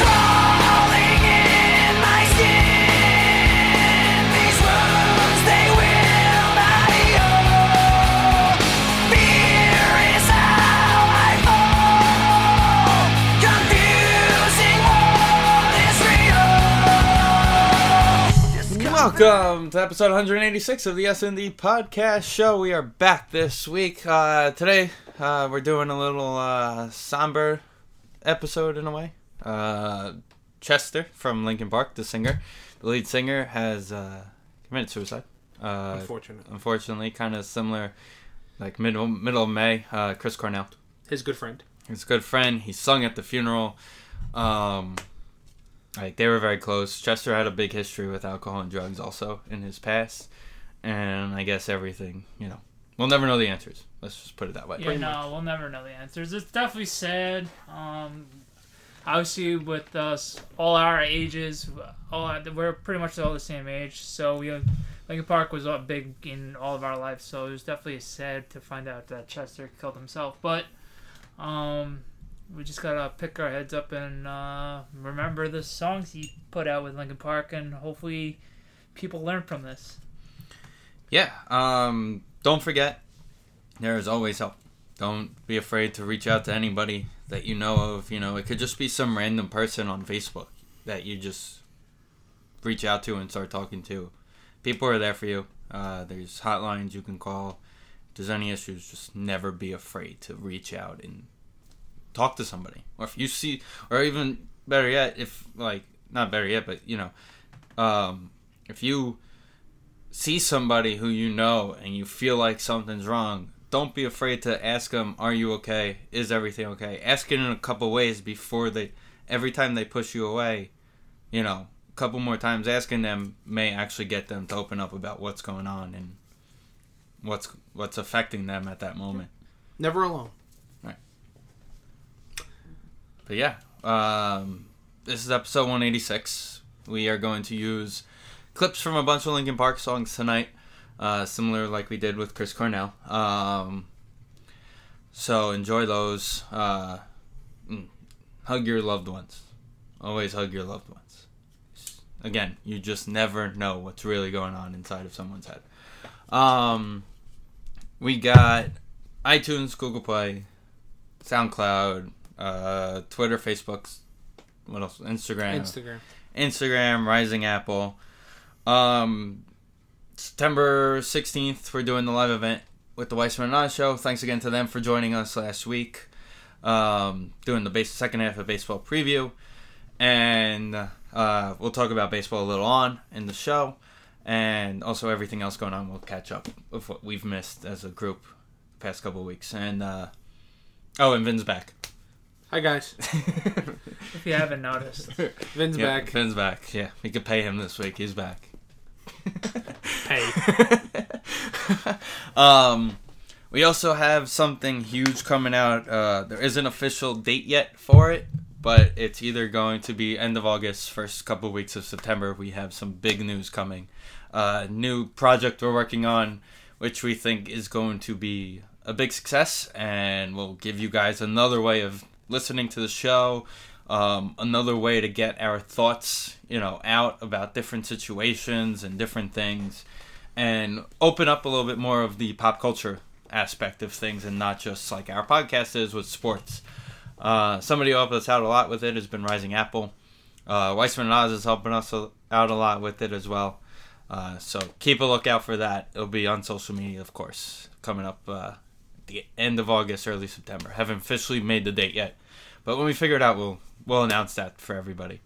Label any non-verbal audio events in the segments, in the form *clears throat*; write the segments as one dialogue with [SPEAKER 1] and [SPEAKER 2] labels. [SPEAKER 1] Crawling in my skin, these wounds they will not heal. Fear is how I fall, confusing what is real.
[SPEAKER 2] Welcome to episode 186 of the SND Podcast Show. We are back this week. Uh, today, uh, we're doing a little uh, somber episode in a way. Uh, Chester from Linkin Park, the singer, the lead singer, has uh, committed suicide. Uh,
[SPEAKER 3] Unfortunate.
[SPEAKER 2] Unfortunately, kind of similar, like middle middle of May. Uh, Chris Cornell,
[SPEAKER 3] His good friend.
[SPEAKER 2] his good friend, he sung at the funeral. Um, like they were very close. Chester had a big history with alcohol and drugs also in his past, and I guess everything. You know, we'll never know the answers. Let's just put it that way.
[SPEAKER 4] Yeah, no, we'll never know the answers. It's definitely sad. Um, obviously, with us, all our ages, all our- we're pretty much all the same age. So we, Lincoln Park was all big in all of our lives. So it was definitely sad to find out that Chester killed himself. But um, we just gotta pick our heads up and uh, remember the songs he put out with Lincoln Park, and hopefully, people learn from this.
[SPEAKER 2] Yeah. Um, don't forget, there is always help. Don't be afraid to reach out to anybody that you know of. You know, it could just be some random person on Facebook that you just reach out to and start talking to. People are there for you. Uh, there's hotlines you can call. If there's any issues, just never be afraid to reach out and talk to somebody. Or if you see, or even better yet, if like not better yet, but you know, um, if you see somebody who you know and you feel like something's wrong, don't be afraid to ask them, "Are you okay? Is everything okay?" Ask it in a couple ways before they. Every time they push you away, you know, a couple more times asking them may actually get them to open up about what's going on and what's what's affecting them at that moment.
[SPEAKER 3] Never alone.
[SPEAKER 2] But yeah, um, this is episode 186. We are going to use clips from a bunch of Linkin Park songs tonight, uh, similar like we did with Chris Cornell. Um, so enjoy those. Uh, mm, hug your loved ones. Always hug your loved ones. Again, you just never know what's really going on inside of someone's head. Um, we got iTunes, Google Play, SoundCloud, uh, Twitter, Facebook, what else? Instagram,
[SPEAKER 3] Instagram.
[SPEAKER 2] Instagram, Rising Apple. Um, September 16th, we're doing the live event with the Weissman and I show. Thanks again to them for joining us last week. Um, doing the base, second half of baseball preview. And uh, we'll talk about baseball a little on in the show. And also everything else going on, we'll catch up with what we've missed as a group the past couple of weeks. And, uh, oh, and Vin's back. *laughs*
[SPEAKER 3] Hi guys.
[SPEAKER 4] If you haven't noticed,
[SPEAKER 3] Vin's
[SPEAKER 2] Yeah,
[SPEAKER 3] back.
[SPEAKER 2] Finn's back. Yeah, we could pay him this week. He's back. *laughs*
[SPEAKER 3] Hey.
[SPEAKER 2] um, we also have something huge coming out. Uh, there is an official date yet for it, but it's either going to be end of August, first couple weeks of September. We have some big news coming. Uh, new project we're working on, which we think is going to be a big success, and we'll give you guys another way of listening to the show. Um, another way to get our thoughts, you know, out about different situations and different things and open up a little bit more of the pop culture aspect of things and not just like our podcast is with sports. Uh, somebody who helped us out a lot with it has been Rising Apple. Uh, Weissman and Oz is helping us a- out a lot with it as well. Uh, so keep a lookout for that. It'll be on social media, of course, coming up uh, the end of August, early September. Haven't officially made the date yet, but when we figure it out, we'll we'll announce that for everybody.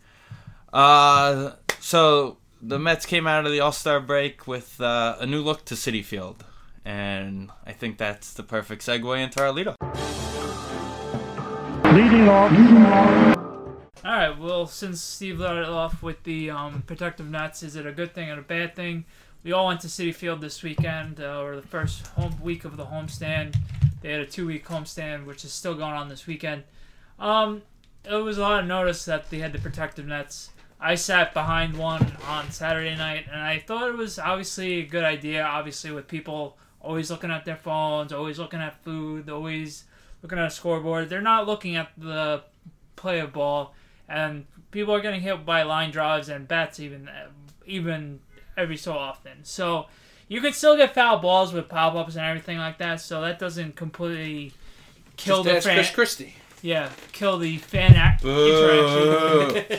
[SPEAKER 2] Uh, so the Mets came out of the All Star break with uh, a new look to City Field, and I think that's the perfect segue into our lead up.
[SPEAKER 5] Leading off.
[SPEAKER 4] All right. Well, since Steve let it off with the um, protective nets, is it a good thing or a bad thing? We all went to City Field this weekend, uh, or the first home week of the homestand. They had a two-week homestand, which is still going on this weekend. Um, it was a lot of notice that they had the protective nets. I sat behind one on Saturday night, and I thought it was obviously a good idea. Obviously, with people always looking at their phones, always looking at food, always looking at a scoreboard, they're not looking at the play of ball, and people are getting hit by line drives and bats even even every so often. So you could still get foul balls with pop ups and everything like that. So that doesn't completely kill
[SPEAKER 3] Just ask
[SPEAKER 4] the fan.
[SPEAKER 3] Chris Christie.
[SPEAKER 4] Yeah, kill the fan act- interaction.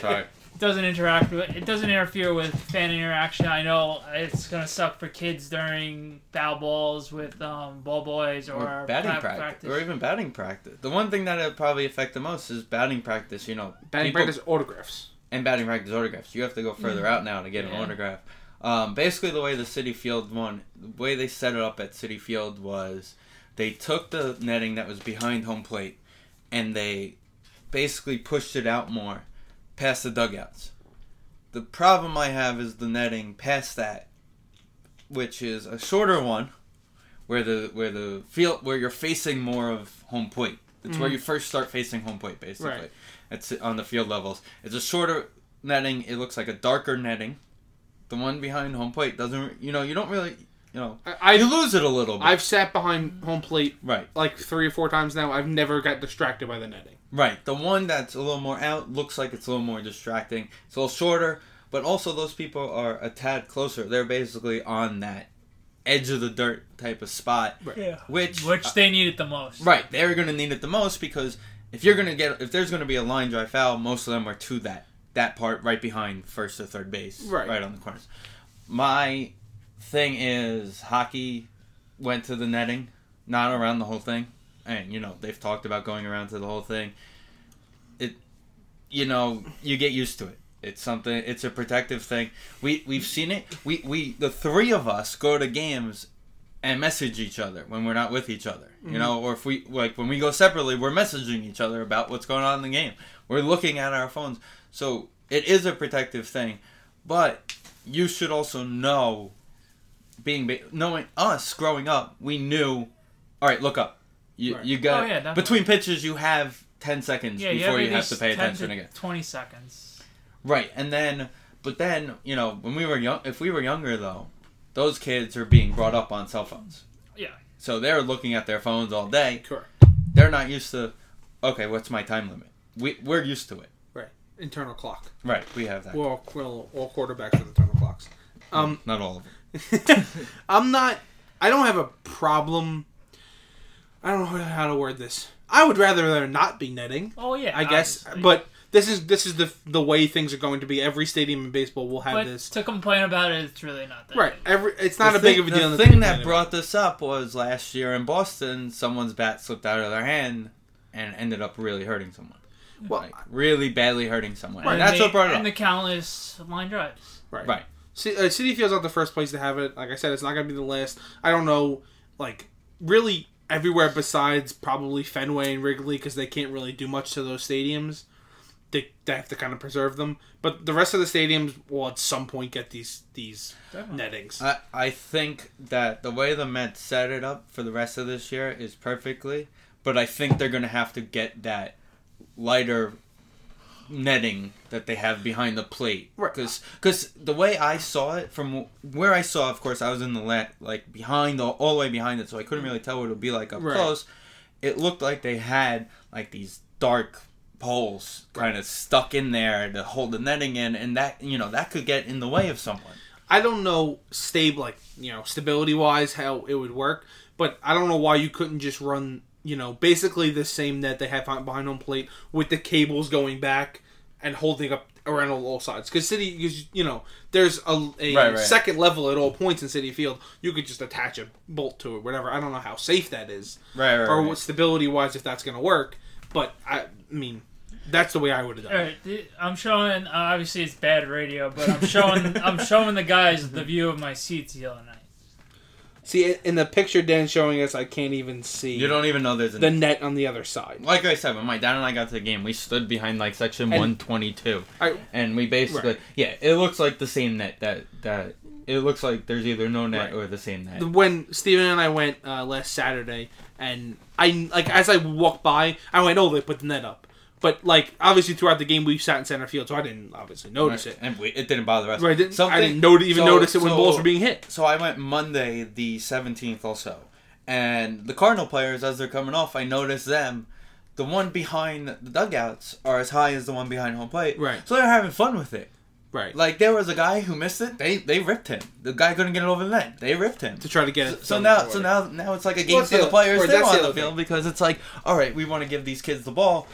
[SPEAKER 2] *laughs*
[SPEAKER 4] *laughs*
[SPEAKER 2] Sorry.
[SPEAKER 4] It doesn't interact with it doesn't interfere with fan interaction. I know it's gonna suck for kids during foul balls with um, ball boys or,
[SPEAKER 2] Or batting
[SPEAKER 4] pra-
[SPEAKER 2] practice. or even batting practice. The one thing that it probably affect the most is batting practice. You know,
[SPEAKER 3] Batting
[SPEAKER 2] people-
[SPEAKER 3] practice autographs.
[SPEAKER 2] and batting practice autographs. You have to go further out now to get an
[SPEAKER 4] Yeah.
[SPEAKER 2] autograph. Um, basically, the way the City Field one, the way they set it up at City Field was they took the netting that was behind home plate and they basically pushed it out more past the dugouts. The problem I have is the netting past that, which is a shorter one, where the where the field where you're facing more of home plate. It's where you first start facing home plate, basically.
[SPEAKER 3] Right.
[SPEAKER 2] It's on the field levels. It's a shorter netting. It looks like a darker netting. The one behind home plate doesn't. You know, you don't really. You know,
[SPEAKER 3] I-
[SPEAKER 2] you lose it a little bit.
[SPEAKER 3] I've sat behind home plate
[SPEAKER 2] right,
[SPEAKER 3] like three or four times now. I've never got distracted by the netting.
[SPEAKER 2] right. The one that's a little more out looks like it's a little more distracting. It's a little shorter, but also those people are a tad closer. They're basically on that edge of the dirt type of spot,
[SPEAKER 4] Yeah.
[SPEAKER 2] which
[SPEAKER 4] Which they need it the most.
[SPEAKER 2] Right, they're going to need it the most because if you're going to get if there's going to be a line drive foul, most of them are to that that part right behind first or third base,
[SPEAKER 3] Right.
[SPEAKER 2] right on the corners. My thing is hockey went to the netting, not around the whole thing. And you know, they've talked about going around to the whole thing. It you know, you get used to it. It's something it's a protective thing. We we've seen it. We we the three of us go to games and message each other when we're not with each other.
[SPEAKER 4] Mm-hmm.
[SPEAKER 2] You know, or if we like when we go separately, we're messaging each other about what's going on in the game. We're looking at our phones. So it is a protective thing, but you should also know being ba- knowing us growing up, we knew all right, look up. You
[SPEAKER 3] Right.
[SPEAKER 2] you got
[SPEAKER 4] Oh, yeah, definitely.
[SPEAKER 2] between pitches you have 10 seconds
[SPEAKER 4] Yeah,
[SPEAKER 2] before
[SPEAKER 4] you
[SPEAKER 2] you
[SPEAKER 4] have, at
[SPEAKER 2] have
[SPEAKER 4] least
[SPEAKER 2] to pay
[SPEAKER 4] 10
[SPEAKER 2] attention
[SPEAKER 4] to
[SPEAKER 2] again.
[SPEAKER 4] Twenty seconds.
[SPEAKER 2] Right, and then, but then, you know, when we were young, if we were younger though, those kids are being brought up on cell phones,
[SPEAKER 4] Yeah.
[SPEAKER 2] so they're looking at their phones all day.
[SPEAKER 3] Correct.
[SPEAKER 2] They're not used to, okay, what's my time limit? We we're used to it.
[SPEAKER 3] Right. Internal clock.
[SPEAKER 2] Right, we have that.
[SPEAKER 3] We're all, we're all, all quarterbacks with internal clocks. Um,
[SPEAKER 2] not all of them.
[SPEAKER 3] I'm not. I don't have a problem. I don't know how to word this. I would rather there not be netting.
[SPEAKER 4] Oh yeah.
[SPEAKER 3] I guess,
[SPEAKER 4] obviously.
[SPEAKER 3] but this is this is the the way things are going to be. Every stadium in baseball will have
[SPEAKER 4] But
[SPEAKER 3] this.
[SPEAKER 4] to complain about it, it's really not that.
[SPEAKER 3] Right.
[SPEAKER 4] big.
[SPEAKER 3] Every it's not a big of a deal.
[SPEAKER 2] The
[SPEAKER 3] in
[SPEAKER 2] thing
[SPEAKER 3] beginning
[SPEAKER 2] that
[SPEAKER 3] of it.
[SPEAKER 2] brought this up was last year in Boston, someone's bat slipped out of their hand and ended up really hurting someone.
[SPEAKER 3] well,
[SPEAKER 2] Like, really badly hurting someone.
[SPEAKER 4] And
[SPEAKER 2] And that's
[SPEAKER 4] the,
[SPEAKER 2] what brought it
[SPEAKER 4] And the
[SPEAKER 2] up.
[SPEAKER 4] countless line drives.
[SPEAKER 3] right.
[SPEAKER 2] Right.
[SPEAKER 3] C- uh, City Field's not the first place to have it. Like I said, it's not going to be the last. I don't know, like really everywhere besides probably Fenway and Wrigley because they can't really do much to those stadiums. They, they have to kind of preserve them, but the rest of the stadiums will at some point get these these nettings.
[SPEAKER 2] I, I think that the way the Mets set it up for the rest of this year is perfectly, but I think they're going to have to get that lighter netting that they have behind the plate.
[SPEAKER 3] Right.
[SPEAKER 2] Because the way I saw it, from where I saw, of course, I was in the la- like behind the all the way behind it, so I couldn't really tell what it would be like up
[SPEAKER 3] Right.
[SPEAKER 2] close. It looked like they had like these dark poles kind of stuck in there to hold the netting in, and that you know that could get in the way of someone.
[SPEAKER 3] I don't know stable like you know stability wise how it would work, but I don't know why you couldn't just run you know basically the same net they have behind home plate with the cables going back and holding up around all sides because city because you know there's a, a
[SPEAKER 2] Right, right.
[SPEAKER 3] second level at all points in city field you could just attach a bolt to it whatever i don't know how safe that is
[SPEAKER 2] Right, right,
[SPEAKER 3] or
[SPEAKER 2] right.
[SPEAKER 3] what stability wise if that's going to work but i mean that's the way i would have done
[SPEAKER 4] All
[SPEAKER 3] it
[SPEAKER 4] right, th- I'm showing. Uh, obviously, it's bad radio, but I'm *laughs* showing. I'm showing the guys the view of my seats the other night.
[SPEAKER 3] see in the picture dan's showing us i can't even see
[SPEAKER 2] You don't even know there's a
[SPEAKER 3] the net on the other side
[SPEAKER 2] like I said, when my dad and I got to the game, we stood behind like section
[SPEAKER 3] And-
[SPEAKER 2] 122,
[SPEAKER 3] I-
[SPEAKER 2] and we basically,
[SPEAKER 3] Right.
[SPEAKER 2] yeah, it looks like the same net that that it looks like there's either no net
[SPEAKER 3] Right.
[SPEAKER 2] or the same net.
[SPEAKER 3] when Steven and I went uh, last Saturday, and I like as I walked by, I went, "Oh, they put the net up." But like obviously throughout the game, we sat in center field, so I didn't obviously notice it.
[SPEAKER 2] and we, it didn't bother us.
[SPEAKER 3] Right? Didn't, I
[SPEAKER 2] Something-
[SPEAKER 3] didn't not even
[SPEAKER 2] so-
[SPEAKER 3] notice it when
[SPEAKER 2] so-
[SPEAKER 3] balls were being hit.
[SPEAKER 2] So I went Monday the 17th also, and the Cardinal players as they're coming off, I noticed them. The one behind the dugouts are as high as the one behind home plate.
[SPEAKER 3] Right.
[SPEAKER 2] So they're having fun with it.
[SPEAKER 3] Right.
[SPEAKER 2] Like there was a guy who missed it. They they ripped him. The guy couldn't get it over the net. They ripped him.
[SPEAKER 3] to try to get
[SPEAKER 2] So,
[SPEAKER 3] it.
[SPEAKER 2] so
[SPEAKER 3] done
[SPEAKER 2] now,
[SPEAKER 3] for
[SPEAKER 2] so
[SPEAKER 3] it.
[SPEAKER 2] now, now it's like a game
[SPEAKER 3] that's
[SPEAKER 2] for
[SPEAKER 3] the
[SPEAKER 2] the
[SPEAKER 3] other-
[SPEAKER 2] players
[SPEAKER 3] right,
[SPEAKER 2] too
[SPEAKER 3] that's the
[SPEAKER 2] on the
[SPEAKER 3] other
[SPEAKER 2] field
[SPEAKER 3] thing.
[SPEAKER 2] because it's like, all right, we want to give these kids the ball.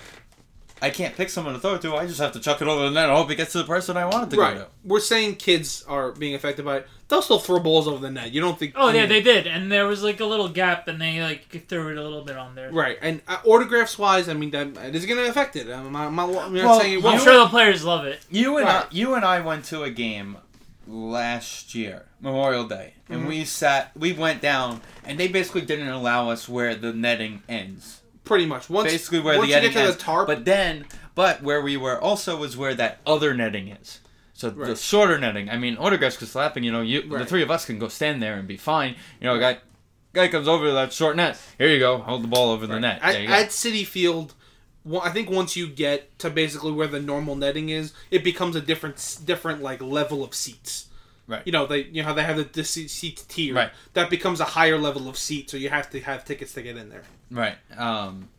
[SPEAKER 2] I can't pick someone to throw it to. I just have to chuck it over the net. and hope it gets to the person I want it to
[SPEAKER 3] Right.
[SPEAKER 2] go to.
[SPEAKER 3] We're saying kids are being affected by it. They'll still throw balls over the net. You don't think?
[SPEAKER 4] Oh
[SPEAKER 3] I
[SPEAKER 4] yeah,
[SPEAKER 3] mean,
[SPEAKER 4] they did, and there was like a little gap, and they like threw it a little bit on there.
[SPEAKER 3] Right. And uh, autographs wise, I mean that it is going to affect it. I'm, not- I'm, not- I'm not
[SPEAKER 2] Well,
[SPEAKER 3] saying it
[SPEAKER 2] you-
[SPEAKER 4] I'm
[SPEAKER 3] won't.
[SPEAKER 4] sure the players love it.
[SPEAKER 2] You and I,
[SPEAKER 3] Right.
[SPEAKER 2] you and I went to a game last year, Memorial Day, and
[SPEAKER 3] Mm-hmm.
[SPEAKER 2] we sat, we went down, and they basically didn't allow us where the netting ends.
[SPEAKER 3] Pretty much. Once
[SPEAKER 2] Basically, where
[SPEAKER 3] once
[SPEAKER 2] the
[SPEAKER 3] you
[SPEAKER 2] netting
[SPEAKER 3] get to
[SPEAKER 2] ends.
[SPEAKER 3] the tarp,
[SPEAKER 2] But then, but where we were also was where that other netting is. So the
[SPEAKER 3] Right.
[SPEAKER 2] shorter netting. I mean, autographs could slapping. You know, you the
[SPEAKER 3] Right.
[SPEAKER 2] three of us can go stand there and be fine. You know, a guy, guy comes over to that short net. Here you go. Hold the ball over the net.
[SPEAKER 3] At,
[SPEAKER 2] There you go.
[SPEAKER 3] at City Field, wa- I think once you get to basically where the normal netting is, it becomes a different, s- different like level of seats.
[SPEAKER 2] Right.
[SPEAKER 3] You know they, you know how they have the, the seat, seat tier.
[SPEAKER 2] Right.
[SPEAKER 3] That becomes a higher level of seat, so you have to have tickets to get in there.
[SPEAKER 2] Right. Um,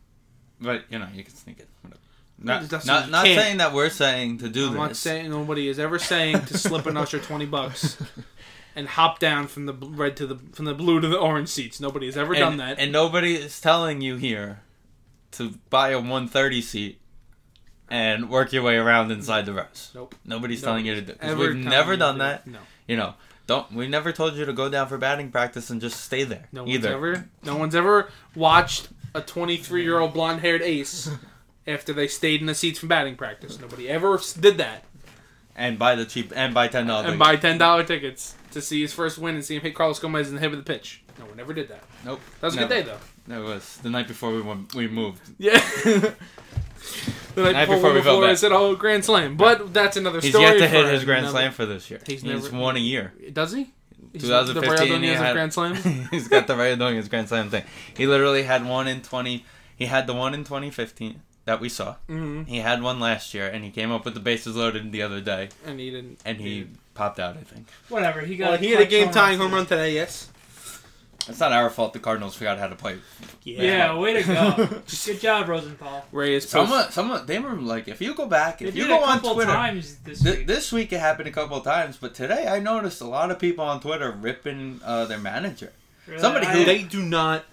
[SPEAKER 2] but you know, you can sneak it. Whatever. Not,
[SPEAKER 3] That's-
[SPEAKER 2] not,
[SPEAKER 3] you
[SPEAKER 2] not
[SPEAKER 3] can't.
[SPEAKER 2] saying that we're saying to do
[SPEAKER 3] I'm
[SPEAKER 2] this.
[SPEAKER 3] not saying nobody is ever saying to slip an usher twenty bucks
[SPEAKER 2] *laughs*
[SPEAKER 3] and hop down from the bl- red to the from the blue to the orange seats. Nobody has ever
[SPEAKER 2] and,
[SPEAKER 3] done that.
[SPEAKER 2] and nobody is telling you here to buy a 130 seat and work your way around inside the rows.
[SPEAKER 3] Nope.
[SPEAKER 2] Nobody's
[SPEAKER 3] Nobody's
[SPEAKER 2] telling you to do. 'cause
[SPEAKER 3] ever
[SPEAKER 2] We've
[SPEAKER 3] telling
[SPEAKER 2] never
[SPEAKER 3] you
[SPEAKER 2] done
[SPEAKER 3] to-
[SPEAKER 2] that.
[SPEAKER 3] no.
[SPEAKER 2] You know, don't. We never told you to go down for batting practice and just stay there.
[SPEAKER 3] No one's
[SPEAKER 2] either.
[SPEAKER 3] ever no one's ever watched a 23 year old blonde haired ace after they stayed in the seats from batting practice. Nobody ever s- did that
[SPEAKER 2] And buy the cheap and buy ten dollars.
[SPEAKER 3] and buy ten dollar tickets to see his first win and see him hit Carlos Gomez in the head with the pitch. No one ever did that.
[SPEAKER 2] Nope.
[SPEAKER 3] That was a
[SPEAKER 2] never.
[SPEAKER 3] good day though.
[SPEAKER 2] That was the night before we went, we moved.
[SPEAKER 3] Yeah. *laughs* the night,
[SPEAKER 2] Night
[SPEAKER 3] before,
[SPEAKER 2] before we
[SPEAKER 3] we
[SPEAKER 2] felt
[SPEAKER 3] before I
[SPEAKER 2] bad.
[SPEAKER 3] said, "Oh, grand slam!" But that's another
[SPEAKER 2] He's
[SPEAKER 3] story.
[SPEAKER 2] yet to hit
[SPEAKER 3] for
[SPEAKER 2] his grand
[SPEAKER 3] another-
[SPEAKER 2] slam for this year.
[SPEAKER 3] He's
[SPEAKER 2] He's,
[SPEAKER 3] never-
[SPEAKER 2] won a year. *laughs*
[SPEAKER 3] Does he? He's the- the
[SPEAKER 2] 2015
[SPEAKER 3] Brandonians
[SPEAKER 2] he
[SPEAKER 3] of
[SPEAKER 2] had
[SPEAKER 3] grand
[SPEAKER 2] *laughs*
[SPEAKER 3] slam.
[SPEAKER 2] he's got the right doing his grand slam thing. He literally had one in 20. He had the one in 2015 that we saw. Mm-hmm. He had one last year, and he came up with the bases loaded the other day,
[SPEAKER 3] and he didn't.
[SPEAKER 2] and he popped out. I think
[SPEAKER 4] Whatever. He got.
[SPEAKER 3] Well, he had a
[SPEAKER 4] clutch
[SPEAKER 3] game tying
[SPEAKER 4] home
[SPEAKER 3] home
[SPEAKER 4] run.
[SPEAKER 3] run today. Yes.
[SPEAKER 2] it's not our fault. The Cardinals forgot how to play.
[SPEAKER 4] Yeah, way to go. *laughs* Good job, Rosenthal.
[SPEAKER 3] Reyes.
[SPEAKER 2] Someone, someone, they were like, if you go back,
[SPEAKER 4] They
[SPEAKER 2] if
[SPEAKER 4] did
[SPEAKER 2] you
[SPEAKER 4] it
[SPEAKER 2] go
[SPEAKER 4] a
[SPEAKER 2] on
[SPEAKER 4] couple
[SPEAKER 2] Twitter,
[SPEAKER 4] times this
[SPEAKER 2] Th-
[SPEAKER 4] week.
[SPEAKER 2] this week it happened a couple of times, but today I noticed a lot of people on Twitter ripping uh, their manager.
[SPEAKER 4] Really,
[SPEAKER 2] somebody
[SPEAKER 4] I-
[SPEAKER 2] who-
[SPEAKER 3] They do not.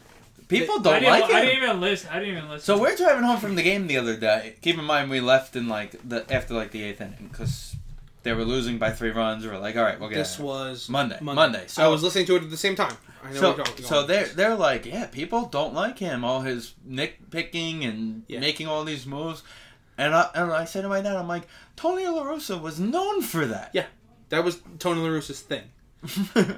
[SPEAKER 2] People
[SPEAKER 4] I
[SPEAKER 2] don't
[SPEAKER 4] didn't,
[SPEAKER 2] like
[SPEAKER 4] I
[SPEAKER 2] him.
[SPEAKER 4] didn't even listen. I didn't even listen.
[SPEAKER 2] So we're driving home from the game the other day. Keep in mind we left in like the after like the eighth inning because they were losing by three runs. We are like, all right, we'll get
[SPEAKER 3] This
[SPEAKER 2] out of here."
[SPEAKER 3] was
[SPEAKER 2] Monday,
[SPEAKER 3] Monday.
[SPEAKER 2] Monday.
[SPEAKER 3] So I
[SPEAKER 2] So-
[SPEAKER 3] was listening to it at the same time. I know
[SPEAKER 2] So,
[SPEAKER 3] what you're
[SPEAKER 2] so
[SPEAKER 3] going.
[SPEAKER 2] they're they're like, yeah, people don't like him. All his nitpicking and
[SPEAKER 3] Yeah.
[SPEAKER 2] making all these moves. And I and I said to my dad, I'm like, Tony La Russa was known for that.
[SPEAKER 3] Yeah, that was Tony La Russa's thing.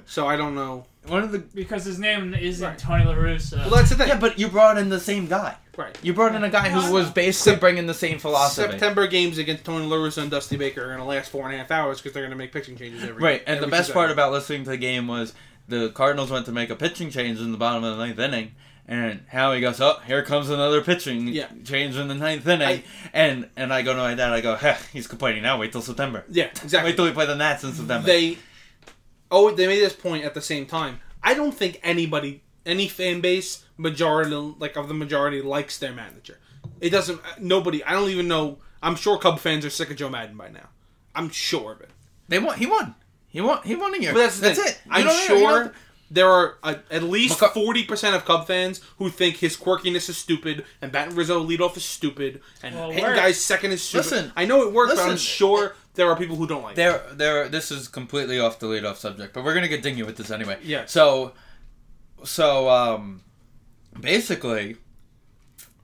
[SPEAKER 3] So I don't know.
[SPEAKER 2] *laughs* One of the
[SPEAKER 4] because his name isn't
[SPEAKER 3] Right.
[SPEAKER 4] Tony La Russa.
[SPEAKER 3] Well, that's the thing.
[SPEAKER 2] yeah, but you brought in the same guy.
[SPEAKER 3] Right.
[SPEAKER 2] You brought in a guy who was basically bringing the same philosophy.
[SPEAKER 3] September games against Tony La Russa and Dusty Baker are going to last four and a half hours because they're going to make pitching changes every.
[SPEAKER 2] Right, and the
[SPEAKER 3] every
[SPEAKER 2] best
[SPEAKER 3] two
[SPEAKER 2] part
[SPEAKER 3] seconds.
[SPEAKER 2] about listening to the game was the Cardinals went to make a pitching change in the bottom of the ninth inning, and Howie goes, "Oh, here comes another pitching
[SPEAKER 3] Yeah.
[SPEAKER 2] change in the ninth inning,"
[SPEAKER 3] I-
[SPEAKER 2] and and I go to my dad, I go, "Heh, he's complaining now. Wait till September.
[SPEAKER 3] yeah, exactly.
[SPEAKER 2] Wait till we play the Nats in September."
[SPEAKER 3] they oh they made this point at the same time. I don't think anybody, any fan base, majority like of the majority likes their manager. It doesn't. uh, Nobody. I don't even know. I'm sure Cub fans are sick of Joe Madden by now. I'm sure of it.
[SPEAKER 2] They won. He won. He won. He won a year.
[SPEAKER 3] But that's the
[SPEAKER 2] that's
[SPEAKER 3] thing.
[SPEAKER 2] it. You
[SPEAKER 3] I'm
[SPEAKER 2] don't- you don't-
[SPEAKER 3] sure there are uh, at least
[SPEAKER 2] Maca-
[SPEAKER 3] forty percent of Cub fans who think his quirkiness is stupid, and batting Rizzo leadoff is stupid, and
[SPEAKER 4] Well,
[SPEAKER 3] hitting
[SPEAKER 4] we're-
[SPEAKER 3] guys second is stupid.
[SPEAKER 2] Listen,
[SPEAKER 3] I know it works, but
[SPEAKER 2] listen,
[SPEAKER 3] I'm sure there are people who don't like. it.
[SPEAKER 2] There, there. This is completely off the lead off subject, but we're gonna continue with this anyway.
[SPEAKER 3] Yeah.
[SPEAKER 2] So, so um, basically,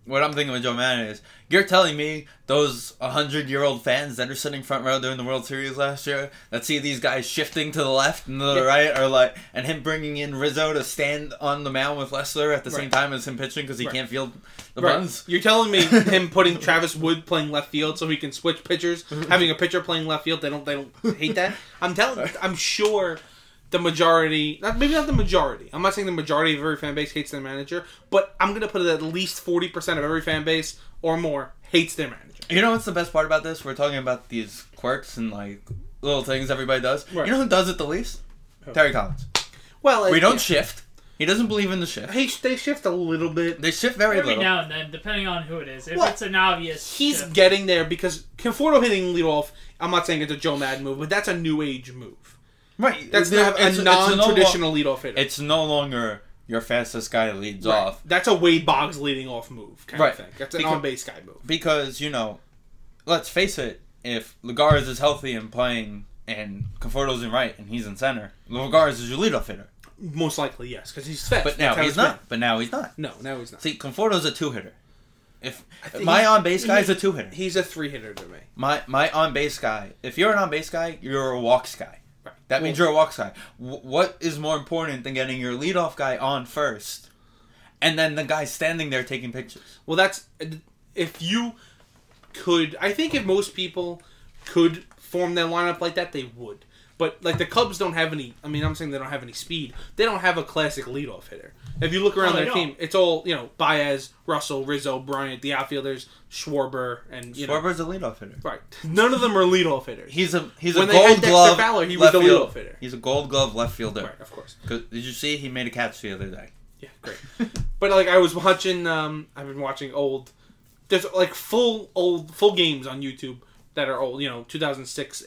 [SPEAKER 2] what I'm thinking with Joe Madden is, you're telling me those hundred year old fans that are sitting front row during the World Series last year that see these guys shifting to the left and to the right are like, and him bringing in Rizzo to stand on the mound with Lessler at the same
[SPEAKER 3] Right.
[SPEAKER 2] time as him pitching because he can't feel the
[SPEAKER 3] Right.
[SPEAKER 2] buttons.
[SPEAKER 3] You're
[SPEAKER 2] *laughs*
[SPEAKER 3] telling me him putting Travis Wood playing left field so he can switch pitchers,
[SPEAKER 2] Mm-hmm.
[SPEAKER 3] having a pitcher playing left field. They don't. They don't hate that. I'm telling. I'm sure the majority. Not maybe not the majority. I'm not saying the majority of every fan base hates their manager, but I'm gonna put it at least forty percent of every fan base or more hates their manager.
[SPEAKER 2] You know what's the best part about this? We're talking about these quirks and like little things everybody does.
[SPEAKER 3] Right.
[SPEAKER 2] You know who does it the least? Terry Collins.
[SPEAKER 3] Well,
[SPEAKER 2] We don't
[SPEAKER 3] yeah.
[SPEAKER 2] shift. He doesn't believe in the shift.
[SPEAKER 3] He, they shift a little bit.
[SPEAKER 2] They shift very
[SPEAKER 4] Every
[SPEAKER 2] little.
[SPEAKER 4] now and then, depending on who it is. If
[SPEAKER 3] Well,
[SPEAKER 4] it's an obvious.
[SPEAKER 3] He's
[SPEAKER 4] shift-
[SPEAKER 3] getting there because Conforto hitting leadoff. I'm not saying it's a Joe Madden move, but that's a new age move.
[SPEAKER 2] right.
[SPEAKER 3] That's
[SPEAKER 2] There-
[SPEAKER 3] not
[SPEAKER 2] it's-
[SPEAKER 3] a
[SPEAKER 2] it's no lo-
[SPEAKER 3] non-traditional leadoff hitter.
[SPEAKER 2] It's no longer your fastest guy leads off
[SPEAKER 3] That's a Wade Boggs leading off move kind
[SPEAKER 2] Right.
[SPEAKER 3] of thing. That's an
[SPEAKER 2] Because-
[SPEAKER 3] on base guy move.
[SPEAKER 2] because you know, let's face it. If Lagares is healthy and playing, and Conforto's in right and he's in center, Lagares is your leadoff hitter.
[SPEAKER 3] Most likely, yes, because he's fetched.
[SPEAKER 2] But now
[SPEAKER 3] That's how
[SPEAKER 2] he's
[SPEAKER 3] been.
[SPEAKER 2] not. But now he's not.
[SPEAKER 3] No, now he's not.
[SPEAKER 2] See, Conforto's a two hitter. If
[SPEAKER 3] think
[SPEAKER 2] my
[SPEAKER 3] he-
[SPEAKER 2] on base guy's
[SPEAKER 3] he-
[SPEAKER 2] a two hitter.
[SPEAKER 3] He's a three hitter to me.
[SPEAKER 2] My my on base guy. If you're an on base guy, you're a walks guy.
[SPEAKER 3] Right.
[SPEAKER 2] That means you're a walks guy. W- what is more important than getting your leadoff guy on first, and then the guy standing there taking pictures?
[SPEAKER 3] Well, that's if you could. I think if most people could form their lineup like that, they would. But like the Cubs don't have any. I mean, I'm saying they don't have any speed. They don't have a classic leadoff hitter. If you look around
[SPEAKER 4] No, they
[SPEAKER 3] their
[SPEAKER 4] don't.
[SPEAKER 3] team, it's all you know: Baez, Russell, Rizzo, Bryant, the outfielders, Schwarber, and you know.
[SPEAKER 2] Schwarber's a leadoff hitter.
[SPEAKER 3] Right. *laughs* None of them are leadoff hitters.
[SPEAKER 2] He's a he's
[SPEAKER 3] When
[SPEAKER 2] a
[SPEAKER 3] they had
[SPEAKER 2] gold
[SPEAKER 3] Dexter
[SPEAKER 2] glove
[SPEAKER 3] Fowler, he was
[SPEAKER 2] left
[SPEAKER 3] the
[SPEAKER 2] field-
[SPEAKER 3] leadoff hitter.
[SPEAKER 2] He's a gold glove left fielder.
[SPEAKER 3] Right, of course.
[SPEAKER 2] 'Cause Did you see he made a catch the other day?
[SPEAKER 3] Yeah, great. *laughs* but like I was watching, um, I've been watching old. There's like full old full games on YouTube that are old. You know, 2006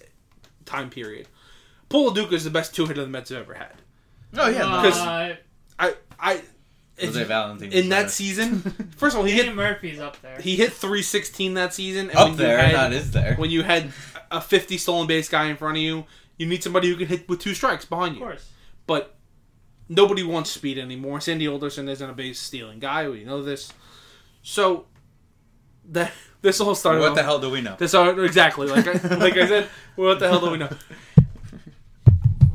[SPEAKER 3] time period. Paul Duca is the best two hitter the Mets have ever had.
[SPEAKER 2] Oh yeah,
[SPEAKER 4] Uh,
[SPEAKER 3] I I
[SPEAKER 2] Jose Valentin was
[SPEAKER 3] in that
[SPEAKER 2] better. *laughs*
[SPEAKER 3] season. First of all, he
[SPEAKER 4] Ian
[SPEAKER 3] hit
[SPEAKER 4] Murphy's up there.
[SPEAKER 3] he hit 316 that season. And
[SPEAKER 2] up
[SPEAKER 3] when
[SPEAKER 2] there,
[SPEAKER 3] you had,
[SPEAKER 2] not is there.
[SPEAKER 3] when you had a 50 stolen base guy in front of you, you need somebody who can hit with two strikes behind
[SPEAKER 4] of
[SPEAKER 3] you.
[SPEAKER 4] course.
[SPEAKER 3] but nobody wants speed anymore. Sandy Alderson isn't a base stealing guy. We know this. So that *laughs* this all started.
[SPEAKER 2] What
[SPEAKER 3] off-
[SPEAKER 2] the hell do we know?
[SPEAKER 3] This all, exactly like I, like
[SPEAKER 2] *laughs*
[SPEAKER 3] I said. What the hell do we know?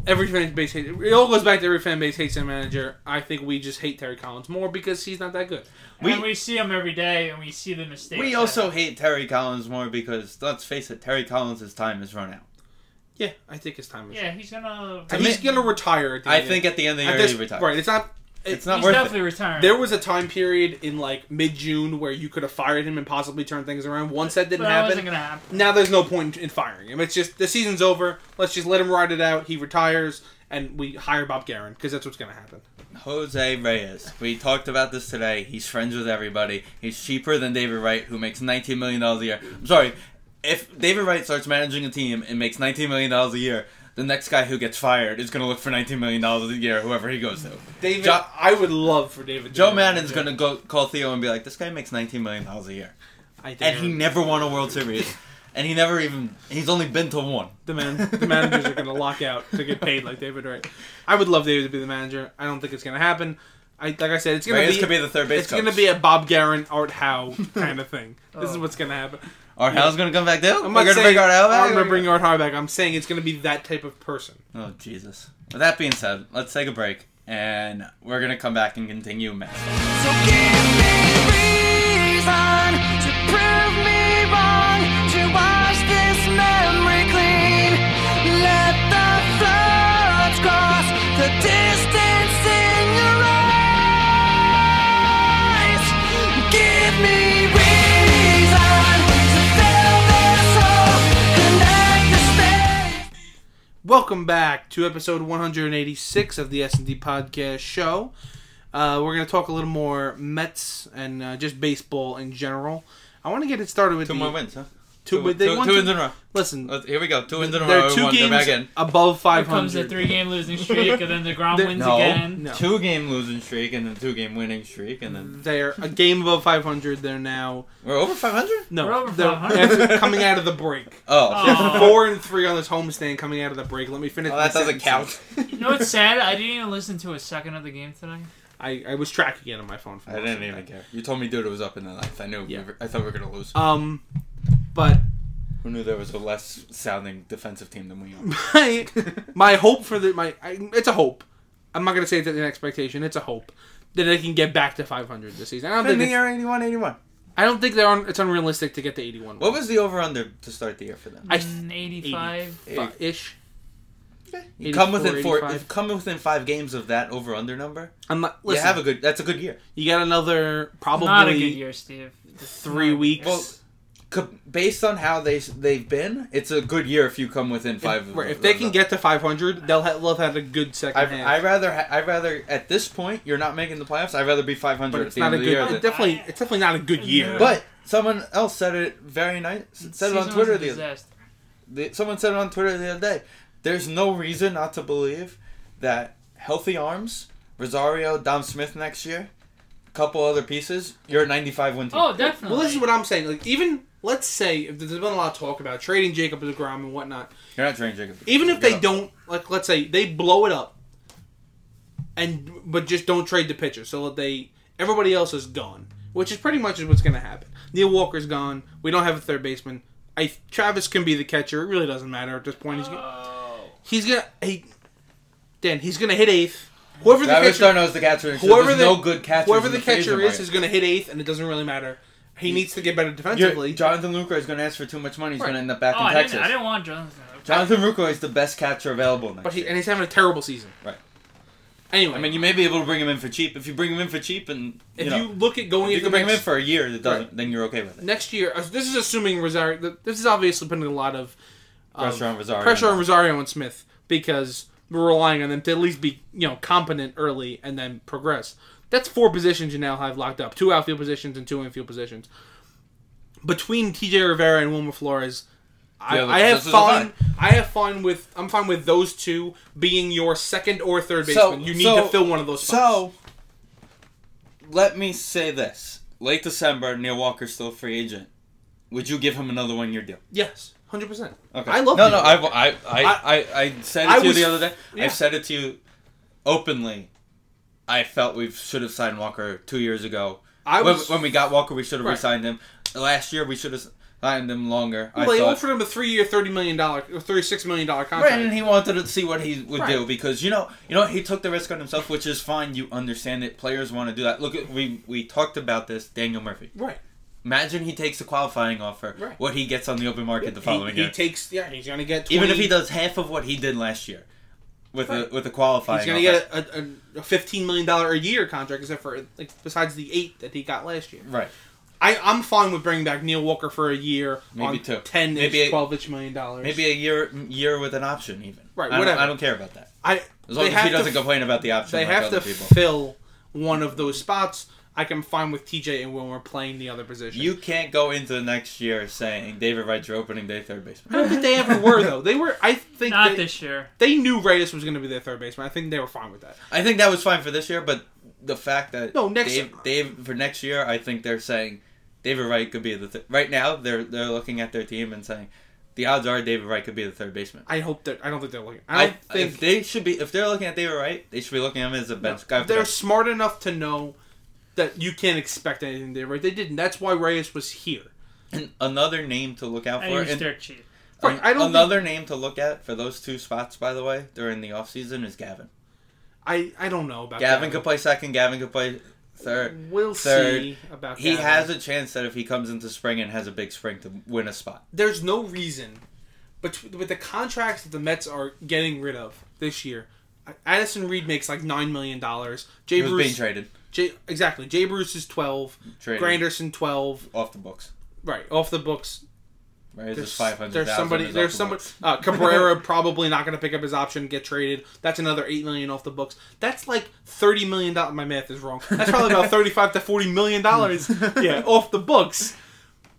[SPEAKER 3] Every fan base hates. It all goes back to every fan base hates their manager. I think we just hate Terry Collins more because he's not that good.
[SPEAKER 4] We,
[SPEAKER 2] We-
[SPEAKER 4] and we see him every day, and we see the mistakes.
[SPEAKER 2] We
[SPEAKER 4] that
[SPEAKER 2] also hate Terry Collins more because let's face it, Terry Collins' time has run out.
[SPEAKER 3] Yeah, I think his time is.
[SPEAKER 4] Yeah, he's gonna.
[SPEAKER 3] And he's
[SPEAKER 2] mean-
[SPEAKER 3] gonna retire. At the
[SPEAKER 2] I
[SPEAKER 3] end of-
[SPEAKER 2] think at the end of the
[SPEAKER 3] at
[SPEAKER 2] year
[SPEAKER 3] this-
[SPEAKER 2] he retires.
[SPEAKER 3] right. It's not.
[SPEAKER 2] It's not
[SPEAKER 4] he's
[SPEAKER 2] worth
[SPEAKER 4] definitely
[SPEAKER 2] it.
[SPEAKER 4] retiring.
[SPEAKER 3] There was a time period in like mid June where you could have fired him and possibly turned things around. Once that
[SPEAKER 4] but
[SPEAKER 3] didn't
[SPEAKER 4] that wasn't
[SPEAKER 3] happen,
[SPEAKER 4] gonna happen.
[SPEAKER 3] now there's no point in firing him. It's just the season's over. Let's just let him ride it out. He retires, and we hire Bob Guerin because that's what's going to happen.
[SPEAKER 2] Jose Reyes. We talked about this today. He's friends with everybody. He's cheaper than David Wright, who makes nineteen million dollars a year. I'm sorry. If David Wright starts managing a team and makes nineteen million dollars a year, the next guy who gets fired is gonna look for nineteen million dollars a year, whoever he goes to.
[SPEAKER 3] David,
[SPEAKER 2] Jo-
[SPEAKER 3] I would love for David.
[SPEAKER 2] Joe Madden's gonna go call Theo and be like, "This guy makes nineteen million dollars a year,
[SPEAKER 3] I think
[SPEAKER 2] and he never won a World Series, and he never even—he's only been to one."
[SPEAKER 3] the man. The managers are going to lock out to get paid like David Wright. I would love David to be the manager. I don't think it's going to happen. I like I said, it's going to
[SPEAKER 2] Reyes
[SPEAKER 3] be.
[SPEAKER 2] could be the third base
[SPEAKER 3] it's
[SPEAKER 2] coach.
[SPEAKER 3] going to be a Bob Guerin, Art Howe kind of thing. This is
[SPEAKER 4] Oh.
[SPEAKER 3] what's going to happen.
[SPEAKER 2] Or how's gonna come back down?
[SPEAKER 3] I'm
[SPEAKER 2] We're
[SPEAKER 3] not
[SPEAKER 2] gonna
[SPEAKER 3] saying
[SPEAKER 2] bring our Al
[SPEAKER 3] I'm
[SPEAKER 2] back?
[SPEAKER 3] gonna bring Art Howe back. I'm saying it's going to be that type of person.
[SPEAKER 2] Oh Jesus. With that being said, let's take a break and we're gonna come back and continue match.
[SPEAKER 1] So give me reason to prove me wrong, to wash this memory clean. Let the floods cross the distance in your eyes. Give me reason to fill this hole, connect the space.
[SPEAKER 3] Welcome back to episode 186 of the S&D Podcast Show. Uh, we're going to talk a little more Mets and uh, just baseball in general. I want to get it started with
[SPEAKER 2] Two
[SPEAKER 3] the,
[SPEAKER 2] more wins, huh?
[SPEAKER 3] Two, but they
[SPEAKER 2] two,
[SPEAKER 3] won
[SPEAKER 2] two
[SPEAKER 3] two-
[SPEAKER 2] wins in a row.
[SPEAKER 3] Listen,
[SPEAKER 2] Let's- Here we go. Two wins in a
[SPEAKER 3] they're
[SPEAKER 2] row.
[SPEAKER 3] two
[SPEAKER 2] Two They're back
[SPEAKER 3] games
[SPEAKER 2] in.
[SPEAKER 3] above
[SPEAKER 4] Here comes the
[SPEAKER 3] 500.
[SPEAKER 4] three-game losing streak, and then the
[SPEAKER 2] *laughs*
[SPEAKER 4] Grom
[SPEAKER 3] They-
[SPEAKER 4] wins
[SPEAKER 2] No,
[SPEAKER 4] again.
[SPEAKER 3] No.
[SPEAKER 2] two game losing streak and then two game winning streak and then
[SPEAKER 3] They're a game above 500. They're now
[SPEAKER 2] we're over 500.
[SPEAKER 3] no,
[SPEAKER 4] We're over
[SPEAKER 3] they're
[SPEAKER 2] *laughs*
[SPEAKER 4] 500.
[SPEAKER 3] after- coming out of the break.
[SPEAKER 2] Oh,
[SPEAKER 4] Aw.
[SPEAKER 3] Four and three on this homestand coming out of the break. Let me finish.
[SPEAKER 2] Oh, *laughs*
[SPEAKER 3] my
[SPEAKER 2] that doesn't
[SPEAKER 3] sentence.
[SPEAKER 2] count.
[SPEAKER 4] You know what's sad? I didn't even listen to a second of the game tonight.
[SPEAKER 3] I, I was tracking it on my phone. For
[SPEAKER 2] I
[SPEAKER 3] most
[SPEAKER 2] didn't
[SPEAKER 3] of
[SPEAKER 2] even
[SPEAKER 3] that.
[SPEAKER 2] care. You told me, dude, it was up in the ninth. I knew. we
[SPEAKER 3] Yeah.
[SPEAKER 2] were- I thought we were gonna lose.
[SPEAKER 3] Um, but
[SPEAKER 2] Who knew there was a less sounding defensive team than we are?
[SPEAKER 3] my my hope for the my I, it's a hope. I'm not gonna say it's an expectation. It's a hope that they can get back to 500 this season. I don't think it's,
[SPEAKER 2] 81, 81.
[SPEAKER 3] I don't think they're on, it's unrealistic to get to 81.
[SPEAKER 2] What was the over under to start the year for them?
[SPEAKER 3] I
[SPEAKER 4] Mm, 85.
[SPEAKER 3] Fuck, ish?
[SPEAKER 2] You come within
[SPEAKER 3] 84,
[SPEAKER 2] four.
[SPEAKER 3] 85.
[SPEAKER 2] If you come within five games of that over under number,
[SPEAKER 3] I'm not.
[SPEAKER 2] you
[SPEAKER 3] Listen,
[SPEAKER 2] have a good. That's a good year.
[SPEAKER 3] you got another probably
[SPEAKER 4] Not a good year, Steve.
[SPEAKER 3] three weeks.
[SPEAKER 2] Well, co- based on how they s- they've been, it's a good year if you come within five.
[SPEAKER 3] Right,
[SPEAKER 2] of
[SPEAKER 3] if they
[SPEAKER 2] the-
[SPEAKER 3] can get to 500, they'll have, they'll have had a good 2nd
[SPEAKER 2] I
[SPEAKER 3] half.
[SPEAKER 2] I rather ha- I rather at this point you're not making the playoffs. I'd rather be 500
[SPEAKER 3] but
[SPEAKER 2] at
[SPEAKER 3] it's
[SPEAKER 2] the
[SPEAKER 3] not
[SPEAKER 2] end
[SPEAKER 3] a
[SPEAKER 2] of the year.
[SPEAKER 3] good.
[SPEAKER 2] than-
[SPEAKER 3] It's definitely it's definitely not a good year.
[SPEAKER 2] but someone else said it very nice. Said it
[SPEAKER 4] Season
[SPEAKER 2] on
[SPEAKER 4] was
[SPEAKER 2] Twitter
[SPEAKER 4] a
[SPEAKER 2] the other.
[SPEAKER 4] disaster.
[SPEAKER 2] the- Someone said it on Twitter the other day. There's no reason not to believe that healthy arms, Rosario, Dom Smith next year, a couple other pieces, you're a 95 win team.
[SPEAKER 4] Oh, definitely.
[SPEAKER 3] well, this is what I'm saying. Like even let's say if there's been a lot of talk about trading Jacob Degrom and whatnot.
[SPEAKER 2] You're not trading Jacob.
[SPEAKER 3] Even if
[SPEAKER 2] Get
[SPEAKER 3] they
[SPEAKER 2] up.
[SPEAKER 3] don't, like let's say they blow it up, and but just don't trade the pitcher so that they everybody else is gone, which is pretty much what's going to happen. Neil Walker's gone. We don't have a third baseman. I Travis can be the catcher. It really doesn't matter at this point. He's gonna,
[SPEAKER 2] Oh.
[SPEAKER 3] he's gonna he, Dan. He's gonna hit eighth. Whoever the
[SPEAKER 2] Travis
[SPEAKER 3] catcher
[SPEAKER 2] Darno's the catcher. so
[SPEAKER 3] whoever
[SPEAKER 2] there's
[SPEAKER 3] the,
[SPEAKER 2] no good catcher.
[SPEAKER 3] whoever the catcher is is going to hit eighth, and it doesn't really matter. He needs to get better defensively.
[SPEAKER 2] Jonathan Lucroy is going to ask for too much money. He's
[SPEAKER 3] Right.
[SPEAKER 2] going to end up back
[SPEAKER 4] Oh,
[SPEAKER 2] in
[SPEAKER 4] I
[SPEAKER 2] Texas.
[SPEAKER 4] didn't, I didn't want Jonathan.
[SPEAKER 2] Jonathan Lucroy is the best catcher available next
[SPEAKER 3] but he,
[SPEAKER 2] year.
[SPEAKER 3] and he's having a terrible season.
[SPEAKER 2] Right.
[SPEAKER 3] Anyway,
[SPEAKER 2] I mean, you may be able to bring him in for cheap. If you bring him in for cheap, and you
[SPEAKER 3] if
[SPEAKER 2] know,
[SPEAKER 3] you look at going
[SPEAKER 2] if you
[SPEAKER 3] into
[SPEAKER 2] can bring him in
[SPEAKER 3] next,
[SPEAKER 2] for a year that doesn't,
[SPEAKER 3] Right.
[SPEAKER 2] then you're okay with it.
[SPEAKER 3] next year, uh, this is assuming Rosario. th- This is obviously putting a lot of um,
[SPEAKER 2] Pressure on Rosario.
[SPEAKER 3] pressure on Rosario and Smith because we're relying on them to at least be you know competent early and then progress. That's four positions you now have locked up: two outfield positions and two infield positions. Between TJ Rivera and Wilmer Flores, I,
[SPEAKER 2] Yeah,
[SPEAKER 3] I have
[SPEAKER 2] this is a lot.
[SPEAKER 3] fun. I have fun with. I'm fine with those two being your second or third
[SPEAKER 2] So-
[SPEAKER 3] baseman. you need
[SPEAKER 2] so-
[SPEAKER 3] to fill one of those spots.
[SPEAKER 2] So, let me say this: late December, Neil Walker's still a free agent. Would you give him another one-year deal?
[SPEAKER 3] yes, hundred percent.
[SPEAKER 2] Okay.
[SPEAKER 3] I love
[SPEAKER 2] No,
[SPEAKER 3] Neil
[SPEAKER 2] no.
[SPEAKER 3] Walker.
[SPEAKER 2] I, I, I, I, I said it
[SPEAKER 3] I
[SPEAKER 2] to
[SPEAKER 3] was-
[SPEAKER 2] you the other day.
[SPEAKER 3] yeah.
[SPEAKER 2] I've said it to you openly. I felt we should have signed Walker two years ago.
[SPEAKER 3] I
[SPEAKER 2] when,
[SPEAKER 3] was-
[SPEAKER 2] when we got Walker, we should have
[SPEAKER 3] Right.
[SPEAKER 2] re-signed him. Last year, we should have signed him longer.
[SPEAKER 3] Well, they
[SPEAKER 2] I thought.
[SPEAKER 3] offered him a three-year, thirty million dollar, or thirty-six million dollar contract.
[SPEAKER 2] Right, and he wanted to see what he would do
[SPEAKER 3] Right.
[SPEAKER 2] because you know, you know, he took the risk on himself, which is fine. You understand it. Players want to do that. Look, at- we we talked about this. Daniel Murphy.
[SPEAKER 3] right.
[SPEAKER 2] Imagine he takes the qualifying offer.
[SPEAKER 3] Right.
[SPEAKER 2] What he gets on the open market the
[SPEAKER 3] He,
[SPEAKER 2] following
[SPEAKER 3] he
[SPEAKER 2] year.
[SPEAKER 3] takes. Yeah, he's gonna get. 20,
[SPEAKER 2] Even if he does half of what he did last year, with a
[SPEAKER 3] Right.
[SPEAKER 2] with a qualifying.
[SPEAKER 3] he's gonna
[SPEAKER 2] offer.
[SPEAKER 3] get a, a, a fifteen million dollar a year contract, except for like besides the eight that he got last year.
[SPEAKER 2] right.
[SPEAKER 3] I, I'm fine with bringing back Neil Walker for a year
[SPEAKER 2] Maybe
[SPEAKER 3] on
[SPEAKER 2] two.
[SPEAKER 3] ten,
[SPEAKER 2] Maybe
[SPEAKER 3] ish,
[SPEAKER 2] eight.
[SPEAKER 3] twelve ish million dollars.
[SPEAKER 2] Maybe a year year with an option even.
[SPEAKER 3] Right,
[SPEAKER 2] I don't-
[SPEAKER 3] whatever.
[SPEAKER 2] I don't care about that.
[SPEAKER 3] I.
[SPEAKER 2] As long
[SPEAKER 3] they
[SPEAKER 2] as he
[SPEAKER 3] have to
[SPEAKER 2] doesn't complain about the option.
[SPEAKER 3] They
[SPEAKER 2] like
[SPEAKER 3] have
[SPEAKER 2] other
[SPEAKER 3] to
[SPEAKER 2] people.
[SPEAKER 3] fill one of those spots. I can fine with TJ and Wilmer playing the other position.
[SPEAKER 2] You can't go into the next year saying David Wright's your opening day third
[SPEAKER 3] *laughs*
[SPEAKER 2] baseman.
[SPEAKER 3] I don't think they ever were though. They were. I think
[SPEAKER 4] Not
[SPEAKER 3] they,
[SPEAKER 4] this year.
[SPEAKER 3] they knew Reyes was going to be their third baseman. I think they were fine with that.
[SPEAKER 2] I think that was fine for this year, but the fact that
[SPEAKER 3] No, next-
[SPEAKER 2] Dave, Dave for next year, I think they're saying David Wright could be the th- right now. They're they're looking at their team and saying the odds are David Wright could be the third baseman.
[SPEAKER 3] I hope that I don't think they're looking. I
[SPEAKER 2] I
[SPEAKER 3] don't think
[SPEAKER 2] if they should be if they're looking at David Wright, they should be looking at him as a bench guy.
[SPEAKER 3] If they're smart enough to know that you can't expect anything there, right? They didn't. That's why Reyes was here.
[SPEAKER 2] And another name to look out
[SPEAKER 4] And
[SPEAKER 2] for.
[SPEAKER 4] he was
[SPEAKER 2] and
[SPEAKER 4] dirt cheap.
[SPEAKER 3] Right, I don't
[SPEAKER 2] another name to look at for those two spots, by the way, during the offseason is Gavin.
[SPEAKER 3] I I don't know about
[SPEAKER 2] Gavin could play second. Gavin could play third.
[SPEAKER 3] We'll
[SPEAKER 2] third.
[SPEAKER 3] see about.
[SPEAKER 2] He
[SPEAKER 3] Gavin.
[SPEAKER 2] has a chance that if he comes into spring and has a big spring to win a spot.
[SPEAKER 3] There's no reason, but with the contracts that the Mets are getting rid of this year, Addison Reed makes like nine million dollars. Jay
[SPEAKER 2] He was being
[SPEAKER 3] Bruce,
[SPEAKER 2] traded,
[SPEAKER 3] Jay, exactly. Jay Bruce is twelve.
[SPEAKER 2] Traded.
[SPEAKER 3] Granderson twelve.
[SPEAKER 2] off the books.
[SPEAKER 3] Right off the books.
[SPEAKER 2] Right, it's
[SPEAKER 3] There's,
[SPEAKER 2] just five hundred.
[SPEAKER 3] there's somebody. There's somebody. Uh, Cabrera *laughs* probably not going to pick up his option, get traded. That's another eight million off the books. That's like thirty
[SPEAKER 2] *laughs*
[SPEAKER 3] million dollars. My math is wrong. That's probably about thirty-five to forty million dollars. yeah, off the books.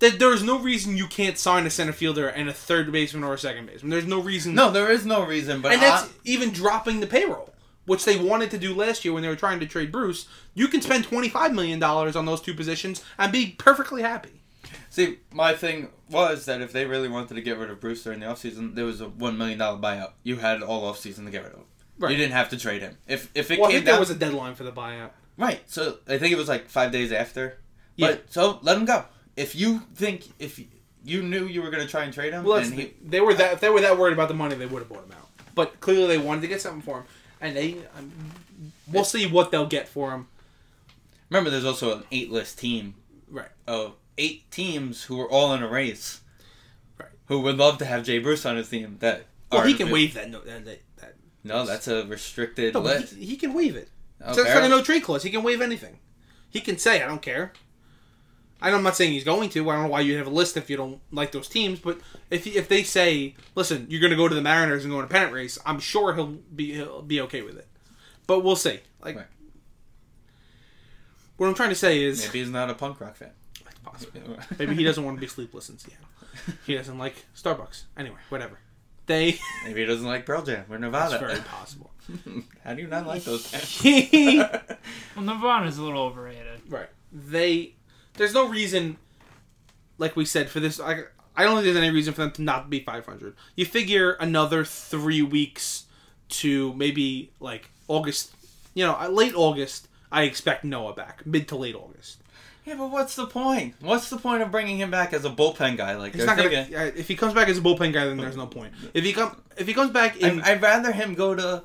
[SPEAKER 3] that there is no reason you can't sign a center fielder and a third baseman or a second baseman. There's no reason.
[SPEAKER 2] No, uh, there is no reason, but
[SPEAKER 3] and that's
[SPEAKER 2] I-
[SPEAKER 3] even dropping the payroll, which they wanted to do last year when they were trying to trade Bruce. You can spend twenty five million dollars on those two positions and be perfectly happy.
[SPEAKER 2] See, my thing was that if they really wanted to get rid of Brewster in the offseason, there was a $1 million buyout. You had all offseason to get rid of him.
[SPEAKER 3] Right.
[SPEAKER 2] You didn't have to trade him. If if it
[SPEAKER 3] Well, I
[SPEAKER 2] came
[SPEAKER 3] think
[SPEAKER 2] down,
[SPEAKER 3] there was a deadline for the buyout.
[SPEAKER 2] right. So I think it was like five days after.
[SPEAKER 3] Yeah.
[SPEAKER 2] But so let him go. If you think if you knew you were going to try and trade him,
[SPEAKER 3] Well, that's
[SPEAKER 2] and he,
[SPEAKER 3] they were that if they were that worried about the money, they would have bought him out. But clearly, they wanted to get something for him, and they um, we'll see what they'll get for him.
[SPEAKER 2] remember, there's also an eight list team
[SPEAKER 3] Right.
[SPEAKER 2] of eight teams who are all in a race,
[SPEAKER 3] Right.
[SPEAKER 2] who would love to have Jay Bruce on his team. That
[SPEAKER 3] Well,
[SPEAKER 2] are-
[SPEAKER 3] he can waive that. No, that, that, that.
[SPEAKER 2] No, that's a restricted
[SPEAKER 3] No, but
[SPEAKER 2] list.
[SPEAKER 3] he, he can waive it.
[SPEAKER 2] Oh,
[SPEAKER 3] so it's like a
[SPEAKER 2] barely.
[SPEAKER 3] no trade clause. He can waive anything. He can say, "I don't care." I know I'm not saying he's going to. I don't know why you have a list if you don't like those teams. But if he, if they say, "Listen, you're going to go to the Mariners and go in a pennant race," I'm sure he'll be he'll be okay with it. But we'll see. Like
[SPEAKER 2] Right.
[SPEAKER 3] what I'm trying to say is
[SPEAKER 2] Maybe he's not a punk rock fan. *laughs*
[SPEAKER 3] Maybe he doesn't want to be sleepless in *laughs* Seattle. He doesn't like Starbucks. Anyway, whatever. *laughs* They.
[SPEAKER 2] Maybe he doesn't like Pearl Jam or Nevada.
[SPEAKER 3] That's very *laughs* possible.
[SPEAKER 2] *laughs* How do you not like
[SPEAKER 3] *laughs*
[SPEAKER 2] those?
[SPEAKER 4] Well, Nirvana's a little overrated.
[SPEAKER 3] right. They. There's no reason, like we said, for this. I, I don't think there's any reason for them to not be 500. You figure another three weeks to maybe like August, you know, uh, late August. I expect Noah back, mid to late August.
[SPEAKER 2] *laughs* yeah, but what's the point? What's the point of bringing him back as a bullpen guy? Like,
[SPEAKER 3] He's
[SPEAKER 2] they're
[SPEAKER 3] not gonna.
[SPEAKER 2] thinking-
[SPEAKER 3] uh, If he comes back as a bullpen guy, then there's no point. If he come, if he comes back in,
[SPEAKER 2] I- I'd rather him go to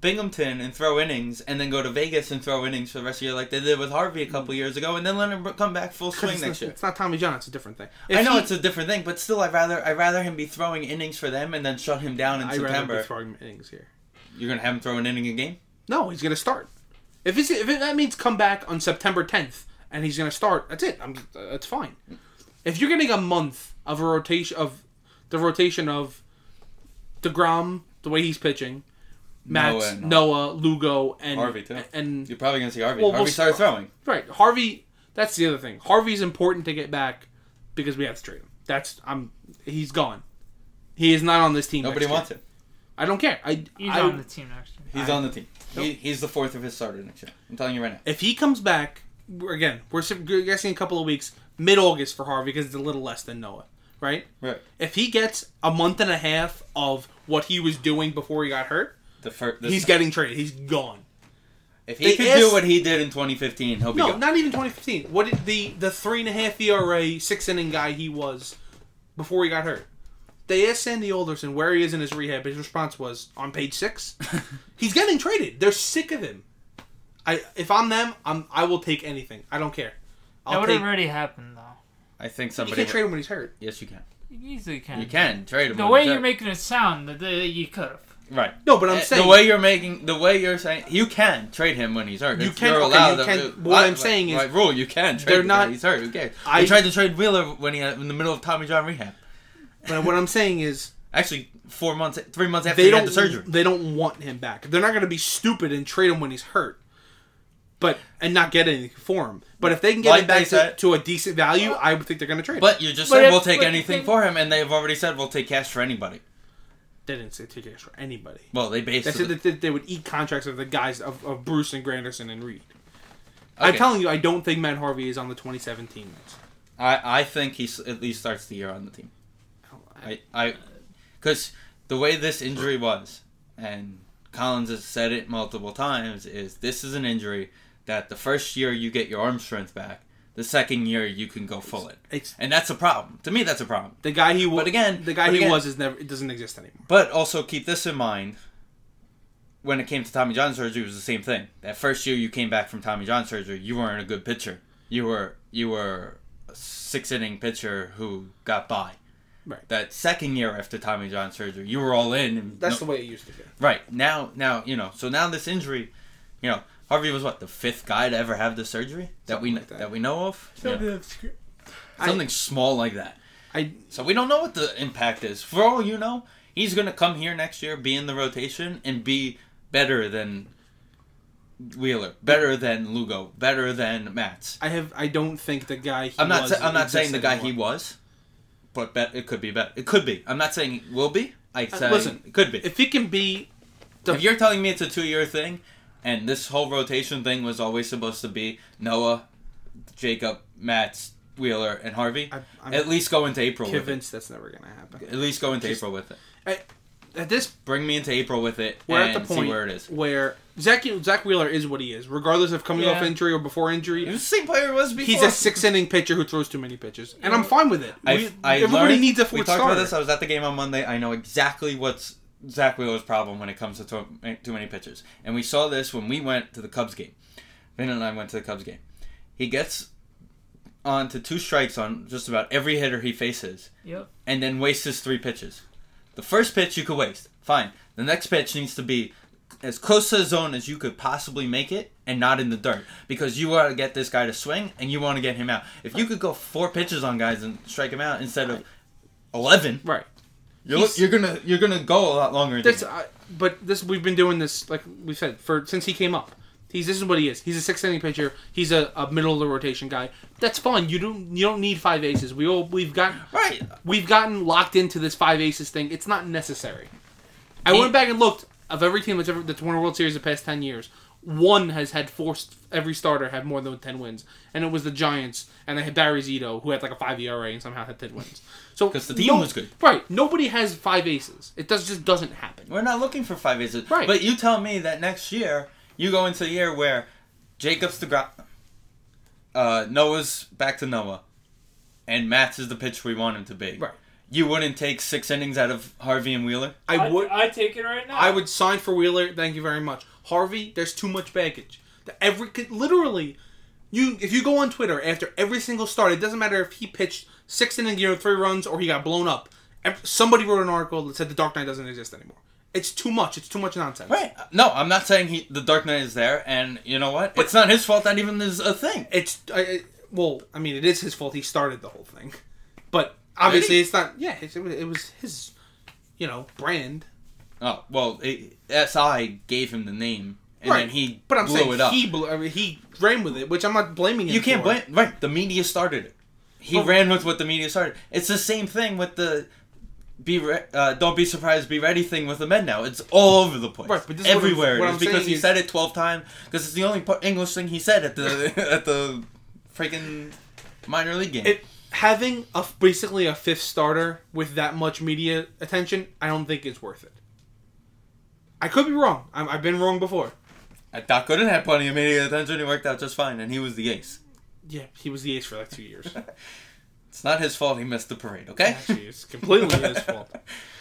[SPEAKER 2] Binghamton and throw innings, and then go to Vegas and throw innings for the rest of the year, like they did with Harvey a couple years ago, and then let him br- come back full swing
[SPEAKER 3] Mm. it's,
[SPEAKER 2] next
[SPEAKER 3] not,
[SPEAKER 2] year.
[SPEAKER 3] it's not Tommy John. It's a different thing.
[SPEAKER 2] I
[SPEAKER 3] If
[SPEAKER 2] know
[SPEAKER 3] he-
[SPEAKER 2] it's a different thing, but still, I'd rather I'd rather him be throwing innings for them and then shut him down in
[SPEAKER 3] I rather
[SPEAKER 2] September.
[SPEAKER 3] be throwing innings here.
[SPEAKER 2] You're gonna have him throw an inning a game.
[SPEAKER 3] No, he's gonna start. If it's if it, that means come back on September 10th and he's gonna start, that's it. I'm that's fine. If you're getting a month of a rotation of the rotation of Degrom, the way he's pitching,
[SPEAKER 2] Noah
[SPEAKER 3] Max,
[SPEAKER 2] and-
[SPEAKER 3] Noah, Lugo, and
[SPEAKER 2] Harvey too.
[SPEAKER 3] and
[SPEAKER 2] You're probably gonna see Harvey.
[SPEAKER 3] Well, we'll
[SPEAKER 2] Harvey started
[SPEAKER 3] start-
[SPEAKER 2] throwing.
[SPEAKER 3] Right, Harvey. That's the other thing. Harvey's important to get back because we have to trade him. That's I'm. He's gone. He is not on this team.
[SPEAKER 2] Nobody
[SPEAKER 3] next year.
[SPEAKER 2] wants him.
[SPEAKER 3] I don't care. I.
[SPEAKER 4] He's
[SPEAKER 3] I,
[SPEAKER 4] on the team next year.
[SPEAKER 2] He's on the team. He, he's the fourth of his starter next year. I'm telling you right now.
[SPEAKER 3] if he comes back we're- again, we're su- guessing a couple of weeks, mid August for Harvey because it's a little less than Noah, right?
[SPEAKER 2] Right.
[SPEAKER 3] If he gets a month and a half of what he was doing before he got hurt,
[SPEAKER 2] The first.
[SPEAKER 3] he's getting traded. He's gone.
[SPEAKER 2] If he
[SPEAKER 3] they
[SPEAKER 2] could
[SPEAKER 3] asked-
[SPEAKER 2] do what he did in 2015, he'll be
[SPEAKER 3] No,
[SPEAKER 2] gone.
[SPEAKER 3] not even 2015. What did the the three and a half ERA, six inning guy he was before he got hurt? They asked Sandy Alderson where he is in his rehab. His response was on page *laughs* six. He's getting traded. They're sick of him. I if I'm them, I'm I will take anything. I don't care.
[SPEAKER 4] that
[SPEAKER 3] I'll
[SPEAKER 4] would
[SPEAKER 3] take.
[SPEAKER 4] have already happened though.
[SPEAKER 2] I think
[SPEAKER 3] You
[SPEAKER 2] somebody.
[SPEAKER 3] can't trade him when he's hurt.
[SPEAKER 2] Yes, you can.
[SPEAKER 4] You easily can.
[SPEAKER 2] You can trade him.
[SPEAKER 4] The
[SPEAKER 2] when
[SPEAKER 4] way
[SPEAKER 2] he's
[SPEAKER 4] you're
[SPEAKER 2] out.
[SPEAKER 4] making it sound that they, you could have.
[SPEAKER 2] Right.
[SPEAKER 3] No, but I'm
[SPEAKER 2] Eh,
[SPEAKER 3] saying
[SPEAKER 2] the way you're making the way you're saying you can trade him when he's hurt.
[SPEAKER 3] You
[SPEAKER 2] If
[SPEAKER 3] can-
[SPEAKER 2] You're
[SPEAKER 3] okay,
[SPEAKER 2] allowed to-
[SPEAKER 3] you can- what I'm
[SPEAKER 2] by-
[SPEAKER 3] saying is-
[SPEAKER 2] by rule you can trade
[SPEAKER 3] They're
[SPEAKER 2] him
[SPEAKER 3] not-
[SPEAKER 2] when he's hurt. Okay.
[SPEAKER 3] I-
[SPEAKER 2] I tried to trade Wheeler when he in the middle of Tommy John rehab.
[SPEAKER 3] but what I'm saying is
[SPEAKER 2] Actually, four months, three months after
[SPEAKER 3] they
[SPEAKER 2] he
[SPEAKER 3] don't
[SPEAKER 2] had the surgery.
[SPEAKER 3] they don't want him back. They're not going to be stupid and trade him when he's hurt, but and not get anything for him. But if they can get
[SPEAKER 2] Like
[SPEAKER 3] him back
[SPEAKER 2] they
[SPEAKER 3] to,
[SPEAKER 2] said-
[SPEAKER 3] to a decent value, I would think they're going to trade. him.
[SPEAKER 2] But you just
[SPEAKER 4] But
[SPEAKER 2] said
[SPEAKER 4] if-
[SPEAKER 2] we'll take
[SPEAKER 4] but the
[SPEAKER 2] anything
[SPEAKER 4] thing-
[SPEAKER 2] for him, and they've already said we'll take cash for anybody.
[SPEAKER 3] they didn't say tickets for anybody.
[SPEAKER 2] Well, they based
[SPEAKER 3] They
[SPEAKER 2] it-
[SPEAKER 3] said that that they would eat contracts of the guys of, of Bruce and Granderson and Reed. I'm
[SPEAKER 2] Okay.
[SPEAKER 3] telling you, I don't think Matt Harvey is on the 2017 list.
[SPEAKER 2] I, I think he s- at least starts the year on the team.
[SPEAKER 3] I-
[SPEAKER 2] I, I, because the way this injury was, and Collins has said it multiple times, is this is an injury that the first year you get your arm strength back, the second year you can go full it,
[SPEAKER 3] it's-
[SPEAKER 2] and that's a problem. To me, that's a problem.
[SPEAKER 3] The guy he was,
[SPEAKER 2] But again-
[SPEAKER 3] the guy
[SPEAKER 2] but
[SPEAKER 3] he
[SPEAKER 2] again-
[SPEAKER 3] was is never it doesn't exist anymore.
[SPEAKER 2] But also keep this in mind. When it came to Tommy John surgery, it was the same thing. That first year you came back from Tommy John surgery, you weren't a good pitcher. You were you were a six inning pitcher who got by.
[SPEAKER 3] Right.
[SPEAKER 2] That second year after Tommy John surgery, you were all in. And
[SPEAKER 3] That's
[SPEAKER 2] no-
[SPEAKER 3] the way it used to be.
[SPEAKER 2] right now. Now you know. So now this injury, you know, Harvey was what the fifth guy to ever have the surgery that we
[SPEAKER 3] like
[SPEAKER 2] that.
[SPEAKER 3] that.
[SPEAKER 2] we know of. Yeah.
[SPEAKER 3] I-
[SPEAKER 2] Something small like that.
[SPEAKER 3] I
[SPEAKER 2] So we don't know what the impact is. For all you know, he's going to come here next year, be in the rotation, and be better than Wheeler, better than Lugo, better than Mats.
[SPEAKER 3] I have. I don't think the guy. He
[SPEAKER 2] I'm not.
[SPEAKER 3] Was
[SPEAKER 2] sa- I'm not saying the
[SPEAKER 3] exists
[SPEAKER 2] guy he
[SPEAKER 3] anymore.
[SPEAKER 2] was, but bet it could be better. It could be. I'm not saying it will be. I say
[SPEAKER 3] Uh, listen,
[SPEAKER 2] it could be. If,
[SPEAKER 3] If he can be,
[SPEAKER 2] you're telling me it's a two-year thing, and this whole rotation thing was always supposed to be Noah, Jacob, Mats, Wheeler, and Harvey,
[SPEAKER 3] I- I'm
[SPEAKER 2] at least go into April with it.
[SPEAKER 3] convinced that's never gonna happen.
[SPEAKER 2] At least go into
[SPEAKER 3] Just-
[SPEAKER 2] April with it.
[SPEAKER 3] At this
[SPEAKER 2] Bring me into April with it
[SPEAKER 3] we're
[SPEAKER 2] and
[SPEAKER 3] at the point
[SPEAKER 2] see where it is.
[SPEAKER 3] where Zach Zach Wheeler is what he is, regardless of coming off
[SPEAKER 4] Yeah.
[SPEAKER 3] injury or before injury.
[SPEAKER 2] He was the same player he was before.
[SPEAKER 3] He's a six inning pitcher who throws too many pitches, and I'm fine with it.
[SPEAKER 2] I,
[SPEAKER 3] We-
[SPEAKER 2] I
[SPEAKER 3] everybody
[SPEAKER 2] learned-
[SPEAKER 3] needs a
[SPEAKER 2] We
[SPEAKER 3] fourth
[SPEAKER 2] talked
[SPEAKER 3] starter.
[SPEAKER 2] about this. uh, I was at the game on Monday. I know exactly what's Zach Wheeler's problem when it comes to to- too many pitches, and we saw this when we went to the Cubs game. Vin and I went to the Cubs game. He gets on to two strikes on just about every hitter he faces,
[SPEAKER 4] Yep.
[SPEAKER 2] and then wastes his three pitches. The first pitch you could waste, fine. The next pitch needs to be as close to the zone as you could possibly make it and not in the dirt because you want to get this guy to swing and you want to get him out. If you could go four pitches on guys and strike him out instead of 11,
[SPEAKER 3] right.
[SPEAKER 2] you're,
[SPEAKER 3] He's-
[SPEAKER 2] you're going to you're going to go a lot longer.
[SPEAKER 3] That's,
[SPEAKER 2] than-
[SPEAKER 3] I, but this we've been doing this like we said for since he came up. He's this is what he is. He's a six inning pitcher. He's a, a middle of the rotation guy. That's fine. You don't you don't need five aces. We all we've got
[SPEAKER 2] right.
[SPEAKER 3] we've gotten locked into this five aces thing. It's not necessary. I
[SPEAKER 2] He-
[SPEAKER 3] went back and looked of every team that's ever that's won a World Series the past ten years. One has had four st- every starter have more than ten wins, and it was the Giants, and they had Barry Zito who had like a five ERA and somehow had ten wins. So
[SPEAKER 2] 'Cause the team was good.
[SPEAKER 3] right? Nobody has five aces. It does just doesn't happen.
[SPEAKER 2] We're not looking for five aces.
[SPEAKER 3] Right.
[SPEAKER 2] But you tell me that next year you go into the year where Jacob's the gra- uh Noah's back to Noah, and Matt's is the pitch we want him to be.
[SPEAKER 3] Right.
[SPEAKER 2] You wouldn't take six innings out of Harvey and Wheeler.
[SPEAKER 3] I would
[SPEAKER 4] I take it right now.
[SPEAKER 3] I would sign for Wheeler. Thank you very much, Harvey. There's too much baggage. The- Every literally, you if you go on Twitter after every single start, it doesn't matter if he pitched six innings, you know, three runs, or he got blown up. Ev- Somebody wrote an article that said the Dark Knight doesn't exist anymore. It's too much. It's too much nonsense.
[SPEAKER 2] Right. No, I'm not saying he, the Dark Knight is there, and you know what? it's not his fault that even is a thing.
[SPEAKER 3] It's I, I- well, I mean, it is his fault. He started the whole thing, but obviously,
[SPEAKER 2] Really?
[SPEAKER 3] it's not. Yeah, it's, it was- it was his, you know, brand.
[SPEAKER 2] Oh well, it, SI gave him the name, and then he
[SPEAKER 3] but I'm
[SPEAKER 2] blew
[SPEAKER 3] saying
[SPEAKER 2] it up.
[SPEAKER 3] he blew. I mean, he ran with it, which I'm not blaming him.
[SPEAKER 2] You can't
[SPEAKER 3] for.
[SPEAKER 2] blame right. The media started it. He
[SPEAKER 3] But-
[SPEAKER 2] ran with what the media started. It's the same thing with the be re- uh, don't be surprised, be ready thing with the men now. It's all over the place.
[SPEAKER 3] Right, but this is what I'm-
[SPEAKER 2] everywhere
[SPEAKER 3] what
[SPEAKER 2] it is
[SPEAKER 3] I'm
[SPEAKER 2] because
[SPEAKER 3] saying
[SPEAKER 2] he
[SPEAKER 3] is-
[SPEAKER 2] said it twelve times because it's the only po- English thing he said at the *laughs* at the freaking minor league game.
[SPEAKER 3] it having a basically a fifth starter with that much media attention, I don't think it's worth it. I could be wrong. I'm, I've been wrong before.
[SPEAKER 2] And Doc Gooden had plenty of media attention. He worked out just fine, and he was the ace.
[SPEAKER 3] Yeah, he was the ace for like two years.
[SPEAKER 2] It's not his fault he missed the parade. Okay,
[SPEAKER 3] Actually, it's completely his fault.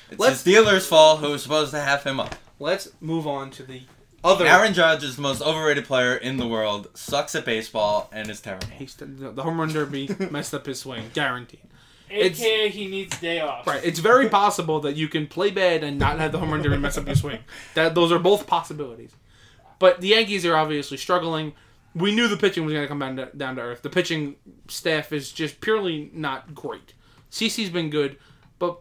[SPEAKER 2] it's his
[SPEAKER 3] let's-
[SPEAKER 2] dealer's fault who was supposed to have him up.
[SPEAKER 3] Let's move on to the other.
[SPEAKER 2] Aaron Judge is the most overrated player in the world. Sucks at baseball and is terrible.
[SPEAKER 3] He's- the the home run derby messed up his swing, guaranteed.
[SPEAKER 4] AKA he needs day off.
[SPEAKER 3] Right, it's very possible that you can play bad and not have the home run derby mess up your swing. That those are both possibilities. But the Yankees are obviously struggling. We knew the pitching was going to come down to, down to earth. The pitching staff is just purely not great. CC's been good, but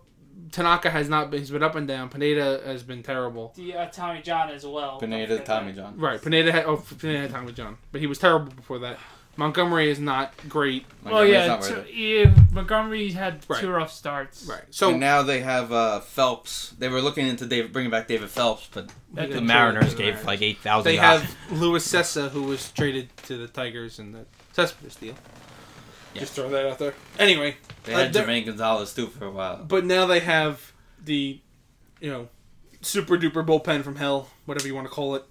[SPEAKER 3] Tanaka has not been. He's been up and down. Pineda has been terrible.
[SPEAKER 4] The, uh, Tommy John as well.
[SPEAKER 2] Pineda, Tommy John.
[SPEAKER 3] Right, Pineda had oh Pineda had time with John, but he was terrible before that. Montgomery is not great.
[SPEAKER 4] Oh
[SPEAKER 2] Montgomery's
[SPEAKER 4] yeah,
[SPEAKER 2] not worth
[SPEAKER 4] two,
[SPEAKER 2] it.
[SPEAKER 4] yeah, Montgomery had
[SPEAKER 3] Right.
[SPEAKER 4] two rough starts.
[SPEAKER 3] Right,
[SPEAKER 2] So
[SPEAKER 3] so
[SPEAKER 2] now they have uh, Phelps. They were looking into David, bringing back David Phelps, but
[SPEAKER 4] That
[SPEAKER 2] the
[SPEAKER 4] didn't
[SPEAKER 2] Mariners
[SPEAKER 3] really
[SPEAKER 2] gave
[SPEAKER 3] matter.
[SPEAKER 2] like eight thousand.
[SPEAKER 3] They have Luis Sessa, who was traded to the Tigers in the Cespedes deal.
[SPEAKER 2] Yeah.
[SPEAKER 3] Just throw that out there. Anyway,
[SPEAKER 2] They
[SPEAKER 3] uh,
[SPEAKER 2] had
[SPEAKER 3] they're-
[SPEAKER 2] Jermaine Gonzalez too for a while.
[SPEAKER 3] but now they have the, you know, super duper bullpen from hell, whatever you want to call it.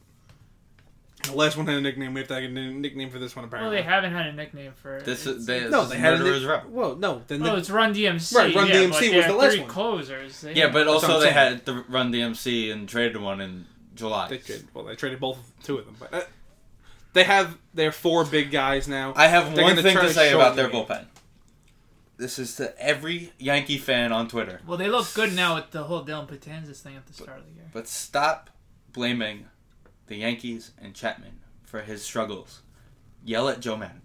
[SPEAKER 3] The last one had a nickname. We have to get a n- nickname for this one
[SPEAKER 4] Well,
[SPEAKER 3] apparently.
[SPEAKER 4] they haven't had a nickname for it.
[SPEAKER 2] This
[SPEAKER 4] It's-
[SPEAKER 2] is they,
[SPEAKER 3] no,
[SPEAKER 2] this
[SPEAKER 3] they
[SPEAKER 2] is
[SPEAKER 3] had a
[SPEAKER 2] murderer's
[SPEAKER 3] nick-
[SPEAKER 2] row.
[SPEAKER 3] Well, no, then
[SPEAKER 4] Oh, it's Run DMC.
[SPEAKER 3] Right, Run
[SPEAKER 4] yeah,
[SPEAKER 3] DMC
[SPEAKER 4] but
[SPEAKER 3] was
[SPEAKER 4] they had
[SPEAKER 3] the last
[SPEAKER 4] three
[SPEAKER 3] one.
[SPEAKER 4] closers. They
[SPEAKER 2] Yeah,
[SPEAKER 4] had-
[SPEAKER 2] but
[SPEAKER 3] what
[SPEAKER 2] also
[SPEAKER 3] I'm
[SPEAKER 2] they
[SPEAKER 3] saying.
[SPEAKER 2] had the Run DMC and traded one in July.
[SPEAKER 3] they traded. Well, they traded both two of them, but uh, they have their four big guys now.
[SPEAKER 2] I have
[SPEAKER 3] They're
[SPEAKER 2] one
[SPEAKER 3] gonna
[SPEAKER 2] thing
[SPEAKER 3] try
[SPEAKER 2] to
[SPEAKER 3] to
[SPEAKER 2] say about their
[SPEAKER 3] shorten it.
[SPEAKER 2] bullpen. This is to every Yankee fan on Twitter.
[SPEAKER 4] well, they look good now with the whole Dylan Patanzas thing at the start of the year.
[SPEAKER 2] But stop blaming the Yankees and Chapman for his struggles. Yell at Joe Madden.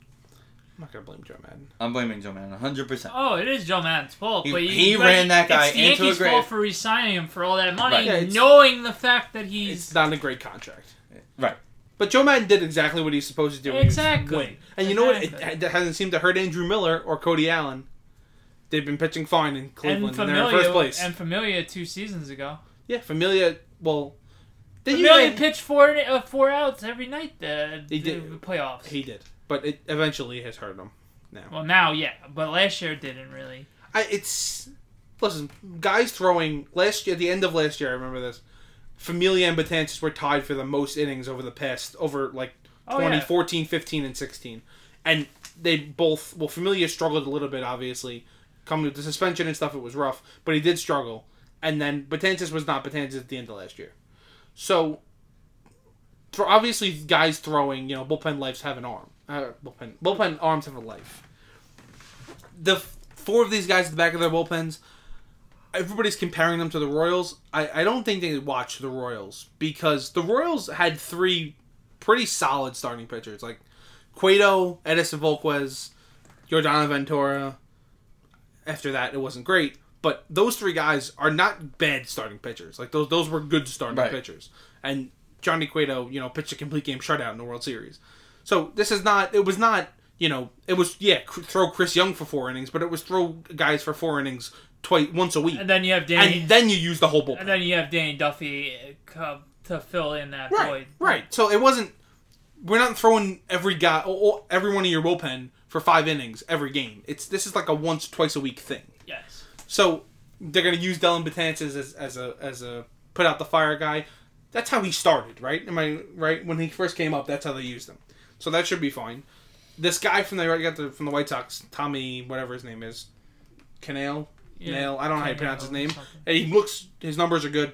[SPEAKER 3] I'm not gonna blame Joe Madden.
[SPEAKER 2] I'm blaming Joe Madden 100%.
[SPEAKER 4] Oh, it is Joe Madden's fault.
[SPEAKER 2] He-
[SPEAKER 4] but you-
[SPEAKER 2] he
[SPEAKER 4] but
[SPEAKER 2] ran that guy
[SPEAKER 4] it's the
[SPEAKER 2] into a
[SPEAKER 4] Yankees'
[SPEAKER 2] grave.
[SPEAKER 4] fault for re-signing him for all that money,
[SPEAKER 2] Right.
[SPEAKER 3] Yeah, it's-
[SPEAKER 4] knowing the fact that he's
[SPEAKER 3] It's not a great contract.
[SPEAKER 2] Right.
[SPEAKER 3] But Joe Madden did exactly what he's supposed to do. when he was
[SPEAKER 4] Exactly.
[SPEAKER 3] wing. And you know what? It,
[SPEAKER 4] Exactly.
[SPEAKER 3] it hasn't seemed to hurt Andrew Miller or Cody Allen. They've been pitching fine in Cleveland.
[SPEAKER 4] and
[SPEAKER 3] and they're in first
[SPEAKER 4] Familia
[SPEAKER 3] place.
[SPEAKER 4] and Familia two seasons ago.
[SPEAKER 3] yeah, Familia. Well, they
[SPEAKER 4] Familia pitched four uh, four outs every night the,
[SPEAKER 3] He
[SPEAKER 4] the
[SPEAKER 3] did.
[SPEAKER 4] playoffs.
[SPEAKER 3] He did, but it eventually has hurt him.
[SPEAKER 4] well, now yeah, but last year didn't really.
[SPEAKER 3] I, it's listen, guys throwing last year at the end of last year. I remember this. Familia and Batances were tied for the most innings over the past over like
[SPEAKER 4] Oh,
[SPEAKER 3] 20,
[SPEAKER 4] yeah.
[SPEAKER 3] 14, 15, and sixteen, and they both well Familia struggled a little bit obviously coming with the suspension and stuff. It was rough, but he did struggle, and then Batances was not Batances at the end of last year, so. thro- Obviously, guys throwing, you know, bullpen lives have an arm. Uh, bullpen, bullpen arms have a life the f- four of these guys at the back of their bullpens, everybody's comparing them to the Royals. I, I don't think they watch the Royals because the Royals had three pretty solid starting pitchers like Cueto, Edison Volquez, Jordana Ventura. After that, it wasn't great, but those three guys are not bad starting pitchers. Like those those were good starting
[SPEAKER 2] Right.
[SPEAKER 3] pitchers. And Johnny Cueto, you know, pitched a complete game shutout in the World Series. So this is not. It was not. You know, it was yeah. cr- Throw Chris Young for four innings, but it was throw guys for four innings twice once a week,
[SPEAKER 4] And then you have Danny.
[SPEAKER 3] and then you use the whole bullpen.
[SPEAKER 4] And then you have Danny Duffy uh, come to fill in that
[SPEAKER 3] right,
[SPEAKER 4] void.
[SPEAKER 3] right. So it wasn't. We're not throwing every guy, or- or everyone in your bullpen for five innings every game. It's this is like a once, twice a week thing.
[SPEAKER 4] Yes.
[SPEAKER 3] So they're gonna use Dylan Betances as, as a as a put out the fire guy. That's how he started, right? Am I right? When he first came up, that's how they used him. So that should be fine. This guy from the got the, from the White Sox, Tommy, whatever his name is, Canale.
[SPEAKER 4] Yeah.
[SPEAKER 3] Nail. I don't know how you pronounce his
[SPEAKER 4] Canale
[SPEAKER 3] name.
[SPEAKER 4] or something.
[SPEAKER 3] And he looks. His numbers are good.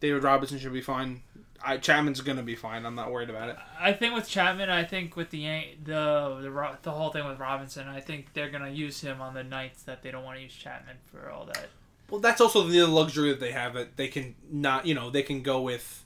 [SPEAKER 3] David Robinson should be fine. I, Chapman's gonna be fine. I'm not worried about it.
[SPEAKER 4] I think with Chapman, I think with the Yan- the the Ro- the whole thing with Robinson, I think they're gonna use him on the nights that they don't want to use Chapman for all that.
[SPEAKER 3] Well, that's also the other luxury that they have that they can not, you know, they can go with.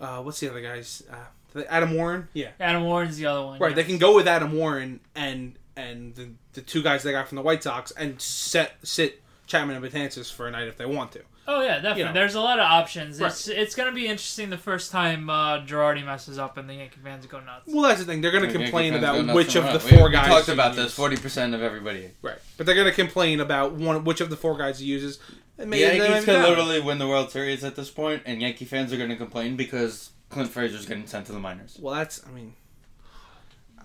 [SPEAKER 3] Uh, what's the other guy's? Uh, Adam Warren. Yeah.
[SPEAKER 4] Adam Warren's the other one.
[SPEAKER 3] Right.
[SPEAKER 4] yes.
[SPEAKER 3] They can go with Adam Warren and and the, the two guys they got from the White Sox and set sit Chapman and Betances for a night if they want to.
[SPEAKER 4] Oh yeah, definitely.
[SPEAKER 3] you know.
[SPEAKER 4] There's a lot of options.
[SPEAKER 3] Right.
[SPEAKER 4] It's it's gonna be interesting the first time uh, Girardi messes up and the Yankee fans go nuts.
[SPEAKER 3] Well, that's the thing. They're going to
[SPEAKER 2] Yankee
[SPEAKER 3] complain
[SPEAKER 2] fans go
[SPEAKER 3] about
[SPEAKER 2] nuts
[SPEAKER 3] which
[SPEAKER 2] and
[SPEAKER 3] of the
[SPEAKER 2] run. We-
[SPEAKER 3] four
[SPEAKER 2] we
[SPEAKER 3] guys.
[SPEAKER 2] talked
[SPEAKER 3] he
[SPEAKER 2] about
[SPEAKER 3] uses.
[SPEAKER 2] this. Forty percent of everybody.
[SPEAKER 3] Right. But they're going to complain about one which of the four guys he uses. And maybe-
[SPEAKER 2] the Yankees
[SPEAKER 3] maybe
[SPEAKER 2] could
[SPEAKER 3] not.
[SPEAKER 2] literally win the World Series at this point, and Yankee fans are going to complain because Clint Frazier's getting sent to the minors.
[SPEAKER 3] Well, that's. I mean,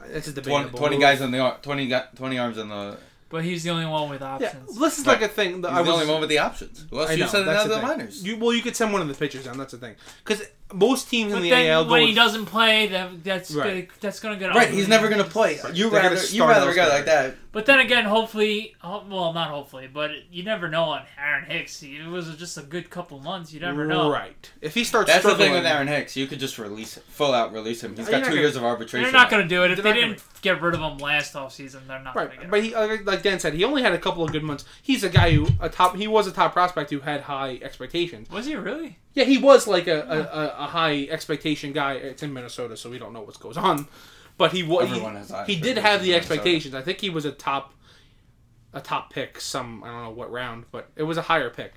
[SPEAKER 3] that's a
[SPEAKER 2] 20,
[SPEAKER 3] debatable.
[SPEAKER 2] 20
[SPEAKER 3] move.
[SPEAKER 2] guys on the ar- 20, gu- 20 arms on the.
[SPEAKER 4] But he's the only one with
[SPEAKER 3] Yeah,
[SPEAKER 4] options.
[SPEAKER 3] this is
[SPEAKER 2] Right.
[SPEAKER 3] like a thing. That
[SPEAKER 2] He's
[SPEAKER 3] I
[SPEAKER 2] the
[SPEAKER 3] was,
[SPEAKER 2] only one with the options. Who else
[SPEAKER 3] I
[SPEAKER 2] you
[SPEAKER 3] know,
[SPEAKER 2] sending
[SPEAKER 3] that's
[SPEAKER 2] out to
[SPEAKER 3] the
[SPEAKER 2] the
[SPEAKER 3] thing.
[SPEAKER 2] minors?
[SPEAKER 3] You, well, you could send one of the pitchers down. That's the thing. Because most teams
[SPEAKER 4] But
[SPEAKER 3] in the
[SPEAKER 4] then
[SPEAKER 3] AL
[SPEAKER 4] when
[SPEAKER 3] do
[SPEAKER 4] he doesn't play, that, that's
[SPEAKER 3] Right.
[SPEAKER 4] gonna, that's gonna get
[SPEAKER 2] Right,
[SPEAKER 4] ugly.
[SPEAKER 2] he's never going to play. You
[SPEAKER 3] They're
[SPEAKER 2] rather
[SPEAKER 3] gonna
[SPEAKER 2] you
[SPEAKER 3] start
[SPEAKER 2] rather a
[SPEAKER 3] those
[SPEAKER 2] guy
[SPEAKER 3] guys.
[SPEAKER 2] like that.
[SPEAKER 4] But then again, hopefully, ho- well, not hopefully, but you never know on Aaron Hicks. He- It was just a good couple months. You never know.
[SPEAKER 3] Right. If he starts
[SPEAKER 2] That's the
[SPEAKER 3] struggling,
[SPEAKER 2] thing with Aaron Hicks. You could just release, full out release him. He's
[SPEAKER 3] You're
[SPEAKER 2] got
[SPEAKER 3] not
[SPEAKER 2] two
[SPEAKER 3] gonna-
[SPEAKER 2] years of arbitration.
[SPEAKER 4] They're not going to do it. If
[SPEAKER 3] They're
[SPEAKER 4] they
[SPEAKER 3] not gonna
[SPEAKER 4] didn't get rid of him last offseason, they're not going to
[SPEAKER 3] Right,
[SPEAKER 4] get
[SPEAKER 3] but
[SPEAKER 4] rid
[SPEAKER 3] he like like Dan said, he only had a couple of good months. He's a guy who a top he was a top prospect who had high expectations.
[SPEAKER 4] Was he really?
[SPEAKER 3] Yeah, he was like a, a, a, a high expectation guy. It's in Minnesota, so we don't know what goes on, but he was he,
[SPEAKER 2] Everyone has high
[SPEAKER 3] he did have
[SPEAKER 2] expectations
[SPEAKER 3] the
[SPEAKER 2] in
[SPEAKER 3] expectations. I think he was a top a top pick some I don't know what round, but it was a higher pick.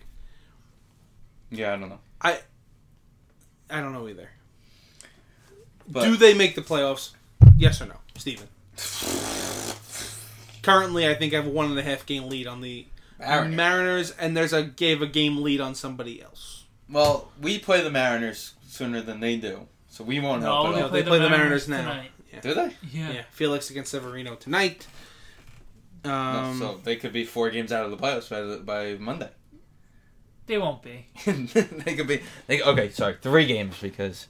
[SPEAKER 2] Yeah, I don't know.
[SPEAKER 3] I I don't know either.
[SPEAKER 2] But
[SPEAKER 3] Do they make the playoffs? Yes or no,
[SPEAKER 2] *sighs*
[SPEAKER 3] Steven? Currently, I think I have a one and a half game lead on the
[SPEAKER 2] Aaron,
[SPEAKER 3] Mariners, and there's a gave a game lead on somebody else.
[SPEAKER 2] well, we play the Mariners sooner than they do, so we won't help.
[SPEAKER 4] No,
[SPEAKER 2] it
[SPEAKER 4] they
[SPEAKER 2] out.
[SPEAKER 3] they play the Mariners now.
[SPEAKER 4] tonight.
[SPEAKER 2] do they?
[SPEAKER 4] Yeah.
[SPEAKER 3] Yeah, Felix against Severino tonight. Um,
[SPEAKER 2] so they could be four games out of the playoffs by, the- by Monday. *laughs*
[SPEAKER 4] They won't be.
[SPEAKER 2] they could be. They, okay, sorry, three games because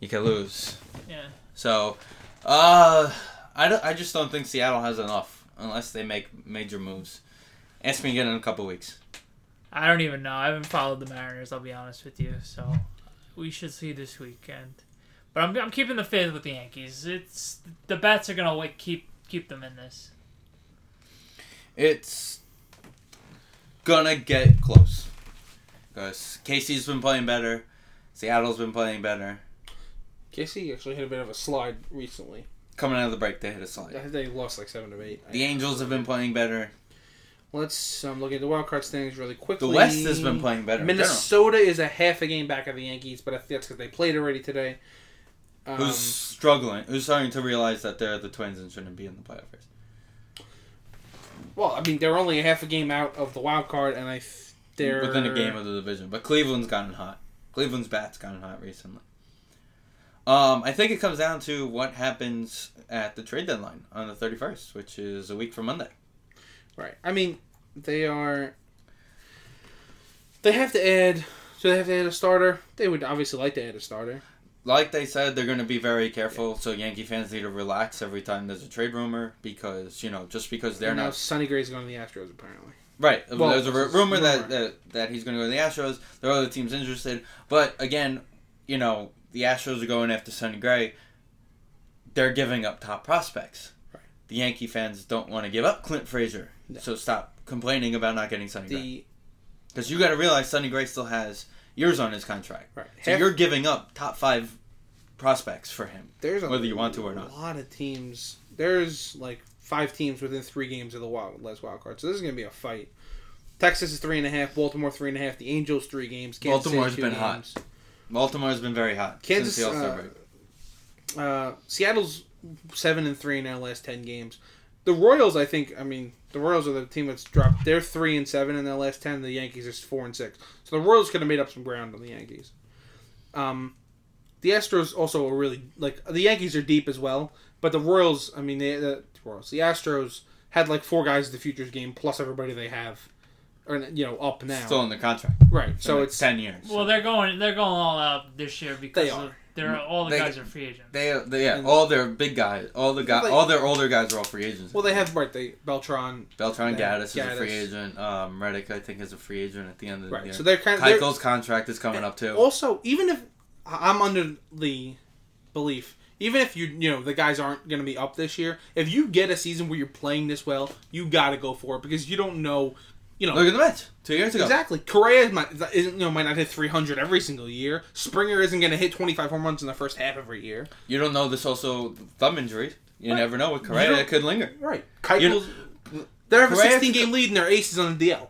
[SPEAKER 2] you could lose.
[SPEAKER 4] Yeah.
[SPEAKER 2] So, uh, I, don't- I just don't think Seattle has enough unless they make major moves. Ask me again in a couple weeks.
[SPEAKER 4] I don't even know. I haven't followed the Mariners, I'll be honest with you. So we should see this weekend. But I'm, I'm keeping the faith with the Yankees. It's the bats are gonna like, keep keep them in this.
[SPEAKER 2] It's gonna get close because Casey's been playing better. Seattle's been playing better.
[SPEAKER 3] Casey actually hit a bit of a slide recently.
[SPEAKER 2] Coming out of the break, they hit a slide.
[SPEAKER 3] They lost like seven to eight.
[SPEAKER 2] The Angels have been playing better.
[SPEAKER 3] Let's um, look at the wild card standings really
[SPEAKER 2] The
[SPEAKER 3] quickly.
[SPEAKER 2] West has been playing better. in general.
[SPEAKER 3] Minnesota is a half a game back of the Yankees, but I think that's because they played already today. Um,
[SPEAKER 2] who's struggling, who's starting to realize that they're the Twins and shouldn't be in the playoff race.
[SPEAKER 3] well, I mean, they're only a half a game out of the wild card, and I th- they're
[SPEAKER 2] within a game of the division. But Cleveland's gotten hot. Cleveland's bats gotten hot recently. Um, I think it comes down to what happens at the trade deadline on the 31st, which is a week from Monday.
[SPEAKER 3] Right. I mean, they are. They have to add. So they have to add a starter. They would obviously like to add a starter.
[SPEAKER 2] Like they said, they're going to be very careful, so Yankee fans need to relax every time there's a trade rumor because, you know, just because they're
[SPEAKER 3] and now
[SPEAKER 2] not
[SPEAKER 3] Sonny Gray's going to the Astros apparently.
[SPEAKER 2] Right.
[SPEAKER 3] Well,
[SPEAKER 2] There's a r-
[SPEAKER 3] it's a
[SPEAKER 2] rumor,
[SPEAKER 3] rumor.
[SPEAKER 2] That, that that he's going to go to the Astros. There are other teams interested, but again, you know, the Astros are going after Sonny Gray. They're giving up top prospects.
[SPEAKER 3] Right.
[SPEAKER 2] The Yankee fans don't want to give up Clint Frazier, so stop complaining about not getting Sonny Gray.
[SPEAKER 3] The
[SPEAKER 2] Because you got to realize Sonny Gray still has years on his contract.
[SPEAKER 3] Right.
[SPEAKER 2] So
[SPEAKER 3] Half-
[SPEAKER 2] you're giving up top five prospects for him,
[SPEAKER 3] there's a
[SPEAKER 2] whether you want to or not.
[SPEAKER 3] lot of teams. There's like five teams within three games of the wild last wild card. So this is going to be a fight. Texas is three and a half. Baltimore three and a half. The Angels three games. Kansas City,
[SPEAKER 2] Baltimore's
[SPEAKER 3] two
[SPEAKER 2] been hot.
[SPEAKER 3] games.
[SPEAKER 2] Baltimore's been very hot
[SPEAKER 3] Kansas,
[SPEAKER 2] since the All-Star
[SPEAKER 3] uh,
[SPEAKER 2] break.
[SPEAKER 3] Uh, Seattle's seven and three in their last ten games. The Royals, I think, I mean, the Royals are the team that's dropped. They're three and seven in their last ten. The Yankees is four and six. So the Royals could have made up some ground on the Yankees. Um, the Astros also are really like the Yankees are deep as well, but the Royals, I mean, they, the Royals, the Astros had like four guys in the futures game plus everybody they have, or you know, up now.
[SPEAKER 2] Still in the contract.
[SPEAKER 3] right. So
[SPEAKER 2] In
[SPEAKER 3] it's
[SPEAKER 2] ten years.
[SPEAKER 4] Well, they're going they're going all out this year because
[SPEAKER 3] They
[SPEAKER 4] of-
[SPEAKER 3] are.
[SPEAKER 4] they're all the
[SPEAKER 2] They-
[SPEAKER 4] guys are free agents.
[SPEAKER 2] They, they yeah, all their big guys, all the guys,
[SPEAKER 3] Like-
[SPEAKER 2] all their older guys are all free agents.
[SPEAKER 3] well, they have right. They Beltron,
[SPEAKER 2] Beltran
[SPEAKER 3] they-
[SPEAKER 2] Gaddis, is a free
[SPEAKER 3] Gaddis.
[SPEAKER 2] agent. Um, Reddick, I think, is a free agent at the end of the
[SPEAKER 3] right.
[SPEAKER 2] year.
[SPEAKER 3] So they're kind of they're-
[SPEAKER 2] Keuchel's contract is coming up too.
[SPEAKER 3] Also, even if I- I'm under the belief, even if you you know the guys aren't going to be up this year, if you get a season where you're playing this well, you got to go for it because you don't know, you know.
[SPEAKER 2] Look at the Mets two years ago.
[SPEAKER 3] Exactly. Correa is might, isn't, you know, might not hit 300 every single year. Springer isn't going to hit 25 home runs in the first half every year.
[SPEAKER 2] You don't know this also thumb injury. You never know with Correa
[SPEAKER 3] don't-
[SPEAKER 2] it could linger.
[SPEAKER 3] Right.
[SPEAKER 2] You
[SPEAKER 3] Keuchel's,
[SPEAKER 2] know,
[SPEAKER 3] they have a
[SPEAKER 2] Correa-
[SPEAKER 3] 16 game lead and their ace is on the DL.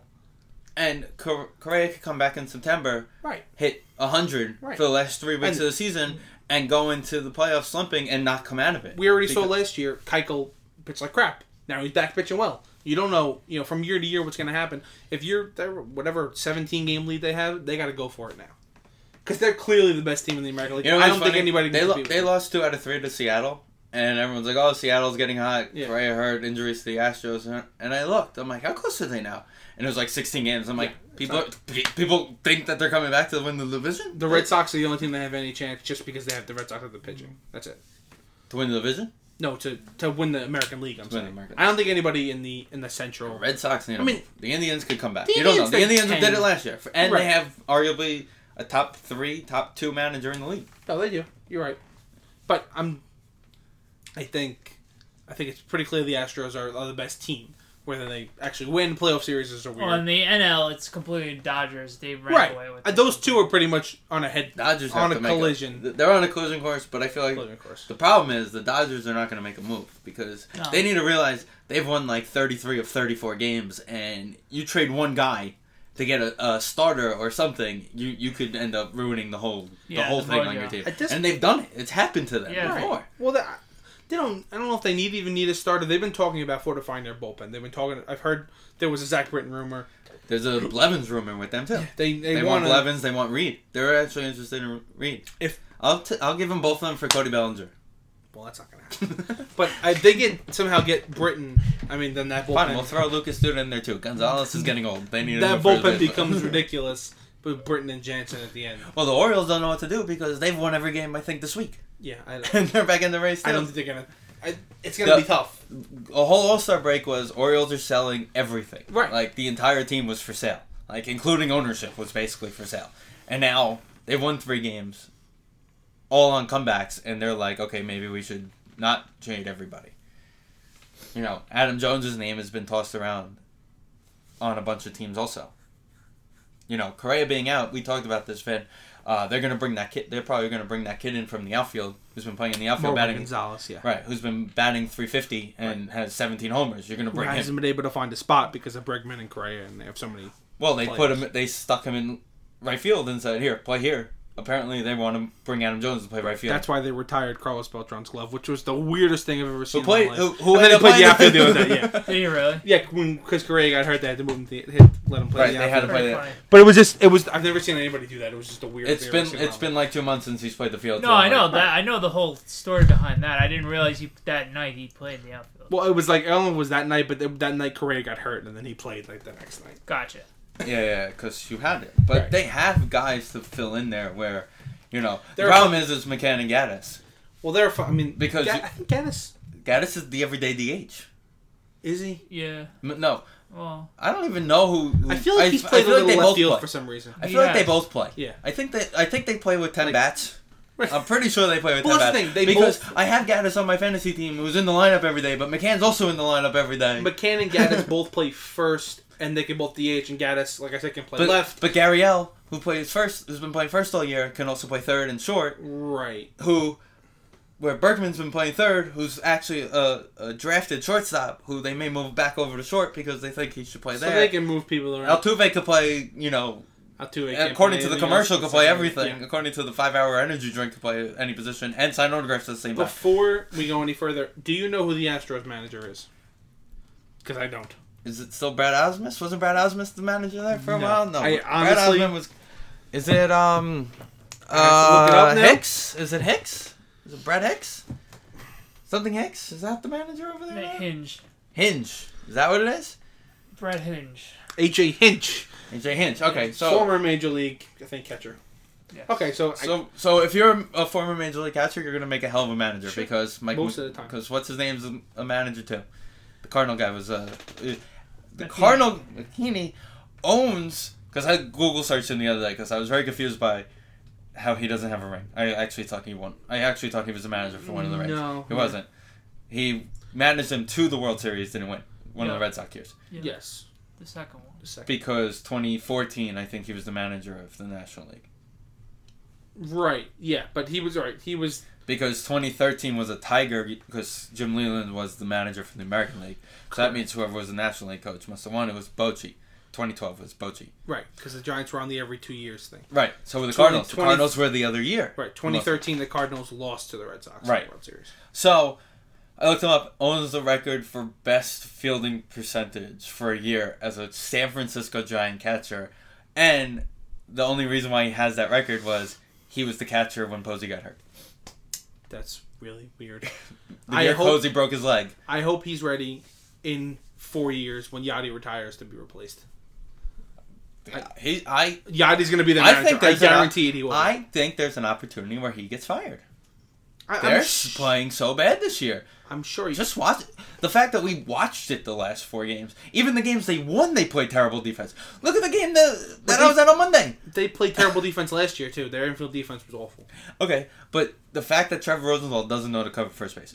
[SPEAKER 2] and Cor- Correa could come back in September,
[SPEAKER 3] Right.
[SPEAKER 2] hit hundred
[SPEAKER 3] Right.
[SPEAKER 2] for the last three weeks
[SPEAKER 3] And-
[SPEAKER 2] of the season, and go into the playoffs slumping and not come out of it.
[SPEAKER 3] We already saw
[SPEAKER 2] Because-
[SPEAKER 3] last year Keuchel pitched like crap. Now he's back pitching well. You don't know, you know, from year to year what's going to happen. If you're they're- whatever 17 game lead they have, they got to go for it now because they're clearly the best team in the American League.
[SPEAKER 2] You know
[SPEAKER 3] I
[SPEAKER 2] what's
[SPEAKER 3] don't think
[SPEAKER 2] funny?
[SPEAKER 3] anybody
[SPEAKER 2] they
[SPEAKER 3] can
[SPEAKER 2] lo-
[SPEAKER 3] compete with
[SPEAKER 2] they
[SPEAKER 3] them.
[SPEAKER 2] lost two out of three to Seattle, and everyone's like, "Oh, Seattle's getting hot.
[SPEAKER 3] Yeah.
[SPEAKER 2] Correa hurt, injuries to the Astros." And- And I looked, I'm like, "How close are they now?" And it was like 16 games. I'm like, "People, are, pe- people think that they're coming back to win the division.
[SPEAKER 3] The Red Sox are the only team that have any chance just because they have the Red Sox at the pitching. That's it.
[SPEAKER 2] to win the division.
[SPEAKER 3] No, to to win the American League. I'm
[SPEAKER 2] win the
[SPEAKER 3] saying.
[SPEAKER 2] American
[SPEAKER 3] I don't think anybody in the in the Central.
[SPEAKER 2] Red Sox need. I
[SPEAKER 3] mean-
[SPEAKER 2] mean, the Indians could come back.
[SPEAKER 3] The
[SPEAKER 2] you don't know.
[SPEAKER 3] Indians,
[SPEAKER 2] The
[SPEAKER 3] they
[SPEAKER 2] Indians
[SPEAKER 3] can.
[SPEAKER 2] did it last year, and
[SPEAKER 3] Right.
[SPEAKER 2] they have arguably a top three, top two manager in the league.
[SPEAKER 3] No, they do. You're right. But I'm. I think, I think it's pretty clear the Astros are, are the best team. Whether they actually win playoff series is a weird.
[SPEAKER 4] well, in the NL, it's completely Dodgers. They ran away
[SPEAKER 3] right.
[SPEAKER 4] with
[SPEAKER 3] Uh,
[SPEAKER 4] it.
[SPEAKER 3] Those two are pretty much on a head
[SPEAKER 2] Dodgers have
[SPEAKER 3] on a
[SPEAKER 2] to make
[SPEAKER 3] collision.
[SPEAKER 2] th- they're on a collision course, but I feel like
[SPEAKER 3] Collision course.
[SPEAKER 2] the problem is the Dodgers are not going to make a move because
[SPEAKER 4] No.
[SPEAKER 2] they need to realize they've won like 33 of 34 games, and you trade one guy to get a, a starter or something, you you could end up ruining the whole the
[SPEAKER 4] Yeah,
[SPEAKER 2] whole
[SPEAKER 4] the
[SPEAKER 2] thing on
[SPEAKER 4] mojo.
[SPEAKER 2] your team.
[SPEAKER 3] At this-
[SPEAKER 2] and they've done it. It's happened to them
[SPEAKER 4] Yeah.
[SPEAKER 2] before.
[SPEAKER 3] Right. Well, they, they don't. I don't know if they need even need a starter. They've been talking about fortifying their bullpen. They've been talking. I've heard there was a Zach Britton rumor.
[SPEAKER 2] There's a Blevins rumor with them too.
[SPEAKER 3] They
[SPEAKER 2] They,
[SPEAKER 3] they,
[SPEAKER 2] want
[SPEAKER 3] want to.
[SPEAKER 2] Blevins. They want Reed. They're actually interested in Reed.
[SPEAKER 3] If-
[SPEAKER 2] I'll t- I'll give them both of them for Cody
[SPEAKER 3] *laughs*
[SPEAKER 2] Bellinger.
[SPEAKER 3] Well, that's not gonna happen. *laughs* But uh, if they get somehow get Britton, I mean, then that bullpen.
[SPEAKER 2] Fine, we'll throw Lucas Duda in there too. Gonzalez is getting old. They need
[SPEAKER 3] that
[SPEAKER 2] a new first
[SPEAKER 3] bullpen
[SPEAKER 2] baseman. *laughs*
[SPEAKER 3] becomes ridiculous with Britton and Jansen at the end.
[SPEAKER 2] Well, the Orioles don't know what to do because they've won every game I think this week, *laughs*
[SPEAKER 3] Yeah, I,
[SPEAKER 2] and they're back in the race.
[SPEAKER 3] I don't
[SPEAKER 2] too.
[SPEAKER 3] think they're gonna. I, it's gonna be
[SPEAKER 2] The-
[SPEAKER 3] tough.
[SPEAKER 2] a whole All Star break was Orioles are selling everything.
[SPEAKER 3] Right.
[SPEAKER 2] like the entire team was for sale, like including ownership was basically for sale. And now they've won three games, all on comebacks, and they're like, okay, maybe we should not trade everybody. You know, Adam Jones's name has been tossed around on a bunch of teams also. You know, Correa being out, we talked about this, Fed. Uh, they're gonna bring that kid. They're probably gonna bring that kid in from the outfield, who's been playing in the outfield,
[SPEAKER 3] Marwin
[SPEAKER 2] batting
[SPEAKER 3] Gonzalez, yeah.
[SPEAKER 2] Right, who's been batting 350 and has 17 homers. You're going to bring
[SPEAKER 3] Right.
[SPEAKER 2] him.
[SPEAKER 3] Hasn't been able to find a spot because of Bregman and Correa, and they have so many.
[SPEAKER 2] Well, they
[SPEAKER 3] players.
[SPEAKER 2] put him. They stuck him in right field and said, "Here, play here." apparently they want to bring Adam Jones to play right field.
[SPEAKER 3] That's why they retired Carlos Beltran's glove, which was the weirdest thing I've ever seen.
[SPEAKER 2] who played
[SPEAKER 3] in my
[SPEAKER 2] who,
[SPEAKER 3] life.
[SPEAKER 2] who
[SPEAKER 3] and then
[SPEAKER 2] ended
[SPEAKER 3] they
[SPEAKER 2] up
[SPEAKER 3] played the
[SPEAKER 2] playing-
[SPEAKER 3] outfield
[SPEAKER 2] *laughs*
[SPEAKER 3] doing that. Yeah,
[SPEAKER 4] *laughs* Did you really?
[SPEAKER 3] yeah. When Chris Correa got hurt, they had to move him. To, hit, let him play.
[SPEAKER 2] Right,
[SPEAKER 3] the
[SPEAKER 2] they had to
[SPEAKER 3] outfield.
[SPEAKER 2] play
[SPEAKER 4] Very
[SPEAKER 2] that.
[SPEAKER 4] funny.
[SPEAKER 3] But it was just it was. I've never seen anybody do that. It was just a weird.
[SPEAKER 2] It's
[SPEAKER 3] thing I've
[SPEAKER 2] been
[SPEAKER 3] ever seen in
[SPEAKER 2] it's
[SPEAKER 3] my life.
[SPEAKER 2] been like two months since he's played the field.
[SPEAKER 4] No,
[SPEAKER 2] so
[SPEAKER 4] I
[SPEAKER 2] I'm
[SPEAKER 4] know
[SPEAKER 2] like,
[SPEAKER 4] that. I know the whole story behind that. I didn't realize he that night he played in the outfield.
[SPEAKER 3] Well, it was like Ellen was that night, but th- that night Correa got hurt, and then he played like the next night.
[SPEAKER 4] Gotcha.
[SPEAKER 2] Yeah, yeah, because you had it. But
[SPEAKER 3] Right.
[SPEAKER 2] they have guys to fill in there where, you know, the
[SPEAKER 3] They're-
[SPEAKER 2] problem is it's McCann and Gaddis.
[SPEAKER 3] Well, they're. fu- I mean,
[SPEAKER 2] Because
[SPEAKER 3] Ga-
[SPEAKER 2] you-
[SPEAKER 3] I think Gaddis
[SPEAKER 2] Gaddis is the everyday DH.
[SPEAKER 3] is he.
[SPEAKER 4] Yeah.
[SPEAKER 2] M- No,
[SPEAKER 4] Well,
[SPEAKER 2] I don't even know who. who
[SPEAKER 3] I feel like he's
[SPEAKER 2] I
[SPEAKER 3] played a
[SPEAKER 2] feel like
[SPEAKER 3] little
[SPEAKER 2] they
[SPEAKER 3] left
[SPEAKER 2] both
[SPEAKER 3] field
[SPEAKER 2] play.
[SPEAKER 3] for some reason.
[SPEAKER 2] I feel like they
[SPEAKER 4] Yeah.
[SPEAKER 2] both play.
[SPEAKER 3] Yeah.
[SPEAKER 2] I think they I think they play with ten bats.
[SPEAKER 3] Right.
[SPEAKER 2] I'm pretty sure they play with
[SPEAKER 3] Well,
[SPEAKER 2] ten
[SPEAKER 3] that's the
[SPEAKER 2] bats.
[SPEAKER 3] thing, they
[SPEAKER 2] because
[SPEAKER 3] both-
[SPEAKER 2] I have Gaddis on my fantasy team who's in the lineup every day, but McCann's also in the lineup every day.
[SPEAKER 3] McCann
[SPEAKER 2] *laughs*
[SPEAKER 3] and Gaddis both play first, and they can both DH. And Gaddis, like I said, can play
[SPEAKER 2] but,
[SPEAKER 3] left,
[SPEAKER 2] But Gariel, who plays first, who's been playing first all year, can also play third and short.
[SPEAKER 3] right.
[SPEAKER 2] Who, where Berkman's been playing third, who's actually a, a drafted shortstop, who they may move back over to short because they think he should play
[SPEAKER 3] So
[SPEAKER 2] there.
[SPEAKER 3] they can move people around.
[SPEAKER 2] Altuve could play, you know, eh,
[SPEAKER 3] Altuve can't
[SPEAKER 2] according
[SPEAKER 3] play
[SPEAKER 2] to the
[SPEAKER 3] anything
[SPEAKER 2] commercial,
[SPEAKER 3] else.
[SPEAKER 2] could play
[SPEAKER 3] Yeah.
[SPEAKER 2] everything. According to the five-hour energy drink, could play any position and sign autographs at the same time.
[SPEAKER 3] Before we go any further, do you know who the Astros manager is? Because I don't.
[SPEAKER 2] Is it still Brad Osmus? Wasn't Brad Osmus the manager there for a
[SPEAKER 3] No.
[SPEAKER 2] while? No,
[SPEAKER 3] I
[SPEAKER 2] Brad
[SPEAKER 3] honestly-
[SPEAKER 2] Osmus was. Is it um?
[SPEAKER 3] have to look it
[SPEAKER 2] Uh,
[SPEAKER 3] up now.
[SPEAKER 2] Hicks? Is it Hicks? Is it Brad Hicks? Something Hicks? Is that the manager over
[SPEAKER 3] Uh,
[SPEAKER 2] there? now?
[SPEAKER 4] Hinge.
[SPEAKER 2] Hinge. Is that what it is?
[SPEAKER 4] Brett Hinge.
[SPEAKER 3] AJ Hinch,
[SPEAKER 2] AJ Hinge. Okay, so
[SPEAKER 3] former major league, I think catcher.
[SPEAKER 4] Yes.
[SPEAKER 3] Okay, so, I,
[SPEAKER 2] so so if you're a former major league catcher, you're gonna make a hell of a manager
[SPEAKER 3] Sure.
[SPEAKER 2] because Mike
[SPEAKER 3] Most of the time.
[SPEAKER 2] because what's his name's a, a manager too. The Cardinal guy was uh, uh, the
[SPEAKER 4] Machini.
[SPEAKER 2] Cardinal McKinney owns because I Google searched him the other day because I was very confused by how he doesn't have a ring. I actually thought he won. I actually thought he was a manager for one of the rings.
[SPEAKER 3] No.
[SPEAKER 2] he wasn't. He managed them to the World Series, didn't win. One of
[SPEAKER 4] Yeah.
[SPEAKER 2] the Red Sox years
[SPEAKER 4] Yeah,
[SPEAKER 3] yes,
[SPEAKER 4] The second one.
[SPEAKER 3] the second.
[SPEAKER 2] because 2014, I think he was the manager of the National League.
[SPEAKER 3] Right, yeah, but he was right. He was
[SPEAKER 2] because 2013 was a tiger because Jim Leland was the manager for the American League. So that means whoever was the National League coach must have won. It was Bochy. 2012 was Bochy.
[SPEAKER 3] right because the Giants were on the every two years thing.
[SPEAKER 2] Right. So were the
[SPEAKER 3] 20
[SPEAKER 2] Cardinals. The
[SPEAKER 3] 20
[SPEAKER 2] Cardinals were the other year.
[SPEAKER 3] Right, 2013, the Cardinals lost to the Red Sox in
[SPEAKER 2] Right.
[SPEAKER 3] the World Series.
[SPEAKER 2] So I looked him up. Owns the record for best fielding percentage for a year as a San Francisco Giant catcher, and the only reason why he has that record was he was the catcher when Posey got hurt.
[SPEAKER 3] That's really weird.
[SPEAKER 2] *laughs* The
[SPEAKER 3] I
[SPEAKER 2] year
[SPEAKER 3] hope-
[SPEAKER 2] Posey broke his leg.
[SPEAKER 3] I hope he's ready in four years when Yadi retires to be replaced.
[SPEAKER 2] He, I
[SPEAKER 3] Yadi's going to be the
[SPEAKER 2] I
[SPEAKER 3] manager. I,
[SPEAKER 2] think there's an op-
[SPEAKER 3] guarantee it he will.
[SPEAKER 2] I think there's an opportunity where he gets fired.
[SPEAKER 3] I- I'm
[SPEAKER 2] They're
[SPEAKER 3] sh-
[SPEAKER 2] playing so bad this year.
[SPEAKER 3] I'm sure he
[SPEAKER 2] Just watch the fact that we watched it the last four games. Even the games they won, they played terrible defense. Look at the game that, that
[SPEAKER 3] they-
[SPEAKER 2] I was at on Monday.
[SPEAKER 3] They played terrible defense last year too. Their infield defense was awful.
[SPEAKER 2] Okay, but the fact that Trevor Rosenthal doesn't know to cover first base.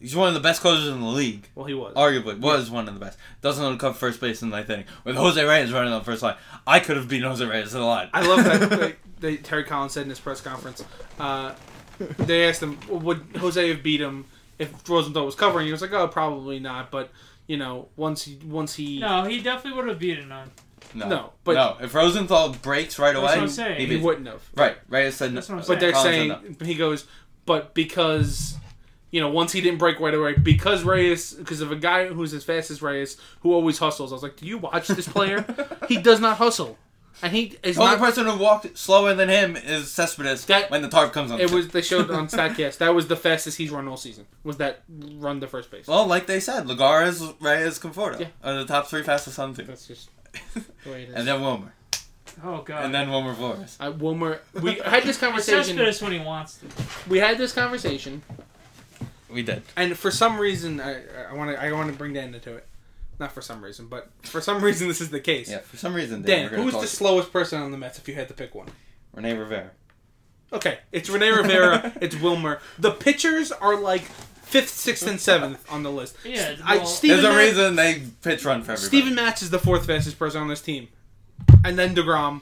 [SPEAKER 2] He's one of the best closers in the league.
[SPEAKER 3] Well, he was.
[SPEAKER 2] Arguably, was one of the best. Doesn't know to cover first base in the ninth inning. With Jose Reyes running on the first line, I could have beaten Jose Reyes to the line.
[SPEAKER 3] I love
[SPEAKER 2] *laughs*
[SPEAKER 3] that they, they, Terry Collins said in his press conference. Uh, they asked him, "Would Jose have beat him if Rosenthal was covering?" He was like, "Oh, probably not." But you know, once he once he
[SPEAKER 4] No, he definitely would have beaten him.
[SPEAKER 2] no,
[SPEAKER 3] no, but-
[SPEAKER 2] no. If Rosenthal breaks right away,
[SPEAKER 4] what I'm saying.
[SPEAKER 2] he
[SPEAKER 3] he
[SPEAKER 2] beats-
[SPEAKER 3] wouldn't have.
[SPEAKER 2] Right, Reyes said.
[SPEAKER 4] That's what I'm
[SPEAKER 2] uh,
[SPEAKER 3] But they're
[SPEAKER 2] Collins said
[SPEAKER 3] saying
[SPEAKER 2] no.
[SPEAKER 3] he goes, but because you know, once he didn't break right away, because Reyes, because of a guy who's as fast as Reyes, who always hustles. I was like, do you watch this player?
[SPEAKER 2] *laughs*
[SPEAKER 3] he does not hustle, and he is
[SPEAKER 2] The only
[SPEAKER 3] not.
[SPEAKER 2] person who walked slower than him is Cespedes
[SPEAKER 3] That-
[SPEAKER 2] when the tarp comes on.
[SPEAKER 3] it was they showed on Statcast that was the fastest he's run all season. Was that run to first base?
[SPEAKER 2] well, like they said, Lagares, Reyes, Conforto
[SPEAKER 3] Yeah.
[SPEAKER 2] are the top three fastest on
[SPEAKER 3] *laughs*
[SPEAKER 2] the team.
[SPEAKER 3] That's just the way it is.
[SPEAKER 2] And then Wilmer.
[SPEAKER 4] Oh god.
[SPEAKER 2] And then Wilmer Flores.
[SPEAKER 3] I, Wilmer, we had this
[SPEAKER 4] He says
[SPEAKER 3] conversation.
[SPEAKER 4] this when he wants to.
[SPEAKER 3] We had this conversation,
[SPEAKER 2] We
[SPEAKER 3] *laughs*
[SPEAKER 2] did.
[SPEAKER 3] and for some reason, I I want to I want to bring Dan into it. Not for some reason, but for some reason, this is the case.
[SPEAKER 2] Yeah, for some reason, Dan,
[SPEAKER 3] Dan,
[SPEAKER 2] we're gonna
[SPEAKER 3] who's
[SPEAKER 2] talk
[SPEAKER 3] the slowest person on the Mets if you had to pick one?
[SPEAKER 2] Rene Rivera.
[SPEAKER 3] Okay, it's Rene
[SPEAKER 2] *laughs*
[SPEAKER 3] Rivera, it's Wilmer. The pitchers are like fifth, sixth, and seventh on the list.
[SPEAKER 4] Yeah,
[SPEAKER 3] I,
[SPEAKER 4] well-
[SPEAKER 3] Steven
[SPEAKER 2] There's a
[SPEAKER 3] Mat-
[SPEAKER 2] reason they pitch run for everybody.
[SPEAKER 3] Steven Matz is the fourth fastest person on this team, and then Degrom,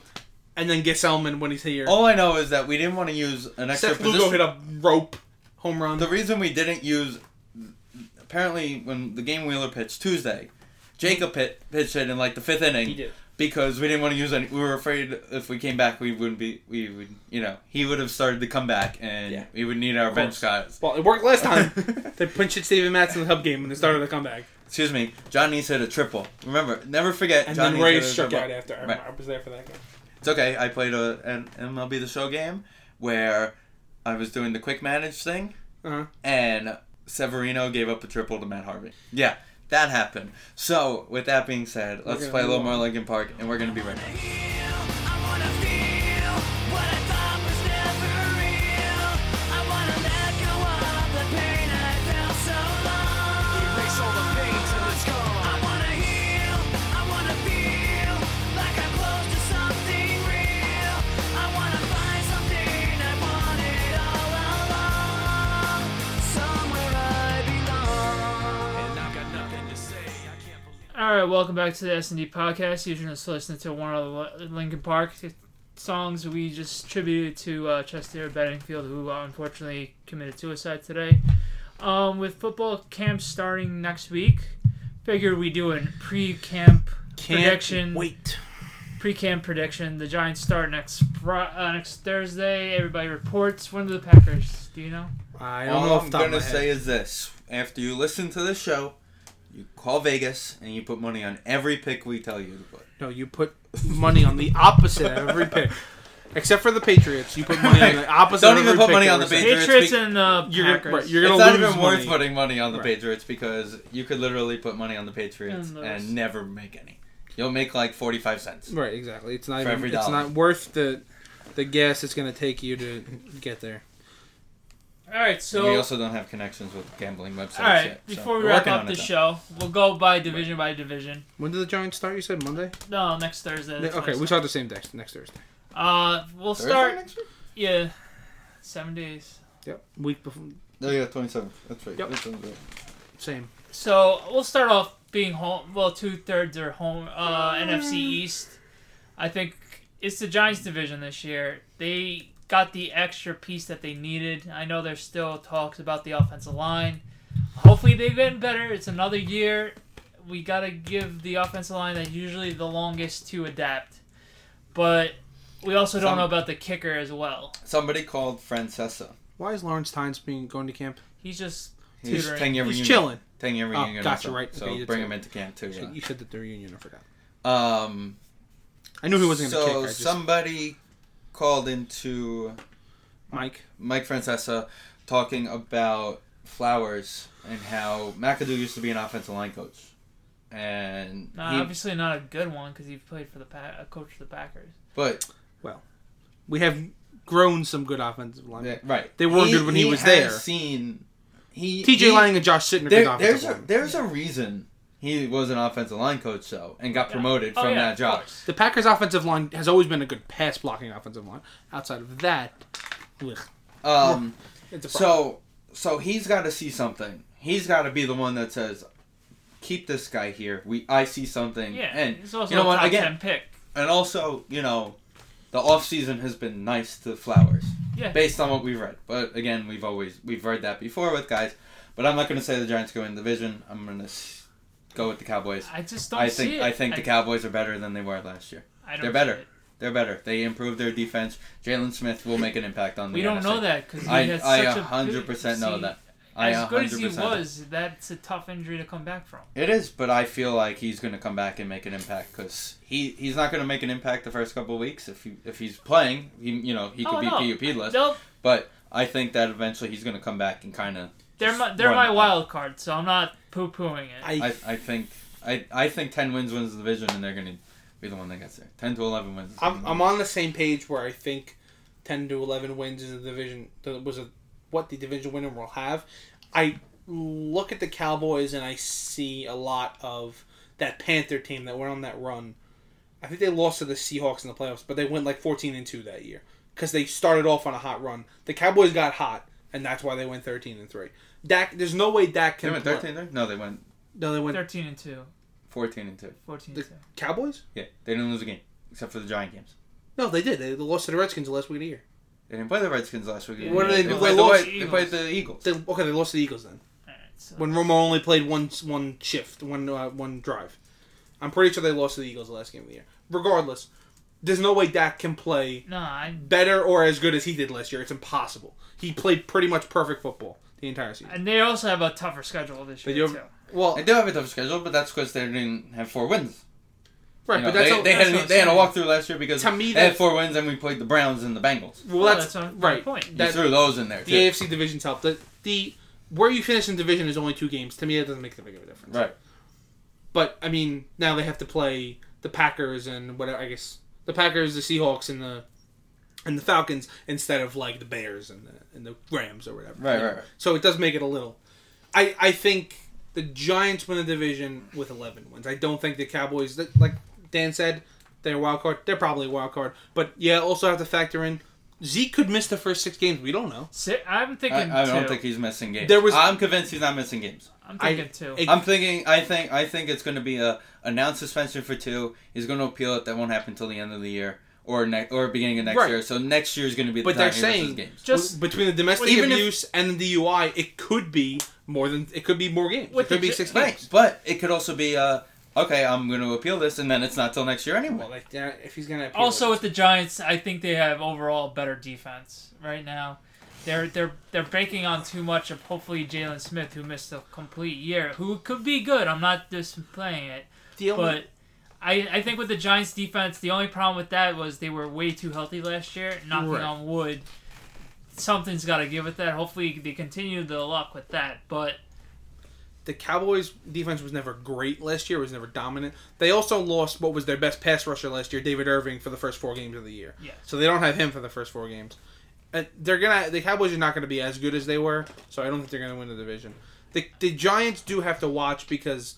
[SPEAKER 3] and then Gesellman when he's here.
[SPEAKER 2] All I know is that we didn't want to use an extra
[SPEAKER 3] Seth Lugo
[SPEAKER 2] position.
[SPEAKER 3] hit a rope home run.
[SPEAKER 2] The reason we didn't use apparently when the game Wheeler pitched Tuesday, Jacob pit, pitched it in like the fifth inning.
[SPEAKER 3] He did.
[SPEAKER 2] because we didn't want to use any. We were afraid if we came back, we wouldn't be. We would, you know, he would have started to come back, and
[SPEAKER 3] Yeah.
[SPEAKER 2] we would need our bench guys.
[SPEAKER 3] Well, it worked last
[SPEAKER 2] *laughs*
[SPEAKER 3] time. they punched Steven Matz in the hub game when they started to come back.
[SPEAKER 2] Excuse me, Johnny's hit a triple. Remember, never forget.
[SPEAKER 3] And
[SPEAKER 2] Johnny's
[SPEAKER 3] then Ray
[SPEAKER 2] hit a
[SPEAKER 3] struck
[SPEAKER 2] triple.
[SPEAKER 3] out after. I,
[SPEAKER 2] Right.
[SPEAKER 3] I was there for that game.
[SPEAKER 2] It's okay. I played a an MLB the Show game where I was doing the quick manage thing,
[SPEAKER 3] Uh-huh.
[SPEAKER 2] and Severino gave up a triple to Matt Harvey. Yeah, that happened. So, with that being said, let's
[SPEAKER 3] gonna
[SPEAKER 2] play a little
[SPEAKER 3] move
[SPEAKER 2] more Lincoln Park, and we're gonna be right back.
[SPEAKER 1] I wanna feel what I thought was never real. I wanna let go of the pain I felt so long. Erase all the pain till it's gone. I wanna heal. I wanna feel like I'm close to something real. I wanna find something I wanted all along. Somewhere I belong. And I got nothing to say. I can't believe.
[SPEAKER 4] All right, welcome back to the S and D podcast. You're just listening to one of the Lincoln Park songs we just tributed to uh, Chester Bedingfield, who uh, unfortunately committed suicide today. Um, with football camp starting next week, figure we do a pre-camp prediction.
[SPEAKER 3] wait.
[SPEAKER 4] Pre-camp prediction. The Giants start next Fri uh, next Thursday. Everybody reports. When do the Packers? Do you know?
[SPEAKER 3] I don't know
[SPEAKER 2] All
[SPEAKER 3] if
[SPEAKER 2] I'm gonna say is this: after you listen to this show, you call Vegas and you put money on every pick we tell you to put.
[SPEAKER 3] No, you put money on the opposite of every pick. Except for the Patriots. You put money on the opposite
[SPEAKER 2] Don't
[SPEAKER 3] of
[SPEAKER 2] even
[SPEAKER 3] every
[SPEAKER 2] put
[SPEAKER 3] pick
[SPEAKER 2] money
[SPEAKER 3] that
[SPEAKER 2] on the
[SPEAKER 3] we're saying.
[SPEAKER 2] Patriots
[SPEAKER 4] Patriots
[SPEAKER 2] be-
[SPEAKER 4] and uh,
[SPEAKER 3] You're gonna-
[SPEAKER 4] Packers.
[SPEAKER 3] right, you're
[SPEAKER 2] It's
[SPEAKER 3] gonna
[SPEAKER 2] not
[SPEAKER 3] lose
[SPEAKER 2] even worth
[SPEAKER 3] money.
[SPEAKER 2] putting money on the
[SPEAKER 3] Right.
[SPEAKER 2] Patriots because you could literally put money on the Patriots
[SPEAKER 4] And
[SPEAKER 2] and,
[SPEAKER 4] lose.
[SPEAKER 2] never make any. You'll make like forty-five cents.
[SPEAKER 3] Right, exactly. It's not
[SPEAKER 2] For
[SPEAKER 3] even,
[SPEAKER 2] every
[SPEAKER 3] it's
[SPEAKER 2] dollar.
[SPEAKER 3] not worth the the gas it's going to take you to get there.
[SPEAKER 4] All right, so
[SPEAKER 2] we also don't have connections with gambling websites
[SPEAKER 4] All right,
[SPEAKER 2] yet. so
[SPEAKER 4] before we
[SPEAKER 2] we're
[SPEAKER 4] wrap
[SPEAKER 2] working
[SPEAKER 4] up
[SPEAKER 2] on
[SPEAKER 4] the
[SPEAKER 2] it, though.
[SPEAKER 4] show, we'll go by division by division.
[SPEAKER 3] When did the Giants start? You said Monday.
[SPEAKER 4] No, next Thursday. that's
[SPEAKER 3] okay,
[SPEAKER 4] what I
[SPEAKER 3] we
[SPEAKER 4] said.
[SPEAKER 3] start the same next next Thursday.
[SPEAKER 4] Uh, we'll
[SPEAKER 2] Thursday
[SPEAKER 4] start.
[SPEAKER 2] next week?
[SPEAKER 4] Yeah, seven days.
[SPEAKER 3] Yep. Week before,
[SPEAKER 2] No, Oh, yeah, twenty-seven. That's right.
[SPEAKER 3] Yep.
[SPEAKER 2] That sounds right.
[SPEAKER 3] same.
[SPEAKER 4] So we'll start off being home. Well, two thirds are home. Uh, NFC
[SPEAKER 2] Mm.
[SPEAKER 4] East. I think it's the Giants division this year. They got the extra piece that they needed. I know there's still talks about the offensive line. Hopefully they've been better. It's another year. We gotta give the offensive line that usually the longest to adapt, but we also don't
[SPEAKER 2] Some-
[SPEAKER 4] know about the kicker as well.
[SPEAKER 2] Somebody called Francesa.
[SPEAKER 3] Why is Lawrence Tynes being going to camp?
[SPEAKER 4] He's just
[SPEAKER 2] He's
[SPEAKER 4] tutoring.
[SPEAKER 2] ten-year
[SPEAKER 3] He's
[SPEAKER 2] reunion.
[SPEAKER 3] chilling.
[SPEAKER 2] Ten-year
[SPEAKER 3] Oh,
[SPEAKER 2] reunion.
[SPEAKER 3] gotcha,
[SPEAKER 2] also.
[SPEAKER 3] right.
[SPEAKER 2] So
[SPEAKER 3] Okay, you did
[SPEAKER 2] bring
[SPEAKER 3] say
[SPEAKER 2] him
[SPEAKER 3] that.
[SPEAKER 2] into camp too.
[SPEAKER 3] So You said that the reunion. I forgot.
[SPEAKER 2] yeah. Um.
[SPEAKER 3] I knew he wasn't going to
[SPEAKER 2] so
[SPEAKER 3] kick. I just,
[SPEAKER 2] somebody called into
[SPEAKER 3] Mike.
[SPEAKER 2] Mike Francesa talking about Flowers and how McAdoo used to be an offensive line coach, and
[SPEAKER 4] Nah,
[SPEAKER 2] he-
[SPEAKER 4] obviously not a good one because he played for the pa- uh, coach of the Packers.
[SPEAKER 2] but
[SPEAKER 3] We have grown some good offensive linemen.
[SPEAKER 2] yeah, eh, right,
[SPEAKER 3] They were good when he was
[SPEAKER 2] has
[SPEAKER 3] there.
[SPEAKER 2] Seen he
[SPEAKER 3] T.J.
[SPEAKER 2] he-
[SPEAKER 3] Lanning and Josh Sitton are
[SPEAKER 2] there-
[SPEAKER 3] good offensive
[SPEAKER 2] there's a
[SPEAKER 3] linemen.
[SPEAKER 2] there's a reason he was an offensive line coach though and got
[SPEAKER 4] Yeah.
[SPEAKER 2] promoted
[SPEAKER 4] Oh,
[SPEAKER 2] from
[SPEAKER 4] yeah,
[SPEAKER 2] that
[SPEAKER 4] of
[SPEAKER 2] job.
[SPEAKER 4] course.
[SPEAKER 3] The Packers' offensive line has always been a good pass blocking offensive line. Outside of that, ugh,
[SPEAKER 2] Um,
[SPEAKER 3] it's a problem.
[SPEAKER 2] so so he's got to see something. He's got to be the one that says. Keep this guy here. We I see something.
[SPEAKER 4] Yeah,
[SPEAKER 2] and
[SPEAKER 4] he's also
[SPEAKER 2] you know
[SPEAKER 4] a
[SPEAKER 2] what?
[SPEAKER 4] top
[SPEAKER 2] Again,
[SPEAKER 4] ten pick.
[SPEAKER 2] and also, you know, the off season has been nice to Flowers,
[SPEAKER 4] Yeah,
[SPEAKER 2] based on what we've read. But again, we've always we've read that before with guys. But I'm not going to say the Giants go in the division. I'm going to s- go with the Cowboys.
[SPEAKER 4] I just don't
[SPEAKER 2] I
[SPEAKER 4] see
[SPEAKER 2] think
[SPEAKER 4] it.
[SPEAKER 2] I think the Cowboys are better than they were last year.
[SPEAKER 4] I don't
[SPEAKER 2] They're
[SPEAKER 4] see
[SPEAKER 2] better.
[SPEAKER 4] it.
[SPEAKER 2] They're better. They improved their defense. Jalen Smith will make an impact on the.
[SPEAKER 4] We don't
[SPEAKER 2] NFC.
[SPEAKER 4] know that because
[SPEAKER 2] I
[SPEAKER 4] has
[SPEAKER 2] I
[SPEAKER 4] such
[SPEAKER 2] a hundred
[SPEAKER 4] good-
[SPEAKER 2] percent know
[SPEAKER 4] see,
[SPEAKER 2] that. I
[SPEAKER 4] As good as he
[SPEAKER 2] 100%
[SPEAKER 4] was, that's a tough injury to come back from.
[SPEAKER 2] It is, but I feel like he's going to come back and make an impact because he, he's not going to make an impact the first couple of weeks if he, if he's playing. He, you know he could
[SPEAKER 4] Oh,
[SPEAKER 2] be
[SPEAKER 4] no.
[SPEAKER 2] PUP less,
[SPEAKER 4] They'll-
[SPEAKER 2] but I think that eventually he's going to come back and kind of.
[SPEAKER 4] they're my, they're my wild card, so I'm not poo pooing it.
[SPEAKER 3] I,
[SPEAKER 2] I, I think I, I think ten wins wins the division and they're going to be the one that gets there. Ten to eleven wins. is
[SPEAKER 3] I'm,
[SPEAKER 2] gonna
[SPEAKER 3] I'm
[SPEAKER 2] be-
[SPEAKER 3] on the same page where I think 10 to 11 wins in the division that was a, what the division winner will have. I look at the Cowboys and I see a lot of that Panther team that went on that run. I think they lost to the Seahawks in the playoffs, but they went like 14 and 2 that year because they started off on a hot run. The Cowboys got hot, and that's why they went 13 and 3. Dak, there's no way Dak
[SPEAKER 2] They
[SPEAKER 3] can.
[SPEAKER 2] went
[SPEAKER 3] play-
[SPEAKER 2] thirteen there. No, they went
[SPEAKER 3] No, they went.
[SPEAKER 4] Thirteen and two,
[SPEAKER 2] fourteen and two.
[SPEAKER 4] fourteen
[SPEAKER 3] The
[SPEAKER 4] and two.
[SPEAKER 3] Cowboys?
[SPEAKER 2] Yeah, they didn't lose a game except for the Giant games.
[SPEAKER 3] No, they did. They lost to the Redskins the last week of the year.
[SPEAKER 2] They didn't play the Redskins last week.
[SPEAKER 3] What did they do?
[SPEAKER 2] played
[SPEAKER 3] They
[SPEAKER 2] the
[SPEAKER 3] lost
[SPEAKER 2] White-
[SPEAKER 4] to
[SPEAKER 2] they
[SPEAKER 4] Eagles.
[SPEAKER 2] played the Eagles.
[SPEAKER 3] They, okay, they lost to the Eagles then.
[SPEAKER 4] All right, so
[SPEAKER 3] when Romo only played one one shift, one uh, one drive. I'm pretty sure they lost to the Eagles the last game of the year. regardless, there's no way Dak can play
[SPEAKER 4] No, I,
[SPEAKER 3] better or as good as he did last year. It's impossible. He played pretty much perfect football the entire season.
[SPEAKER 4] and they also have a tougher schedule this
[SPEAKER 3] But
[SPEAKER 4] year
[SPEAKER 3] you're,
[SPEAKER 4] too.
[SPEAKER 3] well,
[SPEAKER 2] They do have a tough schedule, but that's because they didn't have four wins.
[SPEAKER 3] right,
[SPEAKER 2] You
[SPEAKER 3] but
[SPEAKER 2] know,
[SPEAKER 3] that's
[SPEAKER 2] they,
[SPEAKER 3] all-
[SPEAKER 2] they
[SPEAKER 3] that's
[SPEAKER 2] had
[SPEAKER 3] what I'm
[SPEAKER 2] they had a
[SPEAKER 3] saying.
[SPEAKER 2] walkthrough last year because
[SPEAKER 3] To me,
[SPEAKER 2] they had
[SPEAKER 3] that-
[SPEAKER 2] four wins and we played the Browns and the Bengals.
[SPEAKER 3] Well,
[SPEAKER 4] Well,
[SPEAKER 3] that's,
[SPEAKER 4] that's my
[SPEAKER 3] right.
[SPEAKER 4] point.
[SPEAKER 2] You
[SPEAKER 3] That,
[SPEAKER 2] threw those in there
[SPEAKER 3] the
[SPEAKER 2] too.
[SPEAKER 3] AFC divisions help. The, the where you finish in division is only two games. To me, that doesn't make that big of a difference.
[SPEAKER 2] Right.
[SPEAKER 3] But I mean, now they have to play the Packers and whatever. I guess the Packers, the Seahawks, and the and the Falcons instead of like the Bears and the and the Rams or whatever.
[SPEAKER 2] Right,
[SPEAKER 3] You know?
[SPEAKER 2] right, right.
[SPEAKER 3] So it does make it a little. I I think the Giants win the division with eleven wins. I don't think the Cowboys. that- Like Dan said, they're a wild card. They're probably a wild card. But yeah, also have to factor in Zeke could miss the first six games. We don't know.
[SPEAKER 4] Si I'm thinking
[SPEAKER 2] I, I don't
[SPEAKER 4] two.
[SPEAKER 2] think he's missing games.
[SPEAKER 3] There was-
[SPEAKER 2] I'm convinced he's not missing games.
[SPEAKER 4] I'm
[SPEAKER 3] I-
[SPEAKER 4] thinking two.
[SPEAKER 3] it-
[SPEAKER 2] I'm thinking. I think. I think it's going to be a announced suspension for two. He's going to appeal it. That won't happen till the end of the year or ne- or beginning of next
[SPEAKER 3] Right.
[SPEAKER 2] year. So next year's going to be the
[SPEAKER 3] But
[SPEAKER 2] time
[SPEAKER 3] they're
[SPEAKER 2] he misses
[SPEAKER 3] saying
[SPEAKER 2] games.
[SPEAKER 4] Just-
[SPEAKER 3] just between the domestic
[SPEAKER 2] Even if-
[SPEAKER 3] abuse and the DUI, it could be more than it could be more games.
[SPEAKER 4] With
[SPEAKER 3] It could
[SPEAKER 4] the
[SPEAKER 3] be
[SPEAKER 4] ju-
[SPEAKER 3] six games.
[SPEAKER 2] Right, but it could also be uh, okay. I'm going to appeal this, and then it's not till next year anyway.
[SPEAKER 3] Well, like, yeah, if he's gonna appeal
[SPEAKER 4] also
[SPEAKER 3] it.
[SPEAKER 4] with the Giants, I think they have overall better defense right now. They're they're they're banking on too much of hopefully Jalen Smith, who missed a complete year, who could be good. I'm not displaying it,
[SPEAKER 3] the only-
[SPEAKER 4] but I I think with the Giants defense, the only problem with that was they were way too healthy last year. Knocking
[SPEAKER 3] Right.
[SPEAKER 4] on wood, something's got to give with that. Hopefully they continue the luck with that, but.
[SPEAKER 3] the Cowboys defense was never great last year, was never dominant. They also lost what was their best pass rusher last year, David Irving, for the first four games of the year.
[SPEAKER 4] Yes.
[SPEAKER 3] So they don't have him for the first four games. And they're gonna the Cowboys are not gonna be as good as they were, so I don't think they're gonna win the division. The the Giants do have to watch because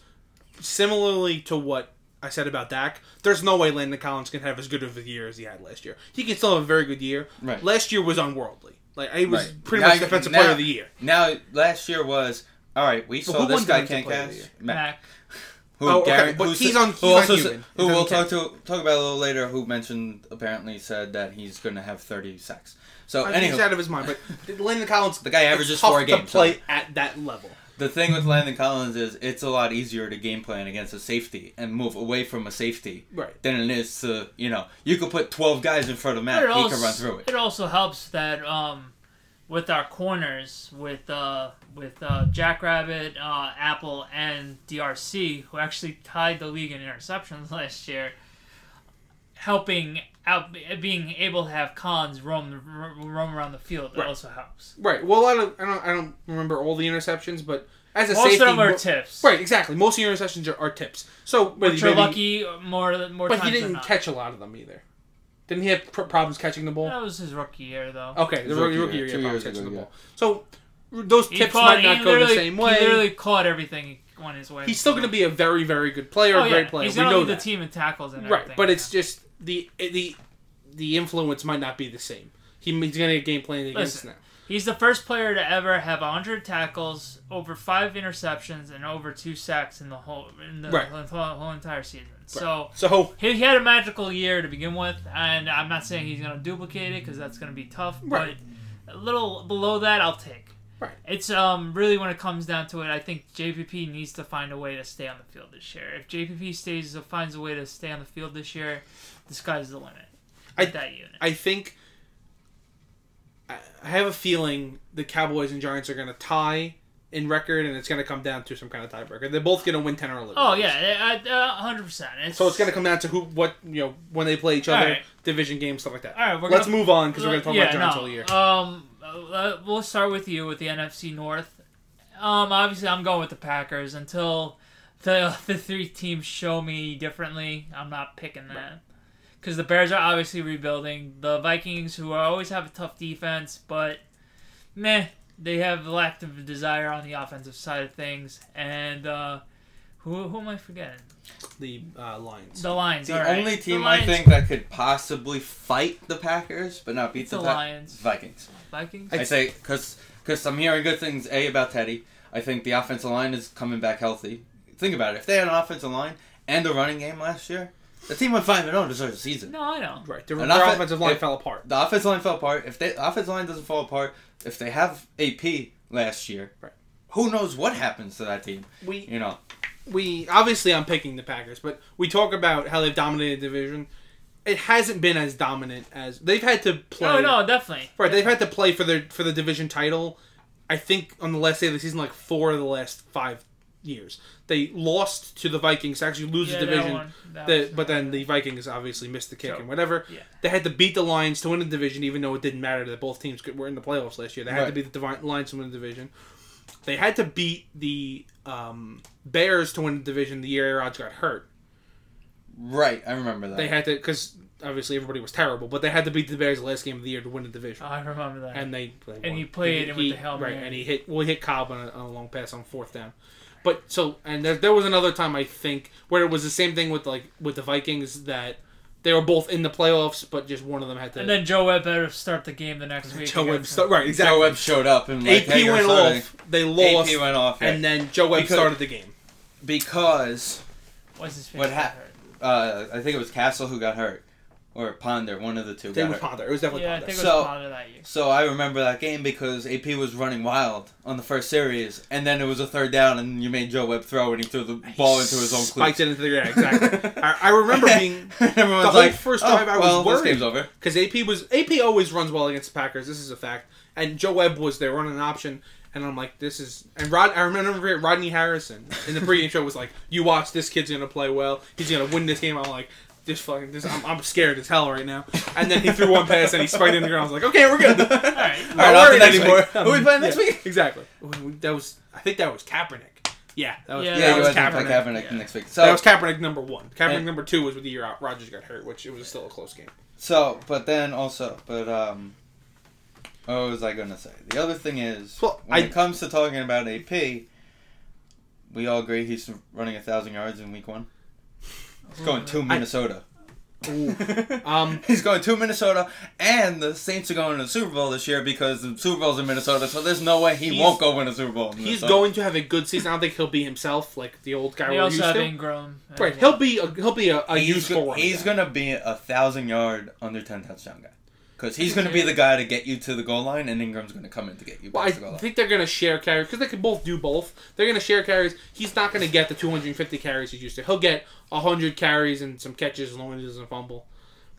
[SPEAKER 3] similarly to what I said about Dak, there's no way Landon Collins can have as good of a year as he had last year. He can still have a very good year.
[SPEAKER 2] Right.
[SPEAKER 3] Last year was unworldly. Like he was
[SPEAKER 2] Right.
[SPEAKER 3] pretty
[SPEAKER 2] Now-
[SPEAKER 3] much defensive
[SPEAKER 2] now-
[SPEAKER 3] player of the year.
[SPEAKER 2] Now, last year was all right. We saw
[SPEAKER 3] who
[SPEAKER 2] this
[SPEAKER 3] won
[SPEAKER 2] guy
[SPEAKER 3] defensive
[SPEAKER 2] can't
[SPEAKER 3] player of the
[SPEAKER 2] cast
[SPEAKER 3] year?
[SPEAKER 2] Mac.
[SPEAKER 4] Mac,
[SPEAKER 2] Who
[SPEAKER 3] Oh, okay,
[SPEAKER 2] Garrett-
[SPEAKER 3] but
[SPEAKER 2] who
[SPEAKER 3] he's
[SPEAKER 2] sa- Who
[SPEAKER 3] on- he's on
[SPEAKER 2] also sa-
[SPEAKER 3] human. It
[SPEAKER 2] who we'll
[SPEAKER 3] doesn't
[SPEAKER 2] talk to talk about a little later. Who mentioned apparently said that he's going to have thirty sacks. So
[SPEAKER 3] I think he's
[SPEAKER 2] anyway,
[SPEAKER 3] out of his mind.
[SPEAKER 2] *laughs*
[SPEAKER 3] But Landon Collins, the
[SPEAKER 2] guy averages four a game,
[SPEAKER 3] to play at that level.
[SPEAKER 2] the thing with Landon Collins is it's a lot easier to game plan against a safety and move away from a safety
[SPEAKER 3] Right.
[SPEAKER 2] than it is to you know you could put twelve guys in front of Mac.
[SPEAKER 4] But
[SPEAKER 2] He
[SPEAKER 4] it also,
[SPEAKER 2] can run through it.
[SPEAKER 4] it also helps that um, with our corners, with uh, with uh, Jackrabbit, uh, Apple, and DRC, who actually tied the league in interceptions *laughs* last year, helping out being able to have Collins roam roam around the field
[SPEAKER 3] Right.
[SPEAKER 4] also helps.
[SPEAKER 3] Right. Well, I don't, I don't, I don't remember all the interceptions, but as a
[SPEAKER 4] Most
[SPEAKER 3] safety,
[SPEAKER 4] of them are
[SPEAKER 3] mo-
[SPEAKER 4] tips,
[SPEAKER 3] Right. Exactly. Most of your interceptions are, are tips. So whether
[SPEAKER 4] Which
[SPEAKER 3] you
[SPEAKER 4] are
[SPEAKER 3] maybe-
[SPEAKER 4] lucky more more
[SPEAKER 3] but
[SPEAKER 4] times
[SPEAKER 3] he
[SPEAKER 4] than
[SPEAKER 3] didn't
[SPEAKER 4] not.
[SPEAKER 3] catch a lot of them either. Didn't he have pr- problems catching the ball?
[SPEAKER 4] That was his rookie year, though.
[SPEAKER 3] Okay, the
[SPEAKER 2] His rookie
[SPEAKER 3] rookie, rookie
[SPEAKER 2] year,
[SPEAKER 3] year,
[SPEAKER 2] two
[SPEAKER 3] yeah,
[SPEAKER 2] years
[SPEAKER 3] problems catching
[SPEAKER 2] ago,
[SPEAKER 3] the
[SPEAKER 2] yeah.
[SPEAKER 3] ball. So r- those
[SPEAKER 4] He
[SPEAKER 3] tips
[SPEAKER 4] caught-
[SPEAKER 3] might not
[SPEAKER 4] he
[SPEAKER 3] go the
[SPEAKER 4] literally-
[SPEAKER 3] same
[SPEAKER 4] He literally
[SPEAKER 3] way.
[SPEAKER 4] caught everything he went his way.
[SPEAKER 3] He's still going to be a very, very good player,
[SPEAKER 4] oh,
[SPEAKER 3] a great
[SPEAKER 4] yeah.
[SPEAKER 3] player.
[SPEAKER 4] He's
[SPEAKER 3] we
[SPEAKER 4] gonna
[SPEAKER 3] know
[SPEAKER 4] lead the
[SPEAKER 3] that.
[SPEAKER 4] team in tackles and
[SPEAKER 3] Right,
[SPEAKER 4] everything,
[SPEAKER 3] but
[SPEAKER 4] yeah.
[SPEAKER 3] it's just the the the influence might not be the same. He, he's going to game plan against
[SPEAKER 4] Listen.
[SPEAKER 3] now.
[SPEAKER 4] He's the first player to ever have 100 tackles, over five interceptions, and over two sacks in the whole in the
[SPEAKER 3] Right.
[SPEAKER 4] whole, whole entire season. So
[SPEAKER 3] So
[SPEAKER 4] he, he had a magical year to begin with, and I'm not saying he's going to duplicate it because that's going to be tough.
[SPEAKER 3] Right.
[SPEAKER 4] But a little below that, I'll take.
[SPEAKER 3] Right.
[SPEAKER 4] It's um really when it comes down to it, I think JPP needs to find a way to stay on the field this year. If JPP stays finds a way to stay on the field this year, the sky's the limit.
[SPEAKER 3] I-
[SPEAKER 4] with that unit.
[SPEAKER 3] I think I I have a feeling the Cowboys and Giants are going to tie in record, and it's going to come down to some kind of tiebreaker. They're both going to win ten or eleven.
[SPEAKER 4] oh
[SPEAKER 3] games.
[SPEAKER 4] yeah, hundred percent.
[SPEAKER 3] So it's going to come down to who, what you know, when they play each other,
[SPEAKER 4] Alright.
[SPEAKER 3] division games, stuff like that.
[SPEAKER 4] Alright, we're
[SPEAKER 3] let's
[SPEAKER 4] gonna-
[SPEAKER 3] move on because we're going to talk about Giants
[SPEAKER 4] no.
[SPEAKER 3] all year.
[SPEAKER 4] Um, uh, we'll start with you with the NFC North. Um, obviously I'm going with the Packers until the *laughs* the three teams show me differently. I'm not picking that because the Bears are obviously rebuilding. The Vikings, who are, always have a tough defense, but meh, they have lack of desire on the offensive side of things. And uh, who who am I forgetting?
[SPEAKER 3] the uh, Lions.
[SPEAKER 4] The Lions.
[SPEAKER 2] The
[SPEAKER 4] all right.
[SPEAKER 2] only team
[SPEAKER 4] The
[SPEAKER 2] I
[SPEAKER 4] Lions-
[SPEAKER 2] think that could possibly fight the Packers but not beat
[SPEAKER 4] It's the
[SPEAKER 2] the, Pa-
[SPEAKER 4] Lions.
[SPEAKER 2] Vikings.
[SPEAKER 4] Vikings.
[SPEAKER 2] I say because because I'm hearing good things. A about Teddy. I think the offensive line is coming back healthy. Think about it. If they had an offensive line and a running game last year, the team went five and zero deserves a season.
[SPEAKER 4] No, I don't.
[SPEAKER 3] Right, their,
[SPEAKER 2] An
[SPEAKER 3] their
[SPEAKER 2] offen-
[SPEAKER 3] offensive line
[SPEAKER 2] if-
[SPEAKER 3] fell apart.
[SPEAKER 2] The offensive line fell apart. If they the offensive line doesn't fall apart, if they have AP last year,
[SPEAKER 3] Right.
[SPEAKER 2] who knows what happens to that team?
[SPEAKER 3] We
[SPEAKER 2] You know,
[SPEAKER 3] we obviously I'm picking the Packers, but we talk about how they've dominated the division. It hasn't been as dominant as they've had to play.
[SPEAKER 4] Oh, No, no, definitely.
[SPEAKER 3] Right, they've had to play for their for the division title. I think on the last day of the season, like four of the last five years, they lost to the Vikings. to Actually, lose
[SPEAKER 4] Yeah,
[SPEAKER 3] the
[SPEAKER 4] that
[SPEAKER 3] division.
[SPEAKER 4] one. That
[SPEAKER 3] The-
[SPEAKER 4] was-
[SPEAKER 3] but then the Vikings obviously missed the kick
[SPEAKER 4] So,
[SPEAKER 3] and whatever.
[SPEAKER 4] yeah.
[SPEAKER 3] They had to beat the Lions to win the division, even though it didn't matter that both teams could- were in the playoffs last year. They had to
[SPEAKER 2] Right.
[SPEAKER 3] beat the Divi- Lions to win the division. They had to beat the um, Bears to win the division the year Rodgers got hurt.
[SPEAKER 2] Right, I remember that.
[SPEAKER 3] They had to because obviously everybody was terrible, but they had to beat the Bears the last game of the year to win the division.
[SPEAKER 4] Oh, I remember that.
[SPEAKER 3] and they, they won.
[SPEAKER 4] And he played it with the Hail
[SPEAKER 3] right,
[SPEAKER 4] Mary.
[SPEAKER 3] and he hit well, he hit Cobb on a, on a long pass on fourth down. But so and there, there was another time I think where it was the same thing with like with the Vikings that they were both in the playoffs, but just one of them had to.
[SPEAKER 4] And then Joe Webb better start the game the next week.
[SPEAKER 3] Joe Webb
[SPEAKER 4] against
[SPEAKER 3] sta-
[SPEAKER 4] him.
[SPEAKER 3] right
[SPEAKER 2] Joe
[SPEAKER 3] exactly.
[SPEAKER 2] Webb showed up and like,
[SPEAKER 3] AP
[SPEAKER 2] hey, you're
[SPEAKER 3] went
[SPEAKER 2] starting.
[SPEAKER 3] off, they lost,
[SPEAKER 2] AP went off,
[SPEAKER 3] and
[SPEAKER 2] and
[SPEAKER 3] then Joe Webb
[SPEAKER 2] Because-
[SPEAKER 3] started the game.
[SPEAKER 2] because
[SPEAKER 4] What's his face?
[SPEAKER 2] What hap- uh, I think it was Castle who got hurt, or Ponder, one of the two
[SPEAKER 3] They
[SPEAKER 2] got
[SPEAKER 3] were
[SPEAKER 2] hurt.
[SPEAKER 3] Ponder. It was definitely
[SPEAKER 4] Yeah, I
[SPEAKER 3] Ponder.
[SPEAKER 4] think it was
[SPEAKER 2] So-
[SPEAKER 4] Potter that year.
[SPEAKER 2] So I remember that game because AP was running wild on the first series, and then it was a third down, and you made Joe Webb throw, and he threw the ball into his own cleats.
[SPEAKER 3] Spiked it into the yeah,
[SPEAKER 2] *laughs*
[SPEAKER 3] exactly. I, I remember being
[SPEAKER 2] And everyone's
[SPEAKER 3] the whole
[SPEAKER 2] like,
[SPEAKER 3] first
[SPEAKER 2] "Oh,
[SPEAKER 3] drive I was
[SPEAKER 2] well, This
[SPEAKER 3] worried
[SPEAKER 2] game's over.
[SPEAKER 3] because AP was AP always runs well against the Packers. This is a fact. And Joe Webb was their running option, and I'm like, this is. And Rod, I remember Rodney Harrison in the pregame show was like, "You watch, this kid's gonna play well. He's gonna win this game." I'm like, this fucking, this, I'm, I'm scared as hell right now. And then he threw one pass and he spiked it in the ground. I was like, okay, we're good. *laughs* All right,
[SPEAKER 4] All right.
[SPEAKER 2] All right, on to next week. Who we playing
[SPEAKER 3] yeah,
[SPEAKER 2] next week?
[SPEAKER 3] *laughs* Exactly. That was, I think that was Kaepernick. Yeah, that was,
[SPEAKER 4] Yeah,
[SPEAKER 3] yeah,
[SPEAKER 2] Yeah,
[SPEAKER 4] that
[SPEAKER 3] that
[SPEAKER 2] you
[SPEAKER 3] was
[SPEAKER 2] guys have
[SPEAKER 3] Kaepernick.
[SPEAKER 2] Kaepernick, Kaepernick next week. So
[SPEAKER 3] That was Kaepernick number one. Kaepernick
[SPEAKER 2] And-
[SPEAKER 3] number two was with the year out Rogers got hurt, which it was still a close game.
[SPEAKER 2] So, but then also, but um, what was I gonna say? The other thing is,
[SPEAKER 3] Well,
[SPEAKER 2] when
[SPEAKER 3] I-
[SPEAKER 2] it comes to talking about AP, we all agree he's running a thousand yards in week one. He's going
[SPEAKER 3] Mm.
[SPEAKER 2] to Minnesota. *laughs*
[SPEAKER 3] Um,
[SPEAKER 2] He's going to Minnesota, and the Saints are going to the Super Bowl this year because the Super Bowl's in Minnesota. So there's no way he
[SPEAKER 3] He's-
[SPEAKER 2] won't go win a Super Bowl. in
[SPEAKER 3] He's
[SPEAKER 2] Minnesota.
[SPEAKER 3] going to have a good season. I don't think he'll be himself like the old guy
[SPEAKER 4] They
[SPEAKER 3] we used
[SPEAKER 4] also uh, have
[SPEAKER 3] to.
[SPEAKER 4] Ingram. and-
[SPEAKER 3] Right, he'll be a, he'll be a, a
[SPEAKER 2] He's
[SPEAKER 3] useful
[SPEAKER 2] go-
[SPEAKER 3] running
[SPEAKER 2] he's
[SPEAKER 3] back.
[SPEAKER 2] gonna be a thousand yard under ten touchdown guy. Because he's going to be the guy to get you to the goal line, and Ingram's going to come in to get you back
[SPEAKER 3] Well, I
[SPEAKER 2] to the goal line.
[SPEAKER 3] think they're gonna share carries because they can both do both. They're gonna share carries. He's not gonna get the 250 carries he's used to. He'll get 100 carries and some catches as long as he doesn't fumble.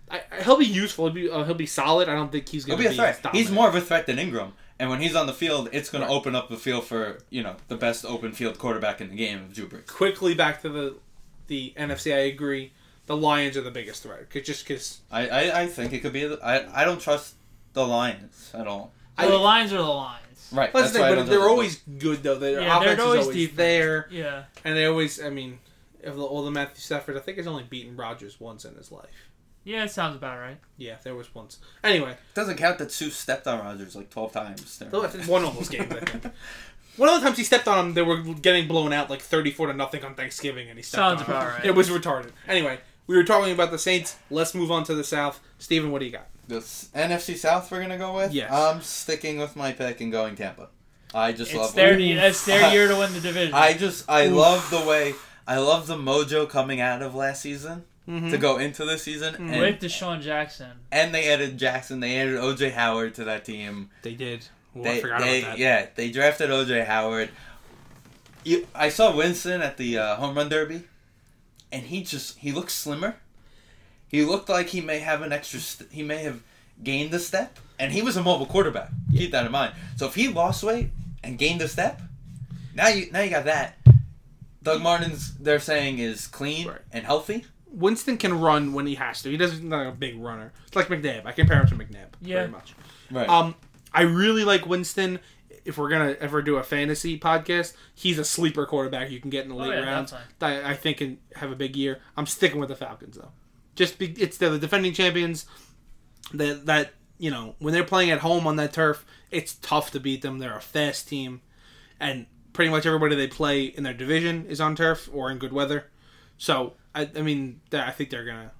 [SPEAKER 3] I, I- he'll be useful. He'll be, uh, he'll be solid. I don't think he's
[SPEAKER 2] He'll
[SPEAKER 3] gonna
[SPEAKER 2] be a
[SPEAKER 3] as
[SPEAKER 2] threat. He's
[SPEAKER 3] dominant.
[SPEAKER 2] more of a threat than Ingram. And when he's on the field, it's going to open up the field for, you know, the best open field quarterback in the game of Drew Brees.
[SPEAKER 3] quickly back to the the NFC. I agree. The Lions are the biggest threat. 'cause- just because
[SPEAKER 2] I, I, I think it could be. I, I don't trust the Lions at all.
[SPEAKER 4] So the lines are the lines.
[SPEAKER 2] Right.
[SPEAKER 3] That's the
[SPEAKER 2] why I
[SPEAKER 3] thing,
[SPEAKER 2] don't
[SPEAKER 3] but they're
[SPEAKER 2] trust-
[SPEAKER 3] always good though. Their
[SPEAKER 4] Yeah, they're
[SPEAKER 3] offense is
[SPEAKER 4] always
[SPEAKER 3] always
[SPEAKER 4] defense.
[SPEAKER 3] there.
[SPEAKER 4] Yeah.
[SPEAKER 3] And they always, I mean, of the, all the Matthew Stafford, I think he's only beaten Rogers once in his life.
[SPEAKER 4] Yeah, it sounds about right.
[SPEAKER 3] Yeah, there was once. Anyway,
[SPEAKER 2] It doesn't count that Sue stepped on Rodgers like 12 times.
[SPEAKER 4] Oh,
[SPEAKER 3] though I
[SPEAKER 2] *laughs*
[SPEAKER 3] think one of those games, I think. One of the times he stepped on him, they were getting blown out like 34 to nothing on Thanksgiving, and he stepped
[SPEAKER 4] Sounds
[SPEAKER 3] on
[SPEAKER 4] about
[SPEAKER 3] him.
[SPEAKER 4] right.
[SPEAKER 3] It was retarded. Anyway, we were talking about the Saints. Let's move on to the South. Steven, what do you got?
[SPEAKER 2] This NFC South we're going to go with?
[SPEAKER 3] Yes.
[SPEAKER 2] I'm sticking with my pick and going Tampa. I just
[SPEAKER 4] It's
[SPEAKER 2] love
[SPEAKER 4] their it's their year to win the
[SPEAKER 2] *laughs*
[SPEAKER 4] division.
[SPEAKER 2] I just I love the way I love the mojo coming out of last season
[SPEAKER 4] Mm-hmm.
[SPEAKER 2] to go into this season and
[SPEAKER 4] with Deshaun Jackson.
[SPEAKER 2] and they added Jackson. They added OJ Howard to that team.
[SPEAKER 3] They did. Oh,
[SPEAKER 2] They,
[SPEAKER 3] I forgot
[SPEAKER 2] they-
[SPEAKER 3] about that.
[SPEAKER 2] Yeah, they drafted OJ Howard. You, I saw Winston at the uh, home run derby, and he just he looked slimmer. He looked like he may have an extra. St- he may have gained a step, and he was a mobile quarterback. Keep that in mind. So if he lost weight and gained a step, now you now you got that. Doug Martin's they're saying is clean
[SPEAKER 3] Right.
[SPEAKER 2] and healthy.
[SPEAKER 3] Winston can run when he has to. He doesn't he's not a big runner. It's like McNabb. I compare him to McNabb
[SPEAKER 4] Yeah.
[SPEAKER 3] very much.
[SPEAKER 2] Right.
[SPEAKER 3] Um, I really like Winston. If we're gonna ever do a fantasy podcast, he's a sleeper quarterback you can get in the late
[SPEAKER 4] Oh, yeah,
[SPEAKER 3] rounds.
[SPEAKER 4] that's
[SPEAKER 3] I, I think can have a big year. I'm sticking with the Falcons though. Just be, it's they're the defending champions. That that you know when they're playing at home on that turf, it's tough to beat them. They're a fast team, and pretty much everybody they play in their division is on turf or in good weather. So I, I mean, they're- I think they're gonna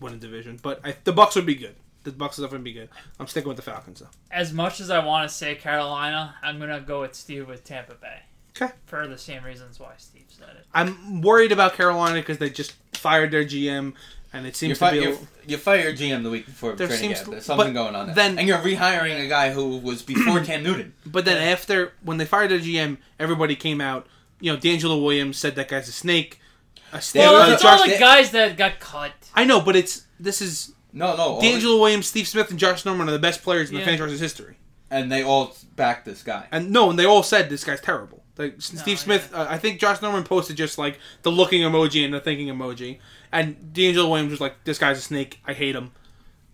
[SPEAKER 3] win a division, but I, the Bucks would be good. The Bucks would definitely be good. I'm sticking with the Falcons though.
[SPEAKER 4] As much as I want to say Carolina, I'm gonna go with Steve with Tampa Bay.
[SPEAKER 3] Okay.
[SPEAKER 4] For the same reasons why Steve said it.
[SPEAKER 3] I'm worried about Carolina because they just fired their GM, and it
[SPEAKER 2] You,
[SPEAKER 3] seems
[SPEAKER 2] fi-
[SPEAKER 3] to be.
[SPEAKER 2] you, you fire your GM the week before
[SPEAKER 3] There
[SPEAKER 2] training
[SPEAKER 3] seems
[SPEAKER 2] camp.
[SPEAKER 3] to-
[SPEAKER 2] There's something
[SPEAKER 3] but
[SPEAKER 2] going on there.
[SPEAKER 3] then-
[SPEAKER 2] and you're rehiring a
[SPEAKER 3] *clears throat*
[SPEAKER 2] guy who was before Cam Newton.
[SPEAKER 3] but then after when they fired their GM, everybody came out you know, D'Angelo Williams said that guy's a snake. A snake.
[SPEAKER 2] Well,
[SPEAKER 4] Well,
[SPEAKER 3] uh,
[SPEAKER 4] it's
[SPEAKER 3] Josh,
[SPEAKER 4] all the
[SPEAKER 2] Da-
[SPEAKER 4] guys that got cut.
[SPEAKER 3] I know, but it's this is
[SPEAKER 2] No, no. all the-
[SPEAKER 3] D'Angelo Williams, Steve Smith, and Josh Norman are the best players in the
[SPEAKER 4] Yeah.
[SPEAKER 3] franchise's history.
[SPEAKER 2] and they all backed this guy.
[SPEAKER 3] And no, and they all said this guy's terrible. Like S- Steve
[SPEAKER 4] yeah.
[SPEAKER 3] Smith, uh, I think Josh Norman posted just like the looking emoji and the thinking emoji, and D'Angelo Williams was like, "This guy's a snake. I hate him."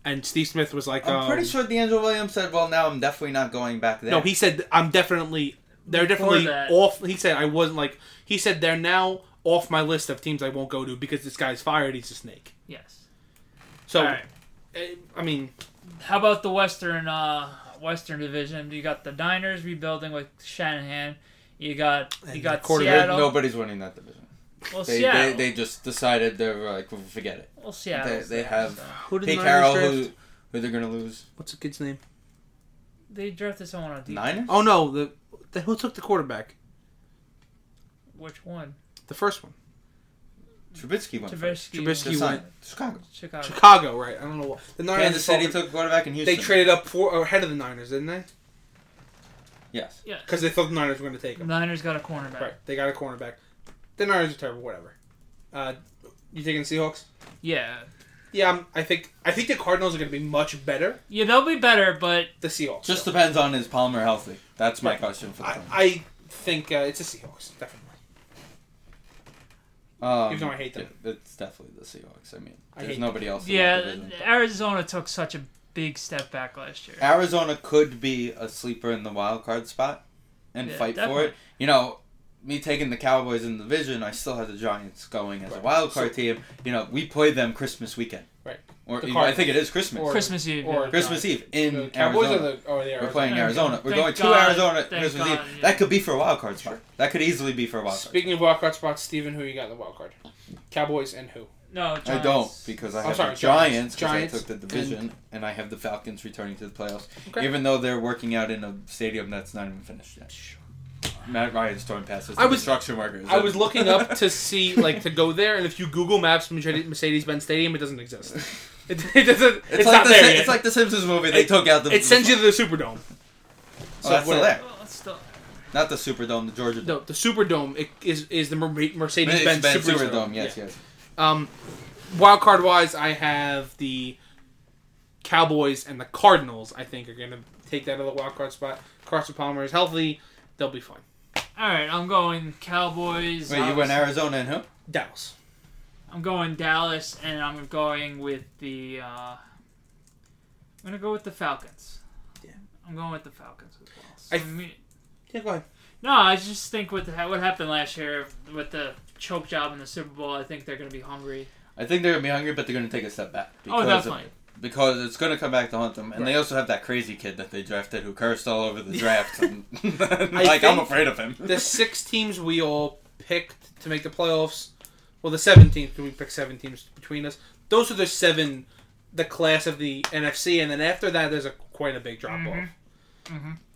[SPEAKER 3] And Steve Smith was like,
[SPEAKER 2] I'm
[SPEAKER 3] um,
[SPEAKER 2] pretty sure D'Angelo Williams said, "Well, now I'm definitely not going back there."
[SPEAKER 3] No, he said, "I'm definitely. They're
[SPEAKER 4] Before
[SPEAKER 3] definitely
[SPEAKER 4] that.
[SPEAKER 3] off." He said, "I wasn't like." He said, "They're now off my list of teams I won't go to because this guy's fired. He's a snake."
[SPEAKER 4] Yes.
[SPEAKER 3] So,
[SPEAKER 4] All right.
[SPEAKER 3] eh, I mean,
[SPEAKER 4] How about the Western uh, Western Division? You got the Diners rebuilding with Shanahan. You got you
[SPEAKER 3] And
[SPEAKER 4] got
[SPEAKER 3] quarter-
[SPEAKER 4] Seattle.
[SPEAKER 2] nobody's winning that division.
[SPEAKER 4] well,
[SPEAKER 2] They,
[SPEAKER 4] Seattle.
[SPEAKER 2] they they just decided they're like forget it.
[SPEAKER 4] well, Seattle.
[SPEAKER 2] they have-
[SPEAKER 3] who did
[SPEAKER 2] Pete
[SPEAKER 3] the
[SPEAKER 2] Carroll,
[SPEAKER 3] Niners
[SPEAKER 2] who
[SPEAKER 3] draft?
[SPEAKER 2] who they're gonna lose?
[SPEAKER 3] What's the kid's name?
[SPEAKER 4] They drafted someone on defense.
[SPEAKER 2] Niners.
[SPEAKER 3] Oh no, the, the who took the quarterback?
[SPEAKER 4] Which one?
[SPEAKER 3] The first one,
[SPEAKER 2] Trubisky went. first.
[SPEAKER 4] Trubisky.
[SPEAKER 3] Trubisky
[SPEAKER 2] Just
[SPEAKER 3] went.
[SPEAKER 2] signed Chicago.
[SPEAKER 4] Chicago.
[SPEAKER 3] Chicago, right? I don't know what the Niners.
[SPEAKER 2] Kansas City
[SPEAKER 3] fucking-
[SPEAKER 2] took a quarterback in Houston.
[SPEAKER 3] They traded up for uh, ahead of the Niners, didn't they?
[SPEAKER 2] Yes.
[SPEAKER 4] Yeah.
[SPEAKER 3] Because they thought the Niners were going to take him.
[SPEAKER 4] Niners got a cornerback.
[SPEAKER 3] Right. They got a cornerback. The Niners are terrible. Whatever. Uh, you taking the Seahawks?
[SPEAKER 4] Yeah.
[SPEAKER 3] Yeah, I'm, I think I think the Cardinals are going to be much better.
[SPEAKER 4] Yeah, they'll be better, but
[SPEAKER 3] The Seahawks.
[SPEAKER 2] Just
[SPEAKER 3] though.
[SPEAKER 2] depends on is Palmer healthy. That's my
[SPEAKER 3] Yeah.
[SPEAKER 2] question for the
[SPEAKER 3] I,
[SPEAKER 2] time.
[SPEAKER 3] I think uh, it's the Seahawks definitely.
[SPEAKER 2] Um,
[SPEAKER 3] Even though I hate them.
[SPEAKER 2] it- It's definitely the Seahawks. I mean,
[SPEAKER 3] I
[SPEAKER 2] there's
[SPEAKER 3] hate
[SPEAKER 2] nobody else. in that
[SPEAKER 4] yeah,
[SPEAKER 2] division.
[SPEAKER 4] Arizona took such a big step back last year.
[SPEAKER 2] Arizona could be a sleeper in the wild card spot and
[SPEAKER 4] Yeah,
[SPEAKER 2] fight
[SPEAKER 4] definitely.
[SPEAKER 2] for it. You know, me taking the Cowboys in the division, I still have the Giants going as a
[SPEAKER 3] Right.
[SPEAKER 2] wild card
[SPEAKER 3] So-
[SPEAKER 2] team. You know, we play them Christmas weekend,
[SPEAKER 3] Right.
[SPEAKER 2] or
[SPEAKER 3] The
[SPEAKER 2] you know, I
[SPEAKER 3] Cardinals.
[SPEAKER 2] think it is Christmas.
[SPEAKER 3] Or-
[SPEAKER 4] Christmas Eve.
[SPEAKER 3] or-
[SPEAKER 4] yeah.
[SPEAKER 2] Christmas Eve in
[SPEAKER 3] The Cowboys
[SPEAKER 2] Arizona.
[SPEAKER 3] are the, or the
[SPEAKER 2] We're
[SPEAKER 3] Arizona.
[SPEAKER 2] playing
[SPEAKER 4] Thank
[SPEAKER 2] Arizona.
[SPEAKER 4] God.
[SPEAKER 2] We're going to
[SPEAKER 4] Thank
[SPEAKER 2] Arizona
[SPEAKER 4] God.
[SPEAKER 2] Christmas
[SPEAKER 4] Thank
[SPEAKER 2] Eve.
[SPEAKER 4] God, yeah.
[SPEAKER 2] That could be for a wild card spot. That could easily be for a wild card.
[SPEAKER 3] Speaking of wild card spots, Steven, who you got in the wild card? Cowboys and who?
[SPEAKER 4] No, Giants.
[SPEAKER 2] I don't because I
[SPEAKER 3] I'm
[SPEAKER 2] have
[SPEAKER 3] sorry,
[SPEAKER 2] the Giants.
[SPEAKER 3] Giants.
[SPEAKER 2] 'cause
[SPEAKER 3] Giants
[SPEAKER 2] I took the division, and, I have the Falcons returning to the playoffs,
[SPEAKER 3] Okay.
[SPEAKER 2] even though they're working out in a stadium that's not even finished yet. Matt Ryan's throwing passes.
[SPEAKER 3] I
[SPEAKER 2] to
[SPEAKER 3] was-
[SPEAKER 2] construction workers.
[SPEAKER 3] I was looking
[SPEAKER 2] *laughs*
[SPEAKER 3] up to see like to go there, and if you Google Maps Mercedes Benz Stadium, it doesn't exist. *laughs* It, it doesn't. It's,
[SPEAKER 2] It's, like
[SPEAKER 3] not
[SPEAKER 2] the,
[SPEAKER 3] there
[SPEAKER 2] Sim-
[SPEAKER 3] yet.
[SPEAKER 2] it's like the Simpsons movie. They took out the.
[SPEAKER 3] it sends you to the Superdome.
[SPEAKER 2] Oh, that's still there.
[SPEAKER 4] Well, it's still,
[SPEAKER 2] Not the Superdome, the Georgia Dome.
[SPEAKER 3] No, the Superdome it is is the Mercedes
[SPEAKER 2] Mercedes
[SPEAKER 3] Benz
[SPEAKER 2] Benz
[SPEAKER 3] Superdome.
[SPEAKER 2] Superdome. Yes, yes.
[SPEAKER 3] Um, wild card wise, I have the Cowboys and the Cardinals. I think are going to take that other wild card spot. Carson Palmer is healthy; they'll be fine.
[SPEAKER 4] all right, I'm going Cowboys.
[SPEAKER 2] Wait, you went Arizona and who?
[SPEAKER 3] Dallas.
[SPEAKER 4] I'm going Dallas, and I'm going with the. Uh, I'm gonna go with the Falcons.
[SPEAKER 3] Yeah.
[SPEAKER 4] I'm going with the Falcons as well.
[SPEAKER 3] I
[SPEAKER 4] So,
[SPEAKER 3] th-
[SPEAKER 4] me-
[SPEAKER 3] Yeah,
[SPEAKER 2] *laughs*
[SPEAKER 3] go ahead.
[SPEAKER 4] no, I just think with the, what happened last year with the choke job in the Super Bowl, I think they're gonna be hungry.
[SPEAKER 2] I think they're gonna be hungry, but they're gonna take a step back.
[SPEAKER 4] Oh,
[SPEAKER 2] of-
[SPEAKER 4] definitely.
[SPEAKER 2] because it's gonna come back to haunt them, and they also have that crazy kid that they drafted who cursed all over
[SPEAKER 3] *laughs*
[SPEAKER 2] the draft. and, *laughs* like I'm
[SPEAKER 3] think
[SPEAKER 2] afraid of him.
[SPEAKER 3] The six teams we all picked to make the playoffs. Well, the seven teams. 'cause We picked seven teams between us. Those are the seven, the class of the NFC, and then after that, there's a quite a big drop off.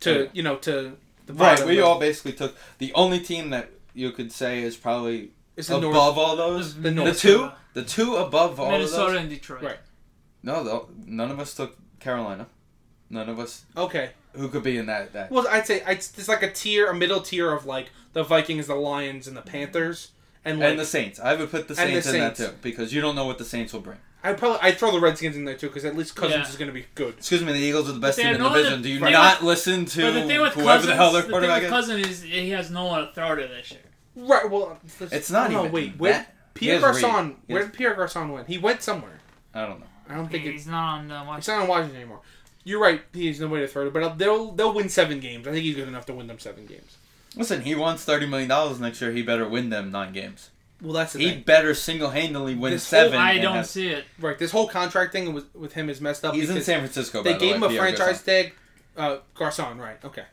[SPEAKER 3] To you know to
[SPEAKER 2] *laughs*
[SPEAKER 3] the
[SPEAKER 2] Mm-hmm. Right,
[SPEAKER 3] bottom
[SPEAKER 2] we
[SPEAKER 3] of-
[SPEAKER 2] all basically took the only team that you could say is probably
[SPEAKER 3] is the
[SPEAKER 2] above
[SPEAKER 3] North,
[SPEAKER 2] all those.
[SPEAKER 3] the
[SPEAKER 2] The
[SPEAKER 3] North.
[SPEAKER 2] two, the two above all
[SPEAKER 4] Minnesota
[SPEAKER 2] of those.
[SPEAKER 4] and Detroit.
[SPEAKER 3] Right.
[SPEAKER 2] No, though, none of us took Carolina. None of us
[SPEAKER 3] Okay.
[SPEAKER 2] who could be in that. that.
[SPEAKER 3] Well, I'd say I'd, there's like a tier, a middle tier of like the Vikings, the Lions, and the Panthers, and like
[SPEAKER 2] Mm-hmm. and the Saints. I would put the
[SPEAKER 3] And the
[SPEAKER 2] Saints, in that
[SPEAKER 3] Saints.
[SPEAKER 2] too because you don't know what the Saints will bring.
[SPEAKER 3] I probably I throw the Redskins in there too because at least Cousins
[SPEAKER 4] Yeah.
[SPEAKER 3] is going to be good.
[SPEAKER 2] Excuse me, the Eagles are the best
[SPEAKER 4] But
[SPEAKER 2] team
[SPEAKER 4] they're
[SPEAKER 2] in the
[SPEAKER 4] not the-
[SPEAKER 2] division. Do you
[SPEAKER 4] Right.
[SPEAKER 2] not listen to
[SPEAKER 4] But the thing with
[SPEAKER 2] whoever
[SPEAKER 4] Cousins,
[SPEAKER 2] the hell their
[SPEAKER 4] the thing
[SPEAKER 2] quarterback
[SPEAKER 4] with
[SPEAKER 2] is?
[SPEAKER 4] Cousin is he has no one to throw to this year.
[SPEAKER 3] Right. Well, oh,
[SPEAKER 2] It's not
[SPEAKER 3] no,
[SPEAKER 2] even
[SPEAKER 3] wait.
[SPEAKER 2] that.
[SPEAKER 3] Where
[SPEAKER 2] He
[SPEAKER 3] Pierre
[SPEAKER 2] has Reed.
[SPEAKER 3] Garcon?
[SPEAKER 2] He
[SPEAKER 3] Where
[SPEAKER 2] has-
[SPEAKER 3] did Pierre Garcon went? He went somewhere.
[SPEAKER 2] I don't know.
[SPEAKER 3] I don't
[SPEAKER 2] Mm-hmm.
[SPEAKER 3] think it's,
[SPEAKER 4] He's not on the
[SPEAKER 3] it's
[SPEAKER 4] watch.
[SPEAKER 3] not in Washington anymore. You're right. He's no way to throw it, but they'll they'll win seven games. I think he's good enough to win them seven games.
[SPEAKER 2] Listen, he wants thirty million dollars next year. He better win them nine games.
[SPEAKER 3] Well, that's the
[SPEAKER 2] He
[SPEAKER 3] thing.
[SPEAKER 2] better single-handedly win
[SPEAKER 3] This whole-
[SPEAKER 2] seven.
[SPEAKER 4] I
[SPEAKER 2] and
[SPEAKER 4] don't
[SPEAKER 2] have-
[SPEAKER 4] see it.
[SPEAKER 3] Right. This whole contract thing with, with him is messed up.
[SPEAKER 2] He's in
[SPEAKER 3] because-
[SPEAKER 2] San Francisco.
[SPEAKER 3] They
[SPEAKER 2] by
[SPEAKER 3] gave
[SPEAKER 2] the
[SPEAKER 3] him
[SPEAKER 2] way,
[SPEAKER 3] a
[SPEAKER 2] Pierre
[SPEAKER 3] franchise
[SPEAKER 2] Garçon.
[SPEAKER 3] tag. Uh, Garcon, right? Okay.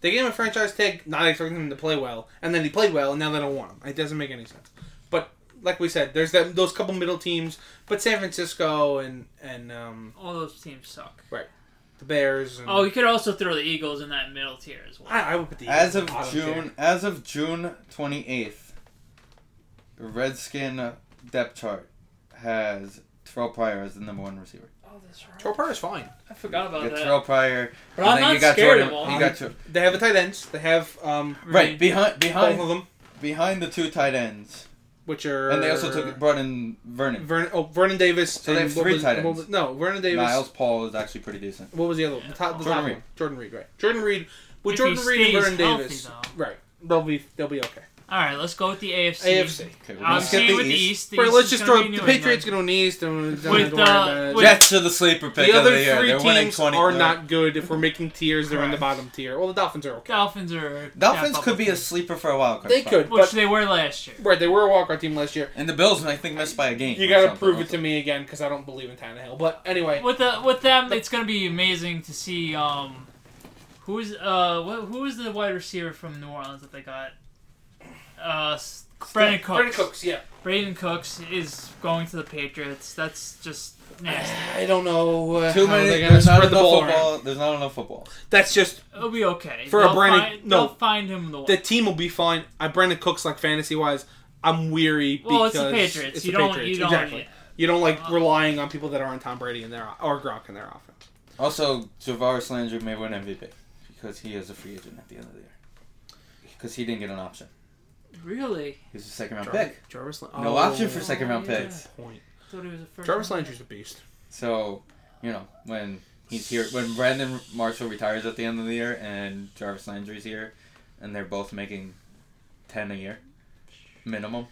[SPEAKER 3] They gave him a franchise tag, not expecting him to play well, and then he played well, and now they don't want him. It doesn't make any sense. But like we said, there's that, those couple middle teams, but San Francisco and and um,
[SPEAKER 4] All those teams suck.
[SPEAKER 3] the Bears. And,
[SPEAKER 4] Oh, you could also throw the Eagles in that middle tier as well.
[SPEAKER 3] I, I would put the
[SPEAKER 2] As
[SPEAKER 3] Eagles
[SPEAKER 2] of
[SPEAKER 3] in the bottom
[SPEAKER 2] June,
[SPEAKER 3] tier.
[SPEAKER 2] as of June twenty eighth, Redskin depth chart has Terrell Pryor as the number one receiver.
[SPEAKER 4] Oh, that's right.
[SPEAKER 3] Terrell Pryor's fine.
[SPEAKER 4] I forgot about
[SPEAKER 2] You got
[SPEAKER 4] that.
[SPEAKER 2] Terrell Pryor.
[SPEAKER 4] uh, But
[SPEAKER 2] and
[SPEAKER 4] I'm
[SPEAKER 2] then
[SPEAKER 4] not
[SPEAKER 2] you got
[SPEAKER 4] scared
[SPEAKER 2] Jordan,
[SPEAKER 4] of all
[SPEAKER 2] You got Ter-
[SPEAKER 3] They have the tight ends. They have um,
[SPEAKER 2] right behind
[SPEAKER 3] both
[SPEAKER 2] behind
[SPEAKER 3] of them.
[SPEAKER 2] behind the two tight ends,
[SPEAKER 3] which are
[SPEAKER 2] and they also took brought in Vernon.
[SPEAKER 3] Vernon. Oh, Vernon Davis.
[SPEAKER 2] So they
[SPEAKER 3] and
[SPEAKER 2] have
[SPEAKER 3] what
[SPEAKER 2] three
[SPEAKER 3] was-
[SPEAKER 2] tight
[SPEAKER 3] what
[SPEAKER 2] ends.
[SPEAKER 3] was- no, Vernon Davis.
[SPEAKER 2] Niles Paul is actually pretty decent.
[SPEAKER 3] What was the other one? The top, the
[SPEAKER 2] Jordan
[SPEAKER 3] top
[SPEAKER 2] Reed.
[SPEAKER 3] One. Jordan Reed, right? Jordan Reed. With
[SPEAKER 4] If he
[SPEAKER 3] Jordan Reed and
[SPEAKER 4] stays
[SPEAKER 3] Vernon
[SPEAKER 4] healthy,
[SPEAKER 3] Davis,
[SPEAKER 4] though.
[SPEAKER 3] right? They'll be they'll be okay.
[SPEAKER 4] All right, let's go with the AFC.
[SPEAKER 3] AFC.
[SPEAKER 2] Okay, we're
[SPEAKER 4] I'm
[SPEAKER 2] gonna skip
[SPEAKER 4] seeing with the East. The
[SPEAKER 3] Right,
[SPEAKER 4] East
[SPEAKER 3] let's
[SPEAKER 4] is
[SPEAKER 3] just
[SPEAKER 4] gonna
[SPEAKER 3] throw
[SPEAKER 4] be
[SPEAKER 3] the
[SPEAKER 4] New
[SPEAKER 3] Patriots going
[SPEAKER 4] England.
[SPEAKER 3] to East. And don't
[SPEAKER 4] With,
[SPEAKER 3] have to worry about
[SPEAKER 4] uh,
[SPEAKER 3] it.
[SPEAKER 4] with-
[SPEAKER 2] Jets are the sleeper pick
[SPEAKER 3] the
[SPEAKER 2] of the
[SPEAKER 3] other
[SPEAKER 2] year.
[SPEAKER 3] three
[SPEAKER 2] They're winning uh,
[SPEAKER 3] teams
[SPEAKER 2] 20
[SPEAKER 3] are
[SPEAKER 2] no.
[SPEAKER 3] not good. If we're making tiers, they're in the
[SPEAKER 4] Correct.
[SPEAKER 3] bottom tier. Well, the Dolphins are okay.
[SPEAKER 4] Dolphins are
[SPEAKER 2] Dolphins
[SPEAKER 4] yeah,
[SPEAKER 2] could be a
[SPEAKER 4] probably.
[SPEAKER 2] sleeper for a wild card.
[SPEAKER 3] They
[SPEAKER 2] spot.
[SPEAKER 3] could,
[SPEAKER 4] which
[SPEAKER 3] but
[SPEAKER 4] they were last year.
[SPEAKER 3] right, they were a walkout team last year.
[SPEAKER 2] And the Bills, I think, missed by a game.
[SPEAKER 3] You
[SPEAKER 2] or
[SPEAKER 3] got to
[SPEAKER 2] something
[SPEAKER 3] prove it
[SPEAKER 2] also.
[SPEAKER 3] to me again because I don't believe in Tannehill. But anyway,
[SPEAKER 4] With the with them, it's gonna be amazing to see um, who's uh wh- who was the wide receiver from New Orleans that they got? Uh, s- Brandon Cooks.
[SPEAKER 3] Brandon Cooks, yeah.
[SPEAKER 4] Brandon Cooks is going to the Patriots. That's just nasty.
[SPEAKER 3] I don't know. Uh,
[SPEAKER 2] Too
[SPEAKER 3] how
[SPEAKER 2] many.
[SPEAKER 3] They're gonna
[SPEAKER 2] There's not
[SPEAKER 3] spread
[SPEAKER 2] enough
[SPEAKER 3] the ball around.
[SPEAKER 2] football. There's not enough football.
[SPEAKER 3] That's just
[SPEAKER 4] It'll be okay.
[SPEAKER 3] For a
[SPEAKER 4] they'll
[SPEAKER 3] Brandon-
[SPEAKER 4] find,
[SPEAKER 3] no.
[SPEAKER 4] they'll find him the one.
[SPEAKER 3] the team will be fine. I Brandon Cooks like fantasy wise. I'm weary.
[SPEAKER 4] Well, it's
[SPEAKER 3] because
[SPEAKER 4] the Patriots.
[SPEAKER 3] It's
[SPEAKER 4] You
[SPEAKER 3] the
[SPEAKER 4] don't-
[SPEAKER 3] Patriots.
[SPEAKER 4] you don't- Uh-huh.
[SPEAKER 3] exactly. You don't like relying on people that aren't Tom Brady in their or Gronk in their offense.
[SPEAKER 2] Also, Javaris Landry may win MVP because he is a free agent at the end of the year. Because he didn't get an option.
[SPEAKER 4] really?
[SPEAKER 2] He was a second round
[SPEAKER 3] Jarvis-
[SPEAKER 2] pick.
[SPEAKER 3] Jarvis Landry.
[SPEAKER 2] No option for second
[SPEAKER 3] Oh,
[SPEAKER 2] round
[SPEAKER 4] yeah.
[SPEAKER 2] picks.
[SPEAKER 3] point.
[SPEAKER 4] Thought he was a first.
[SPEAKER 3] Jarvis Landry's a beast.
[SPEAKER 2] So, you know, when he's here, when Brandon Marshall retires at the end of the year and Jarvis Landry's here, and they're both making 10 a year minimum.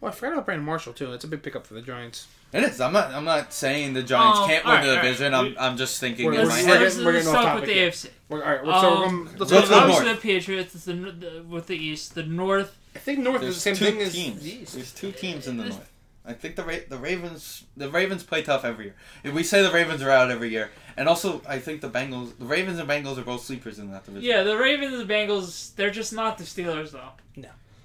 [SPEAKER 3] Well, I forgot about Brandon Marshall too. That's a big pickup for the Giants.
[SPEAKER 2] It is. I'm not. I'm not saying the Giants
[SPEAKER 4] Um,
[SPEAKER 2] can't win
[SPEAKER 4] alright,
[SPEAKER 2] the
[SPEAKER 4] alright.
[SPEAKER 2] division. I'm. I'm just thinking
[SPEAKER 3] We're-
[SPEAKER 2] in
[SPEAKER 4] Let's,
[SPEAKER 2] my
[SPEAKER 4] let's,
[SPEAKER 3] we're
[SPEAKER 2] head.
[SPEAKER 4] let's,
[SPEAKER 3] getting- we're getting off
[SPEAKER 4] talk with the
[SPEAKER 3] topic here.
[SPEAKER 4] AFC.
[SPEAKER 3] We're, all right, well, so we're
[SPEAKER 4] Um,
[SPEAKER 3] going, let's go
[SPEAKER 2] Let's
[SPEAKER 3] to
[SPEAKER 2] go
[SPEAKER 3] the
[SPEAKER 4] Obviously,
[SPEAKER 3] North.
[SPEAKER 4] the Patriots. It's the, n- the with the East. The North.
[SPEAKER 3] I think North
[SPEAKER 2] There's
[SPEAKER 3] is the same
[SPEAKER 2] two
[SPEAKER 3] thing as
[SPEAKER 2] teams.
[SPEAKER 3] the East.
[SPEAKER 2] There's two teams in the
[SPEAKER 4] There's-
[SPEAKER 2] north. I think the Ra- the Ravens the Ravens play tough every year. If we say the Ravens are out every year, and also I think the Bengals, the Ravens and Bengals are both sleepers in that division.
[SPEAKER 4] Yeah, the Ravens and the Bengals. They're just not the Steelers though.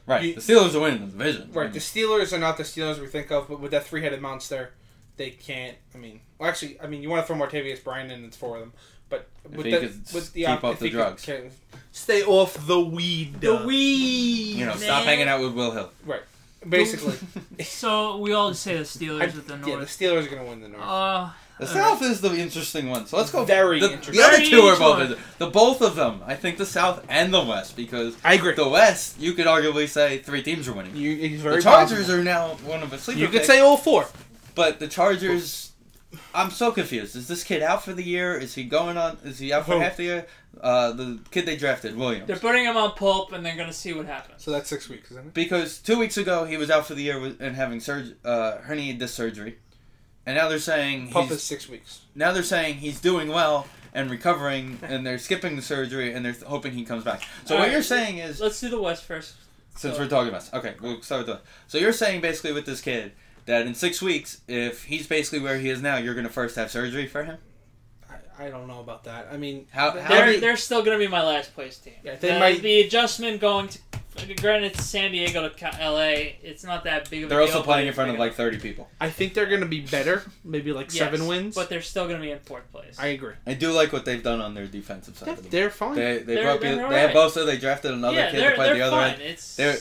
[SPEAKER 2] Right.
[SPEAKER 3] You-
[SPEAKER 2] the Steelers are winning the division. I
[SPEAKER 3] Right,
[SPEAKER 2] mean,
[SPEAKER 3] the Steelers are not the Steelers we think of, but with that three-headed monster, they can't. I mean, well, actually, I mean, you want to throw Martavius Bryant in, it's four of them. But with
[SPEAKER 2] he
[SPEAKER 3] the,
[SPEAKER 2] could
[SPEAKER 3] with the
[SPEAKER 2] keep
[SPEAKER 3] op-
[SPEAKER 2] off
[SPEAKER 3] if
[SPEAKER 2] the
[SPEAKER 3] he could-
[SPEAKER 2] drugs.
[SPEAKER 3] can- stay off the weed. uh,
[SPEAKER 4] The Wee.
[SPEAKER 2] you know, stop hanging out with Will Hill.
[SPEAKER 3] *laughs* basically.
[SPEAKER 4] So we all say *laughs* the Steelers
[SPEAKER 3] I-
[SPEAKER 4] *laughs* with the
[SPEAKER 3] yeah, the
[SPEAKER 4] North.
[SPEAKER 3] Steelers are gonna win the North.
[SPEAKER 4] uh,
[SPEAKER 2] The
[SPEAKER 4] All
[SPEAKER 2] South is the interesting one. So let's go.
[SPEAKER 3] Very
[SPEAKER 2] the,
[SPEAKER 3] interesting.
[SPEAKER 2] The other
[SPEAKER 4] Very
[SPEAKER 2] two are both
[SPEAKER 4] interesting.
[SPEAKER 2] the both of them. I think the South and the West because
[SPEAKER 3] I agree.
[SPEAKER 2] the West you could arguably say three teams are winning.
[SPEAKER 3] you, it's very
[SPEAKER 2] The Chargers
[SPEAKER 3] possible.
[SPEAKER 2] are now one of the sleeper.
[SPEAKER 3] You could
[SPEAKER 2] picks.
[SPEAKER 3] say all four.
[SPEAKER 2] But the Chargers, I'm so confused. Is this kid out for the year? Is he going on? Is he out for
[SPEAKER 3] Who?
[SPEAKER 2] half the year? Uh, the kid they drafted, Williams.
[SPEAKER 4] they're putting him on pulp, and they're gonna see what happens.
[SPEAKER 3] So that's six weeks, isn't it?
[SPEAKER 2] Because two weeks ago he was out for the year with, and having surg- uh, hernia disc surgery, and now they're saying
[SPEAKER 3] Puff is
[SPEAKER 2] he's,
[SPEAKER 3] six weeks.
[SPEAKER 2] now they're saying he's doing well and recovering, and they're skipping the surgery and they're hoping he comes back. So what
[SPEAKER 4] Alright.
[SPEAKER 2] you're saying is
[SPEAKER 4] Let's do the West first.
[SPEAKER 2] Since
[SPEAKER 4] So-
[SPEAKER 2] we're talking about okay, we'll start with the. So you're saying basically with this kid that in six weeks, if he's basically where he is now, you're gonna first have surgery for him.
[SPEAKER 3] I, I don't know about that. I mean,
[SPEAKER 2] How?
[SPEAKER 3] They're-
[SPEAKER 2] how
[SPEAKER 4] They're,
[SPEAKER 2] do-
[SPEAKER 4] they're still going to be my last place team.
[SPEAKER 3] Yeah, they
[SPEAKER 4] the,
[SPEAKER 3] might-
[SPEAKER 4] the adjustment going to. Granted, it's San Diego to Ca- LA, it's not that big of a
[SPEAKER 2] They're
[SPEAKER 4] deal,
[SPEAKER 2] also
[SPEAKER 4] but
[SPEAKER 2] playing in
[SPEAKER 4] it's
[SPEAKER 2] front of
[SPEAKER 4] big
[SPEAKER 2] like
[SPEAKER 4] enough.
[SPEAKER 2] 30 people.
[SPEAKER 3] I think they're gonna be better. Maybe like
[SPEAKER 4] Yes,
[SPEAKER 3] seven wins.
[SPEAKER 4] But they're still going to be in fourth place.
[SPEAKER 3] I agree.
[SPEAKER 2] I do like what they've done on their defensive side.
[SPEAKER 3] They're,
[SPEAKER 2] of the ball.
[SPEAKER 3] they're fine. They're,
[SPEAKER 2] They they
[SPEAKER 4] They're-
[SPEAKER 2] brought
[SPEAKER 4] they're
[SPEAKER 2] in-
[SPEAKER 4] all
[SPEAKER 2] they have
[SPEAKER 4] right.
[SPEAKER 2] Bosa. They drafted another
[SPEAKER 4] yeah,
[SPEAKER 2] kid
[SPEAKER 4] they're,
[SPEAKER 2] to play
[SPEAKER 4] they're
[SPEAKER 2] the other
[SPEAKER 4] fine.
[SPEAKER 2] end.
[SPEAKER 4] It's,
[SPEAKER 2] They're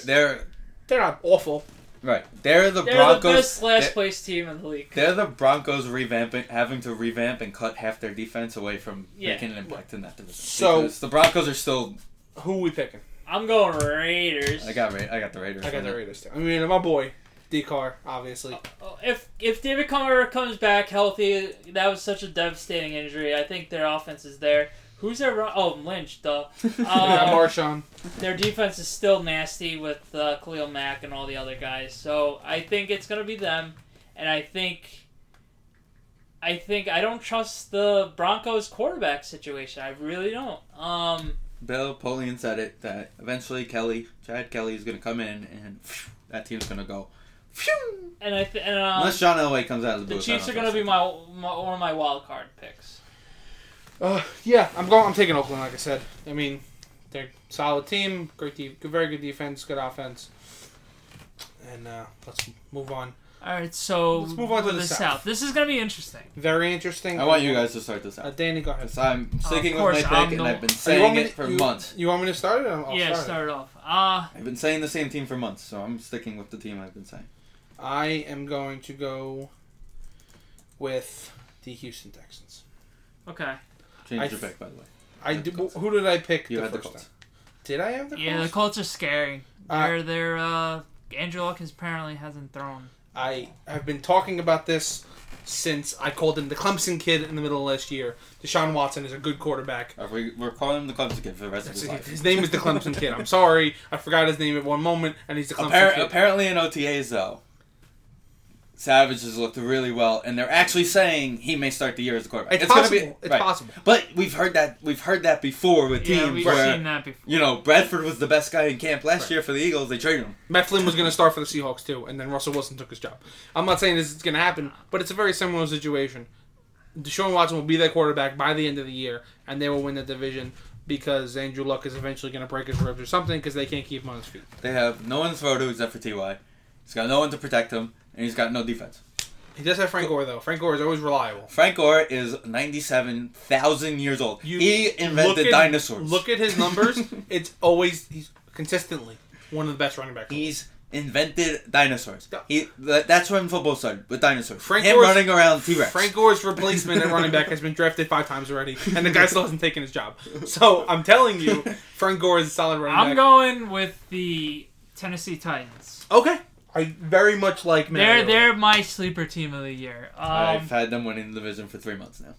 [SPEAKER 2] they're
[SPEAKER 3] not awful.
[SPEAKER 2] right. They're the
[SPEAKER 4] they're
[SPEAKER 2] Broncos.
[SPEAKER 4] the best last
[SPEAKER 2] they're-
[SPEAKER 4] place team in the league.
[SPEAKER 2] they're the Broncos revamping, having to revamp and cut half their defense away from
[SPEAKER 4] Yeah.
[SPEAKER 2] making an impact in that division.
[SPEAKER 3] So-
[SPEAKER 2] Because the Broncos are still.
[SPEAKER 3] Who we picking?
[SPEAKER 4] I'm going Raiders.
[SPEAKER 2] I got Ra- I got the Raiders.
[SPEAKER 3] I got
[SPEAKER 2] in it.
[SPEAKER 3] the Raiders too. I mean, my boy, D Carr, obviously.
[SPEAKER 4] Oh, If if David Comer comes back healthy, that was such a devastating injury. I think their offense is there. Who's their run? Oh, Lynch,
[SPEAKER 2] *laughs*
[SPEAKER 4] duh.
[SPEAKER 3] I got
[SPEAKER 4] Um,
[SPEAKER 3] Marshawn.
[SPEAKER 4] their defense is still nasty with uh, Khalil Mack and all the other guys. So I think it's gonna be them, and I think, I think I don't trust the Broncos quarterback situation. I really don't. Um,
[SPEAKER 2] Bill Polian said it that eventually Kelly, Chad Kelly, is going to come in and phew, that team's going to go. Phew,
[SPEAKER 4] and I th- and um,
[SPEAKER 2] unless John Elway comes out of the
[SPEAKER 4] the
[SPEAKER 2] booth.
[SPEAKER 4] Chiefs are gonna be my, my one of my wild card picks.
[SPEAKER 3] Uh, yeah, I'm going. I'm taking Oakland. Like I said, I mean, they're solid team. Great, de- good, very good defense. Good offense. And uh, let's move on.
[SPEAKER 4] All right, so
[SPEAKER 3] Let's move on to
[SPEAKER 4] the,
[SPEAKER 3] the South.
[SPEAKER 4] This is gonna be interesting.
[SPEAKER 3] Very interesting.
[SPEAKER 2] I want you guys to start this
[SPEAKER 3] Uh,
[SPEAKER 2] out.
[SPEAKER 3] Danny, go ahead.
[SPEAKER 2] Because I'm sticking
[SPEAKER 4] course,
[SPEAKER 2] with my pick
[SPEAKER 4] I'm
[SPEAKER 2] and
[SPEAKER 4] the-
[SPEAKER 2] I've been
[SPEAKER 3] Uh, you want
[SPEAKER 2] saying
[SPEAKER 3] me
[SPEAKER 2] it
[SPEAKER 3] to-
[SPEAKER 2] for
[SPEAKER 3] you-
[SPEAKER 2] months.
[SPEAKER 3] You want me to start it? I'll
[SPEAKER 4] yeah,
[SPEAKER 3] start it.
[SPEAKER 4] start it off. Uh,
[SPEAKER 2] I've been saying the same team for months, so I'm sticking with the team I've been saying.
[SPEAKER 3] I am going to go with the Houston Texans.
[SPEAKER 4] okay.
[SPEAKER 2] Change
[SPEAKER 3] I
[SPEAKER 2] your
[SPEAKER 3] th-
[SPEAKER 2] pick, by the way.
[SPEAKER 3] I
[SPEAKER 2] That's
[SPEAKER 3] do,
[SPEAKER 2] Colts.
[SPEAKER 3] who did I pick
[SPEAKER 2] You
[SPEAKER 3] the
[SPEAKER 2] had the
[SPEAKER 3] first time?
[SPEAKER 2] Colts.
[SPEAKER 3] Did I have the
[SPEAKER 4] Yeah, the
[SPEAKER 3] Colts?
[SPEAKER 4] Colts are scary.
[SPEAKER 3] Uh,
[SPEAKER 4] They're they're uh Andrew Luck has apparently hasn't thrown.
[SPEAKER 3] I have been talking about this since I called him the Clemson kid in the middle of last year. Deshaun Watson is a good quarterback.
[SPEAKER 2] Are we, we're calling him the Clemson kid for the rest of his life.
[SPEAKER 3] His name is the Clemson kid. I'm sorry, I forgot his name at one moment, and he's the Clemson
[SPEAKER 2] Appar-
[SPEAKER 3] kid.
[SPEAKER 2] apparently in OTAs though, Savage has looked really well, and they're actually saying he may start the year as a quarterback.
[SPEAKER 3] It's
[SPEAKER 2] gonna
[SPEAKER 3] possible. It's possible.
[SPEAKER 2] But we've heard that we've heard that before with teams
[SPEAKER 4] Yeah, we've
[SPEAKER 2] where
[SPEAKER 4] seen that before.
[SPEAKER 2] you know Bradford was the best guy in camp last year for the Eagles. They traded him.
[SPEAKER 3] Matt Flynn was going to start for the Seahawks too, and then Russell Wilson took his job. I'm not saying this is going to happen, but it's a very similar situation. Deshaun Watson will be their quarterback by the end of the year, and they will win the division because Andrew Luck is eventually going to break his ribs or something because they can't keep him on his feet.
[SPEAKER 2] They have no one to throw to except for Ty. He's got no one to protect him, and he's got no defense.
[SPEAKER 3] He does have Frank Gore though. Frank Gore is always reliable.
[SPEAKER 2] Frank Gore is ninety-seven thousand years old.
[SPEAKER 3] You
[SPEAKER 2] he invented
[SPEAKER 3] look at-
[SPEAKER 2] dinosaurs.
[SPEAKER 3] Look at his
[SPEAKER 2] *laughs*
[SPEAKER 3] numbers. it's always he's consistently one of the best running backs.
[SPEAKER 2] He's invented dinosaurs.
[SPEAKER 3] Yeah.
[SPEAKER 2] He th- that's when football started with dinosaurs.
[SPEAKER 3] Frank
[SPEAKER 2] Him
[SPEAKER 3] Gore's-
[SPEAKER 2] running around T Rex.
[SPEAKER 3] Frank Gore's replacement at running back has been drafted five times already, and the guy still hasn't taken his job. So I'm telling you,
[SPEAKER 2] *laughs*
[SPEAKER 3] Frank Gore is a solid running back.
[SPEAKER 4] I'm going with the Tennessee Titans.
[SPEAKER 3] Okay. I very much like
[SPEAKER 4] They're
[SPEAKER 3] Mariota.
[SPEAKER 4] they're my sleeper team of the year. Um,
[SPEAKER 2] I've had them winning the division for three months now.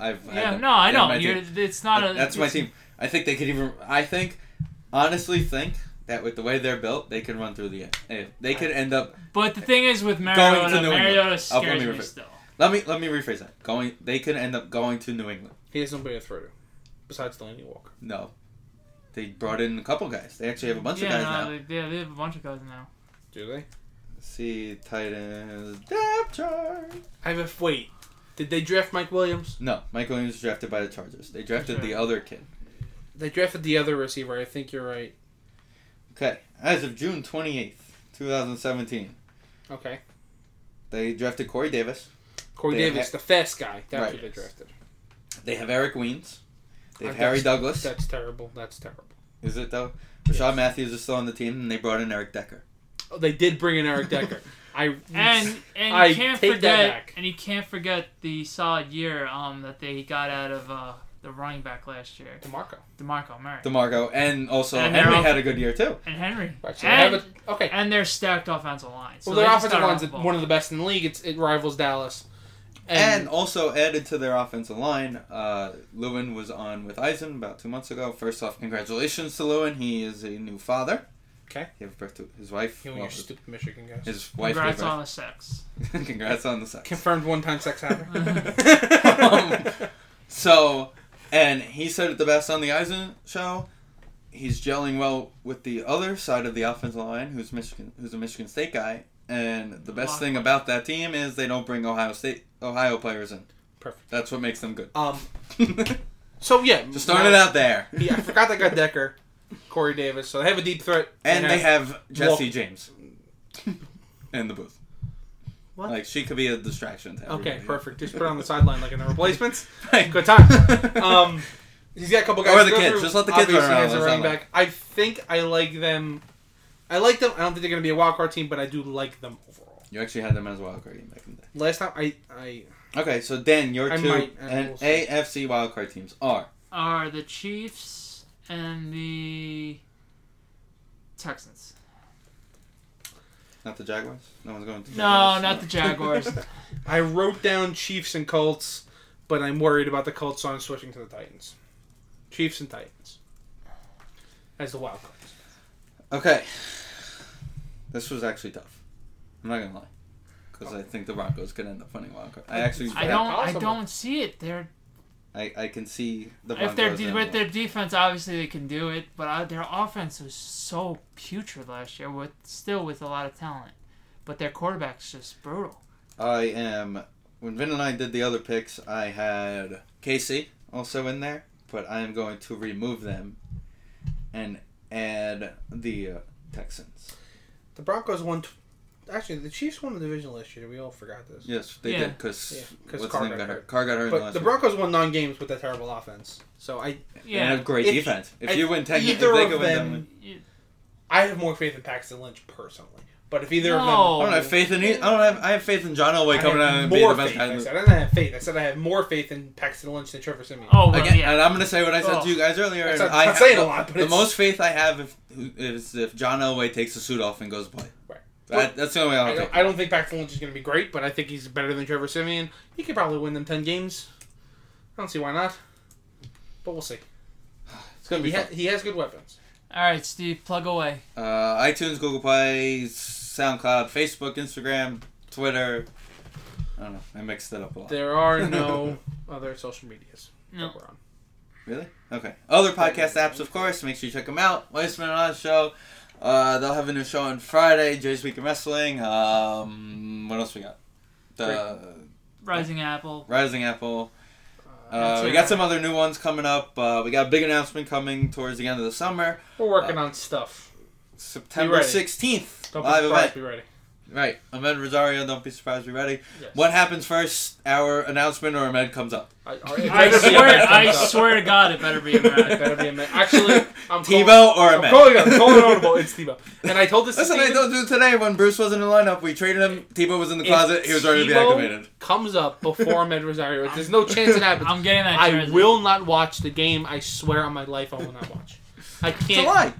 [SPEAKER 2] I've had
[SPEAKER 4] yeah,
[SPEAKER 2] them.
[SPEAKER 4] no, I
[SPEAKER 2] They're
[SPEAKER 4] know.
[SPEAKER 2] my
[SPEAKER 4] You're,
[SPEAKER 2] team.
[SPEAKER 4] it's not a.
[SPEAKER 2] that's my
[SPEAKER 4] it's-
[SPEAKER 2] team. I think they could even. I think, honestly, think that with the way they're built, they could run through the. eh, They could end up.
[SPEAKER 4] But the thing is with
[SPEAKER 2] New
[SPEAKER 4] Mariota,
[SPEAKER 2] England.
[SPEAKER 4] Mariota
[SPEAKER 2] Oh, let
[SPEAKER 4] scares
[SPEAKER 2] me
[SPEAKER 4] me
[SPEAKER 2] rephrase.
[SPEAKER 4] still.
[SPEAKER 2] Let me let me rephrase that. Going, they could end up going to New England.
[SPEAKER 3] He has nobody to throw to besides Delaney Walker.
[SPEAKER 2] No, they brought in a couple guys. They actually have a bunch of
[SPEAKER 4] Yeah,
[SPEAKER 2] guys
[SPEAKER 4] no,
[SPEAKER 2] now.
[SPEAKER 4] they, yeah, they have a bunch of guys now.
[SPEAKER 3] Do they?
[SPEAKER 2] Let's See Titans depth chart.
[SPEAKER 3] I have a wait. Did they draft Mike Williams?
[SPEAKER 2] No, Mike Williams was drafted by the Chargers. They drafted
[SPEAKER 4] That's right.
[SPEAKER 2] the other kid.
[SPEAKER 3] They drafted the other receiver. I think you're right.
[SPEAKER 2] Okay, as of June twenty eighth, two thousand seventeen,
[SPEAKER 3] Okay.
[SPEAKER 2] they drafted Corey Davis.
[SPEAKER 3] Corey
[SPEAKER 2] They
[SPEAKER 3] Davis,
[SPEAKER 2] ha-
[SPEAKER 3] the fast guy. That's
[SPEAKER 2] Right.
[SPEAKER 3] who they drafted.
[SPEAKER 2] They have Eric Weens. They have
[SPEAKER 3] Uh,
[SPEAKER 2] Harry
[SPEAKER 3] that's-
[SPEAKER 2] Douglas.
[SPEAKER 3] That's terrible. That's terrible.
[SPEAKER 2] Is it though? Rashad Matthews is still on the team, and they brought in Eric Decker.
[SPEAKER 3] Oh, they did bring in
[SPEAKER 4] *laughs*
[SPEAKER 3] Eric Decker. I
[SPEAKER 4] And and
[SPEAKER 3] I
[SPEAKER 4] you can't
[SPEAKER 3] take that
[SPEAKER 4] forget
[SPEAKER 3] back.
[SPEAKER 4] and you can't forget the solid year um that they got out of uh the running back last year,
[SPEAKER 3] DeMarco.
[SPEAKER 4] Demarco Murray
[SPEAKER 2] DeMarco, and also
[SPEAKER 4] And they're
[SPEAKER 2] Henry
[SPEAKER 4] all-
[SPEAKER 2] had a good year too.
[SPEAKER 4] and Henry.
[SPEAKER 3] Right, so they have
[SPEAKER 4] and,
[SPEAKER 3] a- okay.
[SPEAKER 4] and their stacked offensive line. So
[SPEAKER 3] well, their
[SPEAKER 4] they just
[SPEAKER 3] offensive
[SPEAKER 4] gotta run
[SPEAKER 3] line's
[SPEAKER 4] the ball.
[SPEAKER 3] one of the best in the league. It's, it rivals Dallas.
[SPEAKER 2] And also added to their offensive line, uh, Lewin was on with Eisen about two months ago. First off, congratulations to Lewin. He is a new father.
[SPEAKER 3] Okay.
[SPEAKER 2] He gave birth to his wife.
[SPEAKER 3] you and
[SPEAKER 2] well,
[SPEAKER 3] your stupid Michigan guys.
[SPEAKER 2] his wife gave
[SPEAKER 4] Congrats
[SPEAKER 2] birth.
[SPEAKER 4] on
[SPEAKER 2] *laughs*
[SPEAKER 4] the sex.
[SPEAKER 2] Congrats on the sex.
[SPEAKER 3] Confirmed one-time sex Um, haver.
[SPEAKER 4] *laughs*
[SPEAKER 2] *laughs* So, and he said it the best on the Eisen show. He's gelling well with the other side of the offensive line, who's Michigan, who's a Michigan State guy. And the best
[SPEAKER 4] Wow.
[SPEAKER 2] thing about that team is they don't bring Ohio State Ohio players in.
[SPEAKER 3] Perfect.
[SPEAKER 2] That's what makes them good. *laughs*
[SPEAKER 3] um.
[SPEAKER 2] Just
[SPEAKER 3] So yeah,
[SPEAKER 2] started out there,
[SPEAKER 3] *laughs* Yeah, I forgot they got Decker, Corey Davis. So they have a deep threat.
[SPEAKER 2] *laughs* and they have Jesse
[SPEAKER 3] Well-
[SPEAKER 2] James in the booth.
[SPEAKER 3] What?
[SPEAKER 2] Like she could be a distraction. To
[SPEAKER 3] okay,
[SPEAKER 2] everybody. *laughs*
[SPEAKER 3] perfect. Just put it on the sideline like in the replacements.
[SPEAKER 2] Right.
[SPEAKER 3] *laughs* Good time.
[SPEAKER 2] *laughs*
[SPEAKER 3] Um, he's got a couple guys.
[SPEAKER 2] Or
[SPEAKER 3] to
[SPEAKER 2] the
[SPEAKER 3] go
[SPEAKER 2] kids.
[SPEAKER 3] through.
[SPEAKER 2] Just let the kids run
[SPEAKER 3] Obviously,
[SPEAKER 2] around
[SPEAKER 3] he has
[SPEAKER 2] on
[SPEAKER 3] a
[SPEAKER 2] the
[SPEAKER 3] running
[SPEAKER 2] sideline.
[SPEAKER 3] back. I think I like them. I like them. I don't think they're going to be a wild card team, but I do like them overall.
[SPEAKER 2] you actually had them as a wild card game back in the day.
[SPEAKER 3] Last time I, I
[SPEAKER 2] Okay, so Dan, your
[SPEAKER 3] I
[SPEAKER 2] two
[SPEAKER 3] might, uh,
[SPEAKER 2] and
[SPEAKER 3] we'll see.
[SPEAKER 2] AFC wildcard teams are
[SPEAKER 4] Are the Chiefs and the
[SPEAKER 3] *laughs*
[SPEAKER 4] Texans?
[SPEAKER 2] not the Jaguars. No one's going to.
[SPEAKER 4] No,
[SPEAKER 2] Jaguars.
[SPEAKER 4] not
[SPEAKER 3] *laughs*
[SPEAKER 4] the Jaguars.
[SPEAKER 3] I wrote down Chiefs and Colts, but I'm worried about the Colts, so I'm switching to the Titans. Chiefs and Titans as the wild cards.
[SPEAKER 2] okay, this was actually tough. I'm not gonna lie, because I think the Broncos could end up winning wildcard. I actually,
[SPEAKER 4] I
[SPEAKER 2] I,
[SPEAKER 4] don't. I
[SPEAKER 3] possible.
[SPEAKER 4] don't see it. They're
[SPEAKER 2] I, can see the Broncos.
[SPEAKER 4] if they're de-
[SPEAKER 2] and
[SPEAKER 4] with
[SPEAKER 2] the-
[SPEAKER 4] their defense, obviously they can do it. But uh, their offense was so putrid last year, with still with a lot of talent. But their quarterback's just brutal.
[SPEAKER 2] I am. When Vin and I did the other picks, I had Casey also in there, but I am going to remove them, and add the uh, Texans.
[SPEAKER 3] The Broncos won. T- actually, the Chiefs won the division last year. We all forgot this.
[SPEAKER 2] Yes, they
[SPEAKER 4] Yeah.
[SPEAKER 2] did because
[SPEAKER 3] Yeah, 'cause
[SPEAKER 2] what's
[SPEAKER 3] Carr
[SPEAKER 2] Carr name
[SPEAKER 3] got
[SPEAKER 2] got
[SPEAKER 3] hurt.
[SPEAKER 2] hurt. Carr got hurt. in the
[SPEAKER 3] But
[SPEAKER 2] last
[SPEAKER 3] the
[SPEAKER 2] game.
[SPEAKER 3] Broncos won nine games with that terrible offense. So I
[SPEAKER 2] And
[SPEAKER 4] Yeah,
[SPEAKER 2] have great
[SPEAKER 3] If-
[SPEAKER 2] defense. If
[SPEAKER 3] if
[SPEAKER 2] you win ten, if
[SPEAKER 3] either
[SPEAKER 2] they
[SPEAKER 3] of
[SPEAKER 2] can win
[SPEAKER 3] them-
[SPEAKER 2] them,
[SPEAKER 4] You-
[SPEAKER 3] I have more faith in Paxton Lynch personally. But if either
[SPEAKER 4] No.
[SPEAKER 3] of
[SPEAKER 2] I don't have faith in. e- I don't have. I have faith in John Elway
[SPEAKER 3] them,
[SPEAKER 2] coming
[SPEAKER 3] I
[SPEAKER 2] out
[SPEAKER 3] have
[SPEAKER 2] and being
[SPEAKER 3] more
[SPEAKER 2] the best
[SPEAKER 3] faith.
[SPEAKER 2] guy. in
[SPEAKER 3] I
[SPEAKER 2] the-
[SPEAKER 3] said I didn't have faith. I said I have more faith in Paxton Lynch than Trevor Simeon.
[SPEAKER 4] Oh, well,
[SPEAKER 2] Again,
[SPEAKER 4] yeah.
[SPEAKER 2] and I'm gonna say what I said to you guys earlier.
[SPEAKER 3] Oh, That's
[SPEAKER 2] and
[SPEAKER 3] not-
[SPEAKER 2] I
[SPEAKER 3] not saying
[SPEAKER 2] have-
[SPEAKER 3] a lot, but
[SPEAKER 2] the
[SPEAKER 3] it's-
[SPEAKER 2] most faith I have if, is if John Elway takes the suit off and goes play.
[SPEAKER 3] Right.
[SPEAKER 2] That, that's the only way
[SPEAKER 3] I
[SPEAKER 2] I'll take.
[SPEAKER 3] don't, I don't think Paxton Lynch is going to be great, but I think he's better than Trevor Simeon. He could probably win them ten games. I don't see why not, but we'll see.
[SPEAKER 2] It's gonna be
[SPEAKER 3] He,
[SPEAKER 2] fun.
[SPEAKER 3] ha- he has good weapons.
[SPEAKER 4] All right, Steve, plug away.
[SPEAKER 2] Uh, iTunes, Google Play, SoundCloud, Facebook, Instagram, Twitter. I don't know. I mixed it up a lot.
[SPEAKER 3] There are
[SPEAKER 2] *laughs*
[SPEAKER 3] no other social medias
[SPEAKER 4] No.
[SPEAKER 3] that we're on.
[SPEAKER 2] Really? Okay. Other podcast apps, of course. Make sure you check them out. Weissman and Oz Show. Uh, they'll have a new show on Friday. Jay's Week in Wrestling. Um, what else we got? The *laughs*
[SPEAKER 4] Rising Apple.
[SPEAKER 2] Rising Apple. Uh,
[SPEAKER 4] that's
[SPEAKER 2] we
[SPEAKER 4] it.
[SPEAKER 2] got some other new ones coming up. Uh, we got a big announcement coming towards the end of the summer.
[SPEAKER 3] We're working on stuff.
[SPEAKER 2] September
[SPEAKER 3] ready.
[SPEAKER 2] 16th.
[SPEAKER 3] Don't be
[SPEAKER 2] live
[SPEAKER 3] surprised.
[SPEAKER 2] event.
[SPEAKER 3] Be ready.
[SPEAKER 2] Right. Ahmed Rosario, don't be surprised. Be ready.
[SPEAKER 3] Yes.
[SPEAKER 2] What happens first? Our announcement or Ahmed comes up?
[SPEAKER 4] *laughs*
[SPEAKER 3] I,
[SPEAKER 4] I swear, I swear to God, it better be a match.
[SPEAKER 3] Better be a man. Actually,
[SPEAKER 2] *laughs*
[SPEAKER 3] I'm calling-
[SPEAKER 2] Tebow or
[SPEAKER 3] I'm
[SPEAKER 2] Ahmed?
[SPEAKER 3] calling,
[SPEAKER 2] *laughs*
[SPEAKER 3] I'm calling audible. It's Tebow. And I told this to
[SPEAKER 2] That's what I
[SPEAKER 3] Steven.
[SPEAKER 2] told you today when Bruce was in the lineup. We traded him. Tebow was in the
[SPEAKER 3] If
[SPEAKER 2] closet. He was already
[SPEAKER 3] Tebow
[SPEAKER 2] deactivated.
[SPEAKER 3] Comes up
[SPEAKER 2] *laughs*
[SPEAKER 3] before Ahmed Rosario. There's no chance it happens.
[SPEAKER 4] I'm getting that
[SPEAKER 3] I
[SPEAKER 4] jersey.
[SPEAKER 3] will not watch the game. I swear on my life, I will not watch. I
[SPEAKER 2] It's a
[SPEAKER 3] can't.
[SPEAKER 2] lie.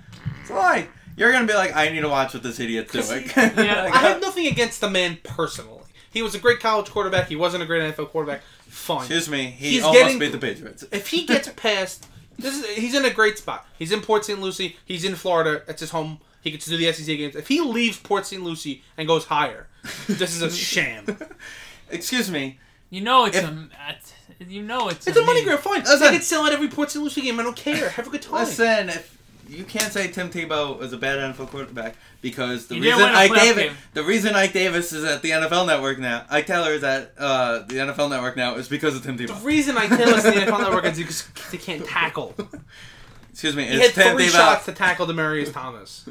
[SPEAKER 2] It's a lie. You're gonna be like, I need to watch what this idiot's doing. *laughs*
[SPEAKER 4] Yeah.
[SPEAKER 3] I have nothing against the man personally. He was a great college quarterback. He wasn't a great NFL quarterback. Fine.
[SPEAKER 2] Excuse me. He
[SPEAKER 3] He's
[SPEAKER 2] almost
[SPEAKER 3] getting-
[SPEAKER 2] beat the Patriots.
[SPEAKER 3] if he gets *laughs* past this is he's in a great spot. He's in Port St. Lucie, he's in Florida, that's his home. He gets to do the SEC games. If he leaves Port St. Lucie and goes higher, this *laughs* is a sham.
[SPEAKER 2] Excuse me.
[SPEAKER 4] You know it's a. at- You know it's.
[SPEAKER 3] It's a money grab, fine. I
[SPEAKER 2] Listen.
[SPEAKER 3] can sell at every Port St. Lucie game. I don't care. Have a good time.
[SPEAKER 2] Listen, if you can't say Tim Tebow is a bad NFL quarterback because the
[SPEAKER 4] He didn't
[SPEAKER 2] reason
[SPEAKER 4] win a
[SPEAKER 2] Ike
[SPEAKER 4] playoff
[SPEAKER 2] Davis,
[SPEAKER 4] game.
[SPEAKER 2] the reason Ike Davis is at the NFL Network now, Ike Taylor is at uh, the NFL Network now is because of Tim
[SPEAKER 3] The
[SPEAKER 2] Tebow.
[SPEAKER 3] reason I can't listen to the NFL Network is because they can't tackle.
[SPEAKER 2] Excuse me,
[SPEAKER 3] He
[SPEAKER 2] it's
[SPEAKER 3] had
[SPEAKER 2] Tim
[SPEAKER 3] three
[SPEAKER 2] Tebow.
[SPEAKER 3] shots to tackle Demarius Thomas.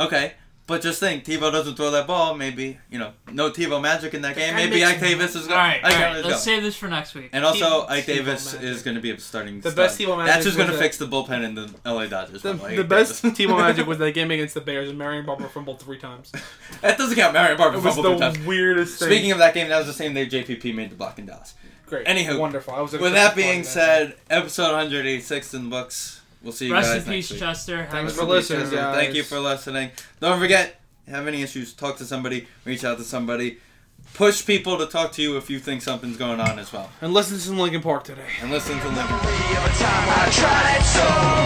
[SPEAKER 2] Okay, but just think, Tebow doesn't throw that ball. Maybe you know, no Tebow magic in that game.
[SPEAKER 3] guy
[SPEAKER 2] Maybe
[SPEAKER 3] makes-
[SPEAKER 2] Ike Davis is
[SPEAKER 4] All
[SPEAKER 2] going.
[SPEAKER 4] right, all
[SPEAKER 2] Ike
[SPEAKER 4] right.
[SPEAKER 2] Taylor's
[SPEAKER 4] Let's
[SPEAKER 2] going.
[SPEAKER 4] save this for next week.
[SPEAKER 2] And also,
[SPEAKER 3] Tebow-
[SPEAKER 2] Ike
[SPEAKER 3] Tebow
[SPEAKER 2] Davis
[SPEAKER 3] magic.
[SPEAKER 2] is going to be a starting.
[SPEAKER 3] The best
[SPEAKER 2] stud.
[SPEAKER 3] Tebow magic
[SPEAKER 2] That's just going to
[SPEAKER 3] was
[SPEAKER 2] fix the bullpen in the LA Dodgers.
[SPEAKER 3] The,
[SPEAKER 2] by the way,
[SPEAKER 3] the
[SPEAKER 2] Ike
[SPEAKER 3] best
[SPEAKER 2] Davis.
[SPEAKER 3] Tebow magic was that game against the Bears, and Marion Barber fumbled three times.
[SPEAKER 2] *laughs* that doesn't count. Marion Barber
[SPEAKER 3] It was
[SPEAKER 2] fumbled two
[SPEAKER 3] the
[SPEAKER 2] times.
[SPEAKER 3] weirdest thing.
[SPEAKER 2] Speaking of that game, that was the same day JPP made the block in Dallas.
[SPEAKER 3] Great.
[SPEAKER 2] Anywho,
[SPEAKER 3] wonderful. I was
[SPEAKER 2] With that being said, episode 186 in the books. We'll see you
[SPEAKER 4] Rest in
[SPEAKER 2] guys next
[SPEAKER 4] peace,
[SPEAKER 2] week.
[SPEAKER 4] Chester. Have a
[SPEAKER 3] Thanks
[SPEAKER 4] good
[SPEAKER 3] for
[SPEAKER 4] week.
[SPEAKER 3] listening, guys.
[SPEAKER 2] uh, Thank you for listening. Don't forget, have any issues, talk to somebody, reach out to somebody. Push people to talk to you if you think something's going on as well.
[SPEAKER 3] and listen to some Lincoln Park today.
[SPEAKER 2] And listen to Lincoln.
[SPEAKER 1] Every other time I tried so